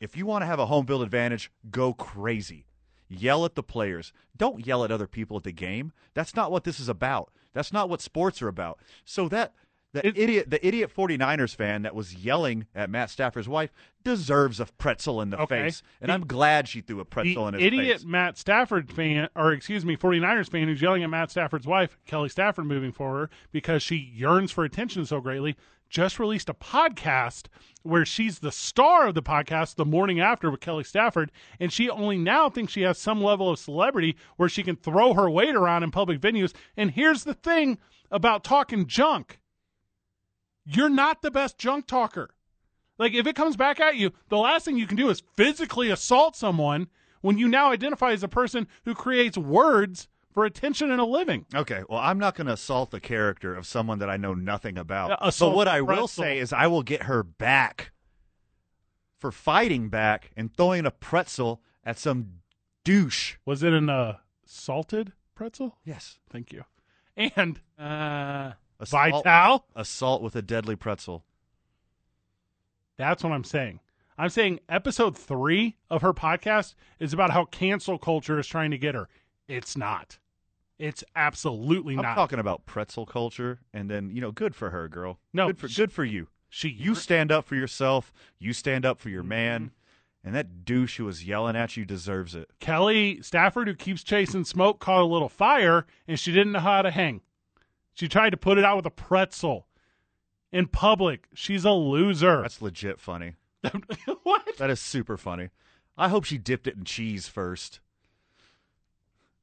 B: if you want to have a home field advantage, go crazy. Yell at the players. Don't yell at other people at the game. That's not what this is about. That's not what sports are about. So that the
A: It-
B: idiot the idiot 49ers fan that was yelling at Matt Stafford's wife deserves a pretzel in the
A: Okay.
B: face. And I'm glad she threw a pretzel in
A: the
B: his
A: idiot
B: face.
A: Matt Stafford fan, or excuse me, 49ers fan who's yelling at Matt Stafford's wife, Kelly Stafford, moving for her because she yearns for attention so greatly, just released a podcast where she's the star of the podcast the morning after with Kelly Stafford, and she only now thinks she has some level of celebrity where she can throw her weight around in public venues. And here's the thing about talking junk you're not the best junk talker. Like if it comes back at you, the last thing you can do is physically assault someone when you now identify as a person who creates words for attention and a living.
B: Okay, well, I'm not going to assault the character of someone that I know nothing
A: Uh,
B: about.
A: assault
B: but what I will
A: pretzel.
B: say is, I will get her back for fighting back and throwing a pretzel at some douche.
A: Was it an uh, salted pretzel?
B: Yes,
A: Thank you. And uh,
B: Assault-
A: Vital.
B: assault with a deadly pretzel.
A: That's what I'm saying. I'm saying episode three of her podcast is about how cancel culture is trying to get her. It's not. It's absolutely
B: I'm
A: not.
B: talking about pretzel culture, and then you know, good for her, girl.
A: No,
B: good for,
A: sh-
B: good for you.
A: she
B: You stand up for yourself. You stand up for your man,
A: Mm-hmm.
B: and that douche who was yelling at you deserves it.
A: Kelly Stafford, who keeps chasing smoke, caught a little fire and she didn't know how to hang. She tried to put it out with a pretzel in public. She's a loser.
B: That's legit funny.
A: what?
B: That is super funny. I hope she dipped it in cheese first.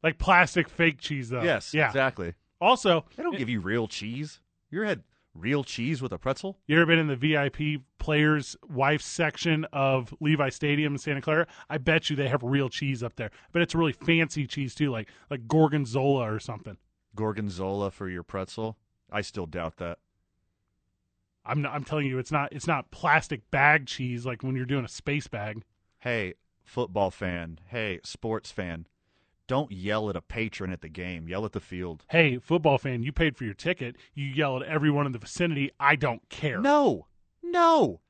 A: Like plastic fake cheese, though.
B: yes,
A: Uh, Yeah.
B: exactly.
A: Also,
B: They don't give you real cheese. You ever had real cheese with a pretzel?
A: you ever been in the VIP players' wife section of Levi Stadium in Santa Clara? I bet you they have real cheese up there, but it's really fancy cheese too, like like gorgonzola or something.
B: Gorgonzola for your pretzel? I still doubt that.
A: I'm not, I'm telling you, it's not it's not plastic bag cheese like when you're doing a space bag.
B: Hey, football fan. Hey, sports fan. Don't yell at a patron at the game. Yell at the field.
A: hey, football fan, you paid for your ticket. You yell at everyone in the vicinity, I don't care.
B: No, no.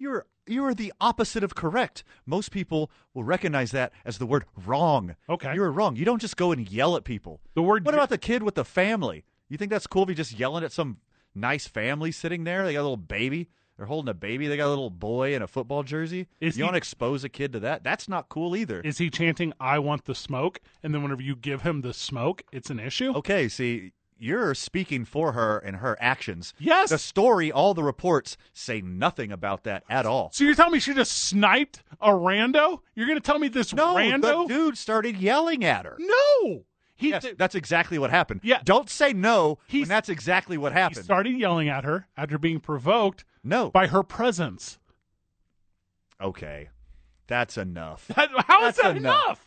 B: You're you are the opposite of correct. Most people will recognize that as the word wrong.
A: Okay.
B: you're wrong. You don't just go and yell at people.
A: The word
B: What about the kid with the family? You think that's cool if you're just yelling at some nice family sitting there? They got a little baby. They're holding a baby. They got a little boy in a football jersey.
A: Is
B: you
A: he-
B: don't expose a kid to that. That's not cool either.
A: is he chanting, I want the smoke? And then whenever you give him the smoke, it's an issue?
B: okay, see, you're speaking for her and her actions.
A: Yes.
B: The story, all the reports say nothing about that at all.
A: So you're telling me she just sniped a rando? You're going to tell me this
B: No,
A: rando?
B: the dude started yelling at her.
A: no. He
B: Yes,
A: did-
B: that's exactly what happened.
A: Yeah.
B: Don't say no
A: He's-
B: when that's exactly what
A: he
B: happened.
A: started yelling at her after being provoked
B: no.
A: by her presence.
B: okay. That's enough.
A: That, how is
B: That's
A: that
B: enough.
A: enough?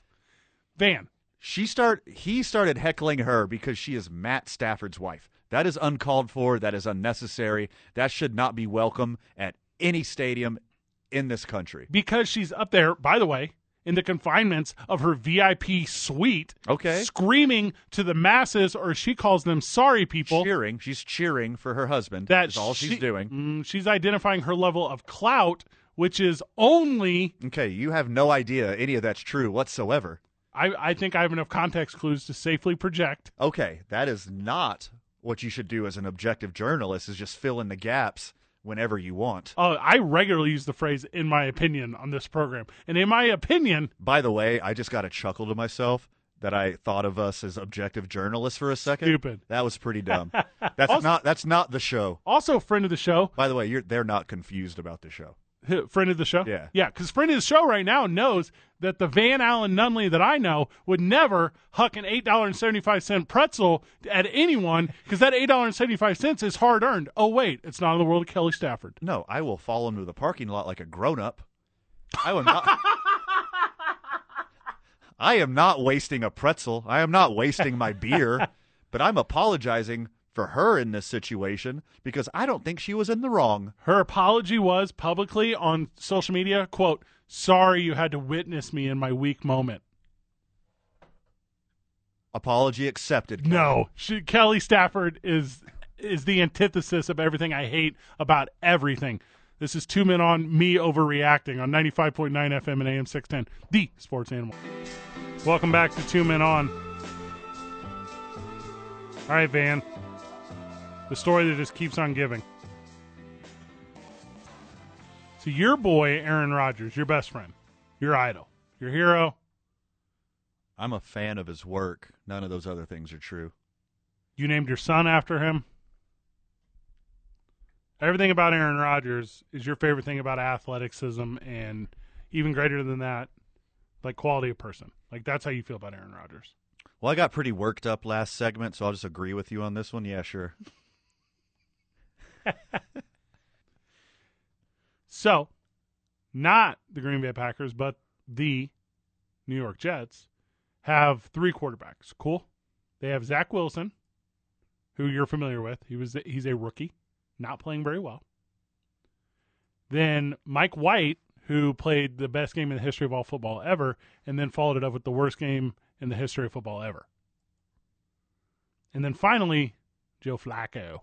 A: Van,
B: She start he started heckling her because she is Matt Stafford's wife. That is uncalled for, that is unnecessary. That should not be welcome at any stadium in this country.
A: because she's up there, by the way, in the confinements of her VIP suite,
B: Okay.
A: screaming to the masses, or she calls them sorry people.
B: Cheering, she's cheering for her husband.
A: That's
B: That's all she's doing.
A: Mm, she's identifying her level of clout, which is only.
B: Okay, you have no idea any of that's true whatsoever.
A: I, I think I have enough context clues to safely project.
B: Okay, that is not what you should do as an objective journalist is just fill in the gaps whenever you want.
A: Oh, I regularly use the phrase "in my opinion" on this program, and in my opinion,
B: By the way, I just got a chuckle to myself that I thought of us as objective journalists for a second.
A: Stupid.
B: That was pretty dumb. That's
A: Also-
B: not that's not the show.
A: also a friend of the show,
B: By the way, you're they're not confused about the show.
A: H- friend of the show.
B: Yeah.
A: yeah, because friend of the show right now knows that the Van Allen Nunley that I know would never huck an eight dollar and seventy five cent pretzel at anyone because that eight dollar and seventy five cents is hard earned. Oh wait, it's not in the world of Kelly Stafford.
B: No, I will follow him to the parking lot like a grown up. I am not I am not wasting a pretzel. I am not wasting my beer, but I'm apologizing for her in this situation because I don't think she was in the wrong.
A: Her apology was publicly on social media, quote, sorry you had to witness me in my weak moment.
B: Apology accepted.
A: No. She, Kelly Stafford is is the antithesis of everything I hate about everything. This is two men on me overreacting on 95.9 FM and AM 610, the sports animal. Welcome back to Two Men On. All right, Van. The story that just keeps on giving. So, your boy, Aaron Rodgers, your best friend, your idol, your hero,
B: I'm a fan of his work. None of those other things are true.
A: You named your son after him. Everything about Aaron Rodgers is your favorite thing about athleticism, and even greater than that, like quality of person. Like that's how you feel about Aaron Rodgers.
B: Well, I got pretty worked up last segment, so I'll just agree with you on this one. Yeah, sure.
A: So, not the Green Bay Packers, but the New York Jets have three quarterbacks. Cool. They have Zach Wilson, who you're familiar with. He was he's a rookie, not playing very well. Then Mike White, who played the best game in the history of all football ever, and then followed it up with the worst game in the history of football ever. And then finally, Joe Flacco.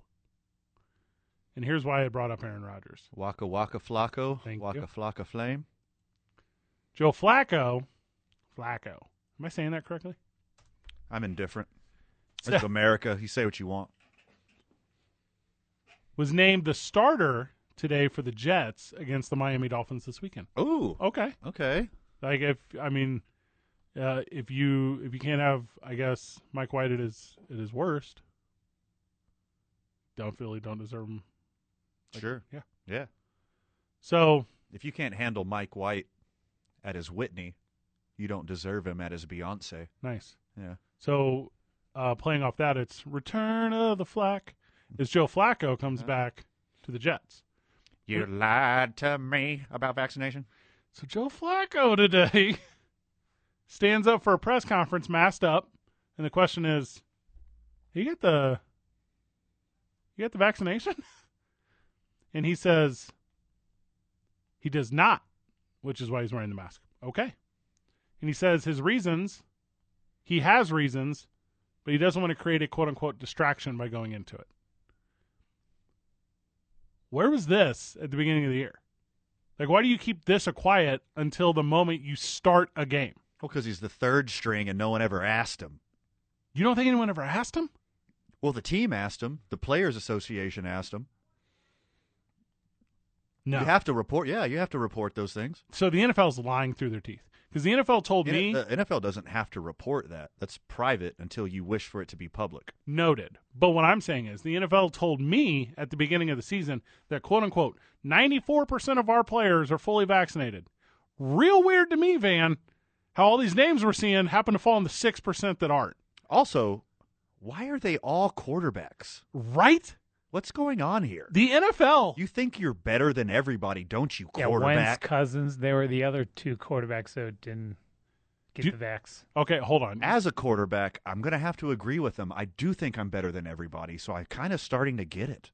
A: And here's why I brought up Aaron Rodgers.
B: Waka waka flacco,
A: Thank
B: waka
A: you.
B: flocka flame.
A: Joe Flacco, Flacco. Am I saying that correctly?
B: I'm indifferent. This is America. You say what you want.
A: Was named the starter today for the Jets against the Miami Dolphins this weekend.
B: Ooh.
A: Okay,
B: Okay.
A: like if I mean, uh, if you if you can't have, I guess Mike White at his at his worst. Don't feel he don't deserve him.
B: sure.
A: yeah.
B: Yeah.
A: So
B: If you can't handle Mike White at his Whitney, you don't deserve him at his Beyonce.
A: nice.
B: Yeah.
A: So uh, playing off that, it's return of the Flack. As Joe Flacco comes back to the Jets.
B: You lied to me about vaccination.
A: So Joe Flacco today stands up for a press conference masked up, and the question is, "You get the you got the vaccination?" And he says he does not, which is why he's wearing the mask. Okay. And he says his reasons, he has reasons, but he doesn't want to create a quote unquote distraction by going into it. Where was this at the beginning of the year? Like, why do you keep this a quiet until the moment you start a game?
B: Well, because he's the third string and no one ever asked him.
A: You don't think anyone ever asked him?
B: Well, the team asked him. The Players Association asked him.
A: No.
B: You have to report. Yeah, you have to report those things.
A: so the NFL's lying through their teeth Because the NFL told
B: N-
A: me
B: the NFL doesn't have to report that. That's private until you wish for it to be public.
A: noted. But what I'm saying is the NFL told me at the beginning of the season that quote unquote 94% of our players are fully vaccinated. Real weird to me, Van, how all these names we're seeing happen to fall in the 6% that aren't.
B: Also, why are they all quarterbacks?
A: Right?
B: What's going on here?
A: The NFL.
B: You think you're better than everybody, don't you,
C: Yeah, Wentz,
B: quarterback?
C: Cousins. They were the other two quarterbacks that didn't get
A: Do-
C: the vax.
A: okay, hold on.
B: As a quarterback, I'm going to have to agree with them. I do think I'm better than everybody, so I'm kind of starting to get it.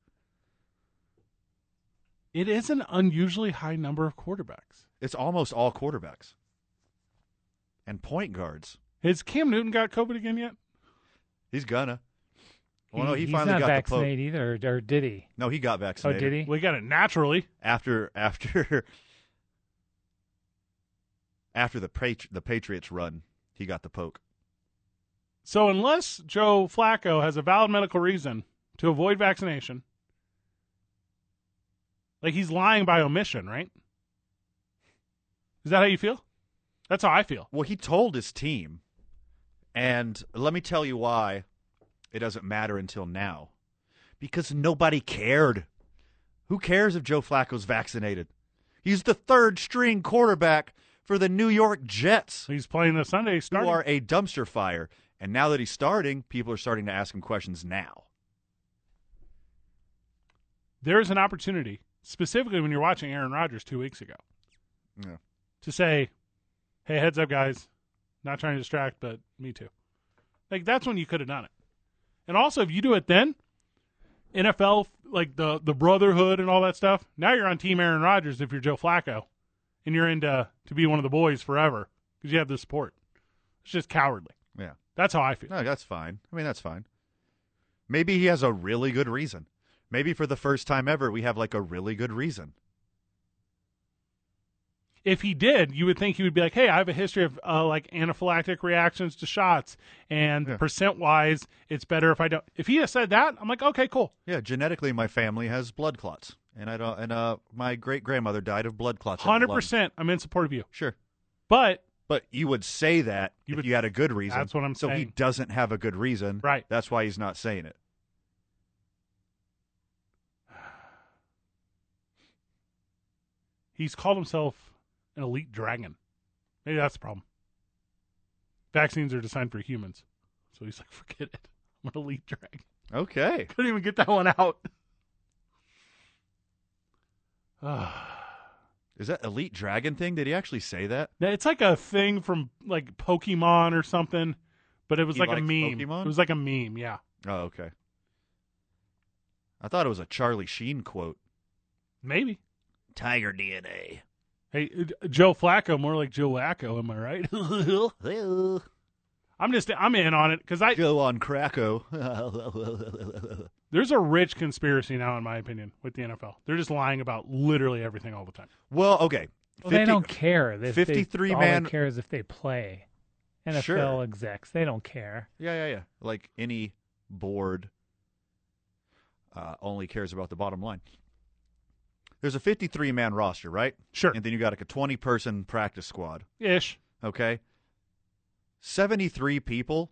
A: It is an unusually high number of quarterbacks.
B: It's almost all quarterbacks and point guards.
A: Has Cam Newton got COVID again yet?
B: He's gonna. Well, no, he
C: he's
B: finally
C: not
B: got
C: vaccinated either, or, or did he?
B: the poke. No, he got
C: Oh,
B: vaccinated.
C: did he?
A: We got it naturally.
B: After after after the Patri- the Patriots run, he got the poke.
A: So unless Joe Flacco has a valid medical reason to avoid vaccination, like he's lying by omission, right? Is that how you feel? That's how I feel.
B: Well, he told his team, and let me tell you why it doesn't matter until now, because nobody cared. Who cares if Joe Flacco's vaccinated? He's the third string quarterback for the New York Jets.
A: So he's playing the Sunday
B: who
A: starting.
B: are a dumpster fire. And now that he's starting, people are starting to ask him questions now.
A: there is an opportunity, specifically when you're watching Aaron Rodgers two weeks ago,
B: Yeah.
A: to say, "Hey, heads up, guys! Not trying to distract, but me too." Like that's when you could have done it. And also, if you do it then, NFL like the the brotherhood and all that stuff. Now you're on Team Aaron Rodgers if you're Joe Flacco, and you're into to be one of the boys forever because you have the support. It's just cowardly.
B: Yeah.
A: That's how I feel.
B: No, that's fine. I mean, that's fine. Maybe he has a really good reason. Maybe for the first time ever, we have like a really good reason.
A: if he did, you would think he would be like, "Hey, I have a history of uh, like anaphylactic reactions to shots, and
B: Yeah.
A: percent wise, it's better if I don't." If he had said that, I'm like, "Okay, cool."
B: Yeah, genetically, my family has blood clots, and I don't. And uh, my great grandmother died of blood clots. in her
A: Hundred
B: lungs.
A: percent, I'm in support of you.
B: Sure,
A: But
B: but you would say that
A: You
B: if
A: would-
B: you had a good reason.
A: That's what I'm
B: so So he
A: saying.
B: doesn't have a good reason.
A: Right.
B: That's why he's not saying it.
A: he's called himself an elite dragon. Maybe that's the problem. Vaccines are designed for humans, so he's like, "Forget it, I'm an elite dragon."
B: Okay.
A: Couldn't even get that one out. Ah.
B: Is that elite dragon thing? Did he actually say that?
A: Now, It's like a thing from like Pokemon or something, but it was
B: He
A: like a
B: likes
A: meme.
B: Pokemon?
A: It was like a meme, yeah.
B: Oh, okay. I thought it was a Charlie Sheen quote.
A: Maybe.
B: Tiger DNA.
A: Hey, uh, Joe Flacco, more like Joe Wacko, am I right?
B: Joe
A: I'm just I'm in on it because I
B: on Cracko.
A: there's a rich conspiracy now, in my opinion, with the NFL. They're just lying about literally everything all the time.
B: well, okay.
C: Well, they don't care. They,
B: 53
C: they, all
B: man-
C: they care is if they play. NFL
B: Sure.
C: execs, they don't care.
B: Yeah, yeah, yeah. Like any board uh, only cares about the bottom line. There's a 53 man roster, right?
A: Sure.
B: And then you got like a 20 person practice squad.
A: Ish.
B: Okay. 73 people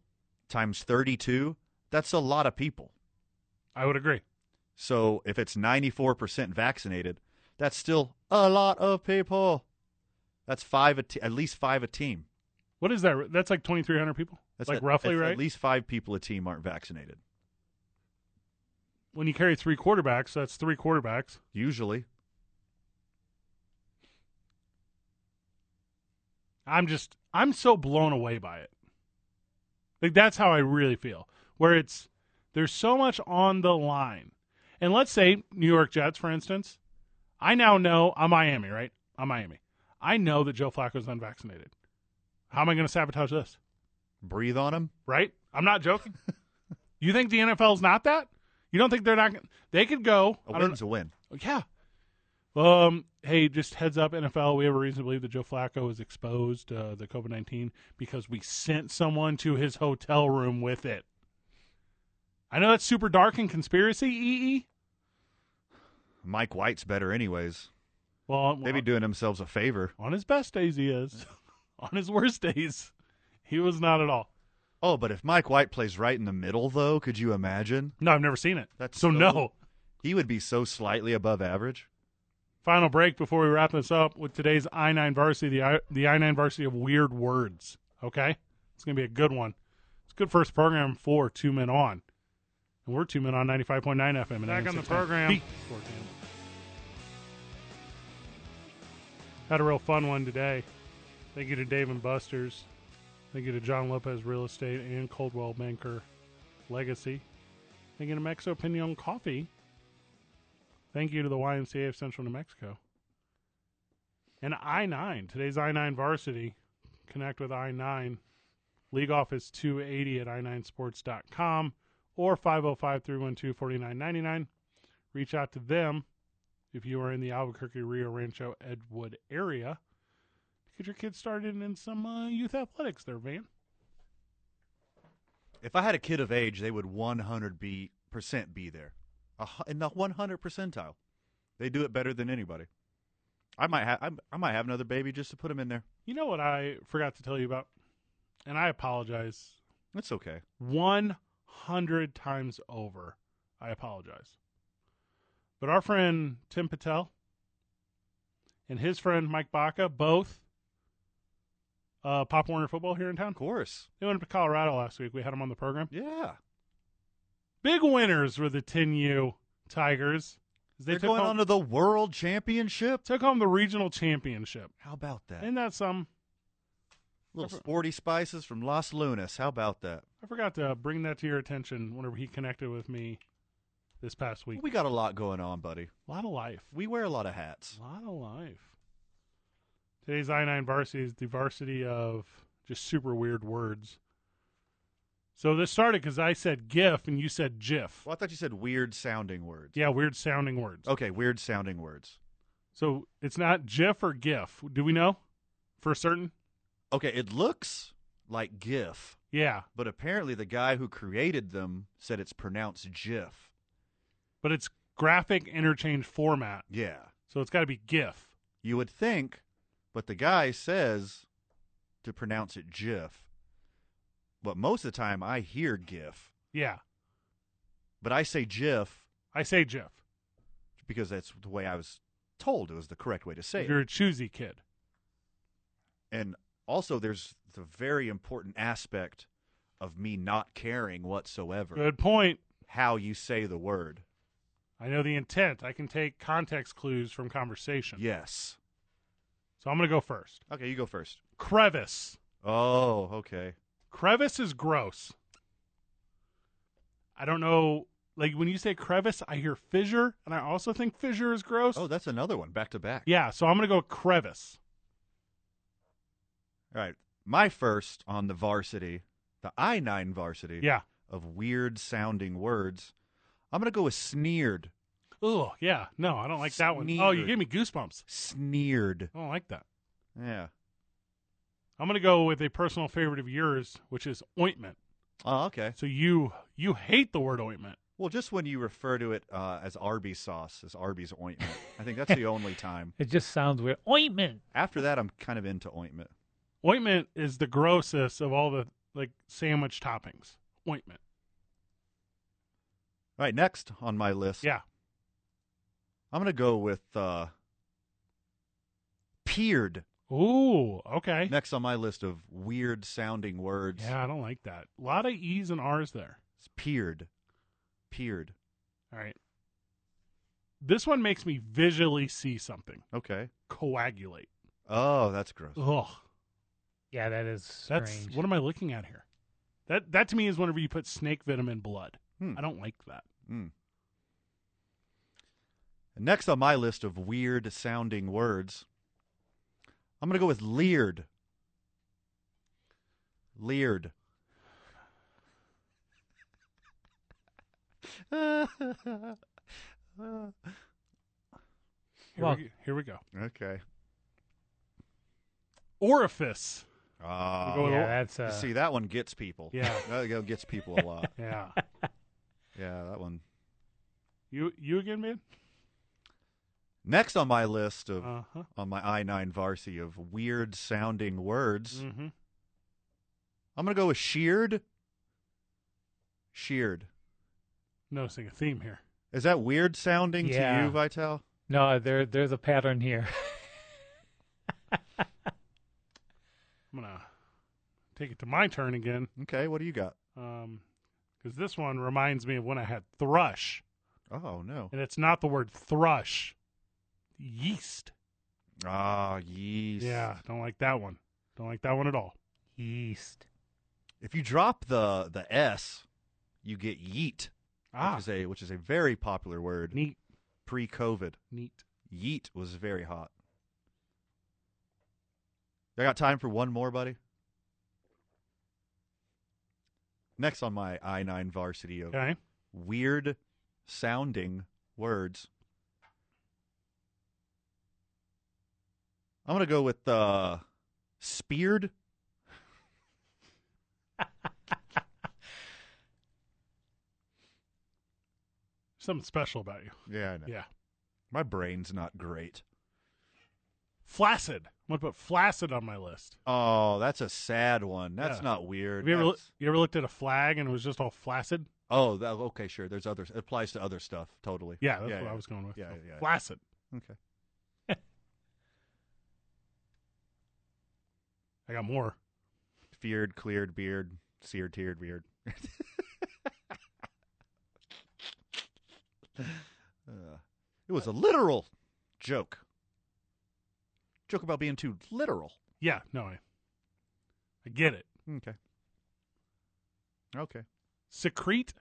B: times 32, that's a lot of people.
A: I would agree.
B: So if it's 94% vaccinated, that's still a lot of people. That's five a te- at least five a team.
A: What is that? That's like 2,300 people.
B: That's
A: like
B: at-
A: roughly
B: at-
A: right.
B: At least five people a team aren't vaccinated.
A: when you carry three quarterbacks, that's three quarterbacks.
B: Usually,
A: I'm just I'm so blown away by it. Like that's how I really feel. Where it's there's so much on the line. And let's say New York Jets, for instance. I now know I'm Miami, right? I'm Miami. I know that Joe Flacco's unvaccinated. How am I going to sabotage this?
B: breathe on them.
A: Right? I'm not joking. you think the NFL's not that? You don't think they're not? gon- They could go.
B: A
A: I don't
B: win's a win.
A: yeah. Um. Hey, just heads up, NFL. We have a reason to believe that Joe Flacco is exposed to the COVID nineteen because we sent someone to his hotel room with it. I know that's super dark and conspiracy. E Ee.
B: Mike White's better, anyways.
A: Well,
B: They'd be doing themselves a favor.
A: on his best days he is. on his worst days. He was not at all.
B: Oh, but if Mike White plays right in the middle, though, could you imagine?
A: No, I've never seen it.
B: That's
A: so
B: so-
A: no.
B: He would be so slightly above average.
A: Final break before we wrap this up with today's I nine varsity, the I, the I nine varsity of weird words. Okay, it's gonna be a good one. It's a good first program for two men on, and we're two men on ninety five point nine FM. And
C: Back on the
A: 610.
C: program.
A: Beat 14. Had a real fun one today. Thank you to Dave and Buster's. Thank you to John Lopez Real Estate and Coldwell Banker Legacy. Thank you to Mexico Pinion Coffee. Thank you to the YMCA of Central New Mexico. And I 9, today's I 9 varsity. Connect with I 9. League office 280 at i9sports.com or 505 312 4999. Reach out to them if you are in the Albuquerque, Rio Rancho, Edwood area to get your kids started in some uh, youth athletics there, Van.
B: If I had a kid of age, they would 100 be, percent be there, a, hu- in the 100 percentile. They do it better than anybody. I might have I might have another baby just to put him in there.
A: You know what I forgot to tell you about? And I apologize
B: That's okay.
A: 100 times over. I apologize. But our friend Tim Patel and his friend Mike Baca, both uh, Pop Warner football here in town.
B: Of course.
A: They went up to Colorado last week. We had them on the program.
B: Yeah.
A: Big winners were the 10U Tigers. They
B: They are
A: took
B: going
A: home,
B: on to the world championship.
A: took home the regional championship.
B: How about that?
A: Isn't that some?
B: Little sporty spices from Los Lunas. How about that?
A: I forgot to bring that to your attention whenever he connected with me this past week.
B: We got a lot going on, buddy.
A: A lot of life.
B: We wear a lot of hats.
A: A lot of life. Today's I 9 varsity is the varsity of just super weird words. So this started because I said GIF and you said JIF.
B: Well, I thought you said weird sounding words.
A: Yeah, weird sounding words.
B: Okay, weird sounding words.
A: So it's not JIF or GIF. Do we know for certain?
B: Okay, it looks like GIF,
A: Yeah,
B: but apparently the guy who created them said it's pronounced GIF.
A: but it's graphic interchange format.
B: Yeah.
A: So it's got to be GIF.
B: You would think, but the guy says to pronounce it GIF. But most of the time I hear GIF,
A: Yeah,
B: but I say GIF
A: I say JIF.
B: because that's the way I was told it was the correct way to say it.
A: You're a choosy kid.
B: and also there's the very important aspect of me not caring whatsoever
A: Good point.
B: how you say the word.
A: I know the intent. I can take context clues from conversation.
B: Yes.
A: So I'm going to go first.
B: Okay, you go first.
A: Crevice.
B: Oh, okay.
A: Crevice is gross. I don't know. Like when you say crevice, I hear fissure, and I also think fissure is gross.
B: Oh, that's another one back to back.
A: yeah, so I'm gonna go crevice.
B: All right. My first on the varsity, the I 9 varsity
A: Yeah.
B: of weird sounding words. I'm going to go with sneered.
A: Oh yeah. No, I don't like that one. Oh, you
B: Sneered.
A: gave me goosebumps.
B: Sneered.
A: I don't like that.
B: Yeah.
A: I'm gonna go with a personal favorite of yours, which is ointment.
B: Oh, okay.
A: So you you hate the word ointment.
B: Well, just when you refer to it uh, as Arby's sauce, as Arby's ointment, I think that's the only time.
C: It just sounds weird. Ointment.
B: After that, I'm kind of into ointment.
A: Ointment is the grossest of all the like sandwich toppings. Ointment.
B: All right, next on my list,
A: Yeah.
B: I'm gonna go with uh, peered.
A: Ooh. Okay.
B: Next on my list of weird sounding words,
A: Yeah, I don't like that. A lot of E's and R's there.
B: it's peered, peered.
A: All right. This one makes me visually see something
B: Okay.
A: coagulate.
B: Oh, that's gross.
A: Ugh.
C: Yeah, that is
A: That's
C: strange.
A: what am I looking at here? That that to me is whenever you put snake venom in blood.
B: Hmm.
A: I don't like that.
B: Mm. Next on my list of weird sounding words, I'm gonna go with leered. Leered.
A: Here,
C: Well-
A: we, here we go.
B: Okay.
A: Orifice.
B: Ah,
A: Go with
C: yeah,
A: or-
C: that's
B: You
C: uh,
B: see, that one gets people.
A: Yeah.
B: that one gets people a lot.
A: Yeah.
B: yeah, that one.
A: you you again, man?
B: Next on my list of
A: Uh-huh.
B: on my I nine varsity of weird sounding words,
A: Mm-hmm.
B: I'm gonna go with sheared. Sheared.
A: Noticing a theme here.
B: Is that weird sounding to
C: Yeah.
B: you, Vital?
C: No, there there's a pattern here.
A: I'm gonna take it to my turn again
B: Okay, what do you got?
A: because Um, this one reminds me of when I had thrush,
B: Oh no.
A: and it's not the word thrush, yeast.
B: Ah, yeast.
A: Yeah, don't like that one. Don't like that one at all.
C: Yeast.
B: If you drop the the S, you get yeet,
A: Ah,
B: which is a which is a very popular word
A: neat,
B: pre COVID.
A: neat.
B: Yeet was very hot. I got time for one more, buddy. Next on my I nine varsity of
A: Okay,
B: weird sounding words. I'm gonna go with uh speared.
A: something special about you.
B: Yeah, I know.
A: Yeah,
B: My brain's not great.
A: flaccid. I'm gonna put flaccid on my list.
B: Oh, that's a sad one. That's
A: Yeah.
B: not weird.
A: Have you ever
B: That's-
A: you ever looked at a flag and it was just all flaccid?
B: oh, that, okay, sure. There's other. It applies to other stuff. Totally.
A: Yeah, that's what I was going with.
B: Yeah,
A: So,
B: yeah, yeah.
A: flaccid.
B: Okay.
A: I got more.
B: Feared, cleared, beard, seared, tiered, beard. Uh, it was a literal joke. Joke about being too literal.
A: Yeah, no, I, I get it.
B: Okay. Okay.
A: Secrete.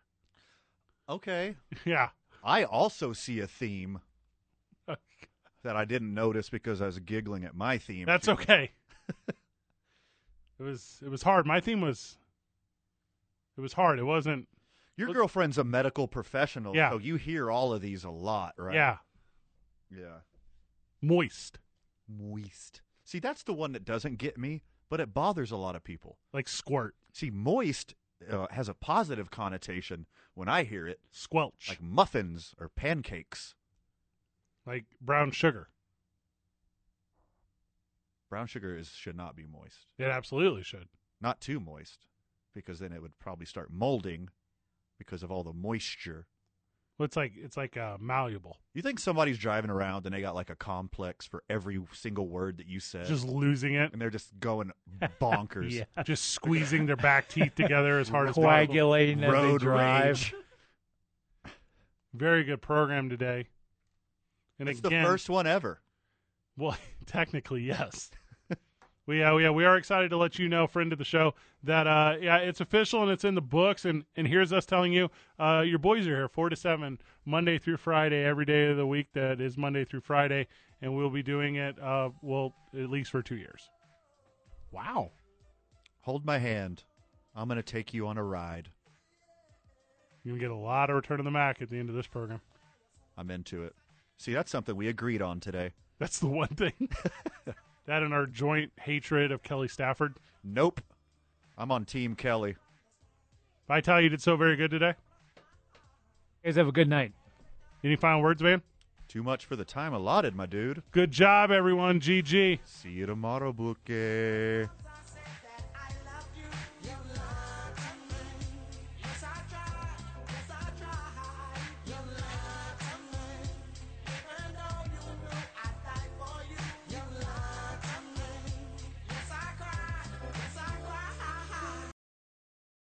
B: Okay.
A: Yeah.
B: I also see a theme that I didn't notice because I was giggling at my theme.
A: That's okay. it was it was hard. My theme was it was hard. It wasn't
B: Your girlfriend's a medical professional,
A: Yeah.
B: so you hear all of these a lot, right?
A: yeah,
B: Yeah.
A: moist.
B: Moist. See, that's the one that doesn't get me, but it bothers a lot of people.
A: Like squirt,
B: See, moist uh, has a positive connotation when I hear it,
A: squelch,
B: like muffins or pancakes.
A: like brown sugar.
B: Brown sugar is should not be moist.
A: It absolutely should.
B: Not too moist, because then it would probably start molding because of all the moisture.
A: Well, it's like it's like uh, malleable.
B: You think somebody's driving around and they got like a complex for every single word that you said,
A: Just losing it,
B: and they're just going bonkers.
C: Yeah.
A: just squeezing their back teeth together as hard as possible.
C: Coagulating as they
B: Road
C: drive.
B: rage.
A: Very good program today. And
B: it's
A: again,
B: the first one ever.
A: Well, technically, yes. we uh, yeah, we are excited to let you know, friend of the show, that uh, yeah, it's official and it's in the books. And and here's us telling you, uh, your boys are here four to seven, Monday through Friday, every day of the week. That is Monday through Friday, and we'll be doing it. Uh, well, at least for two years. Wow.
B: Hold my hand. I'm going to take you on a ride.
A: You're gonna get a lot of return on the Mac at the end of this program.
B: I'm into it. See, that's something we agreed on today.
A: That's the one thing. that and our joint hatred of Kelly Stafford.
B: Nope. I'm on Team Kelly.
A: Vital, you did so very good today.
C: guys have a good night.
A: Any final words, man?
B: Too much for the time allotted, my dude.
A: Good job, everyone. GG.
B: See you tomorrow, Bookie.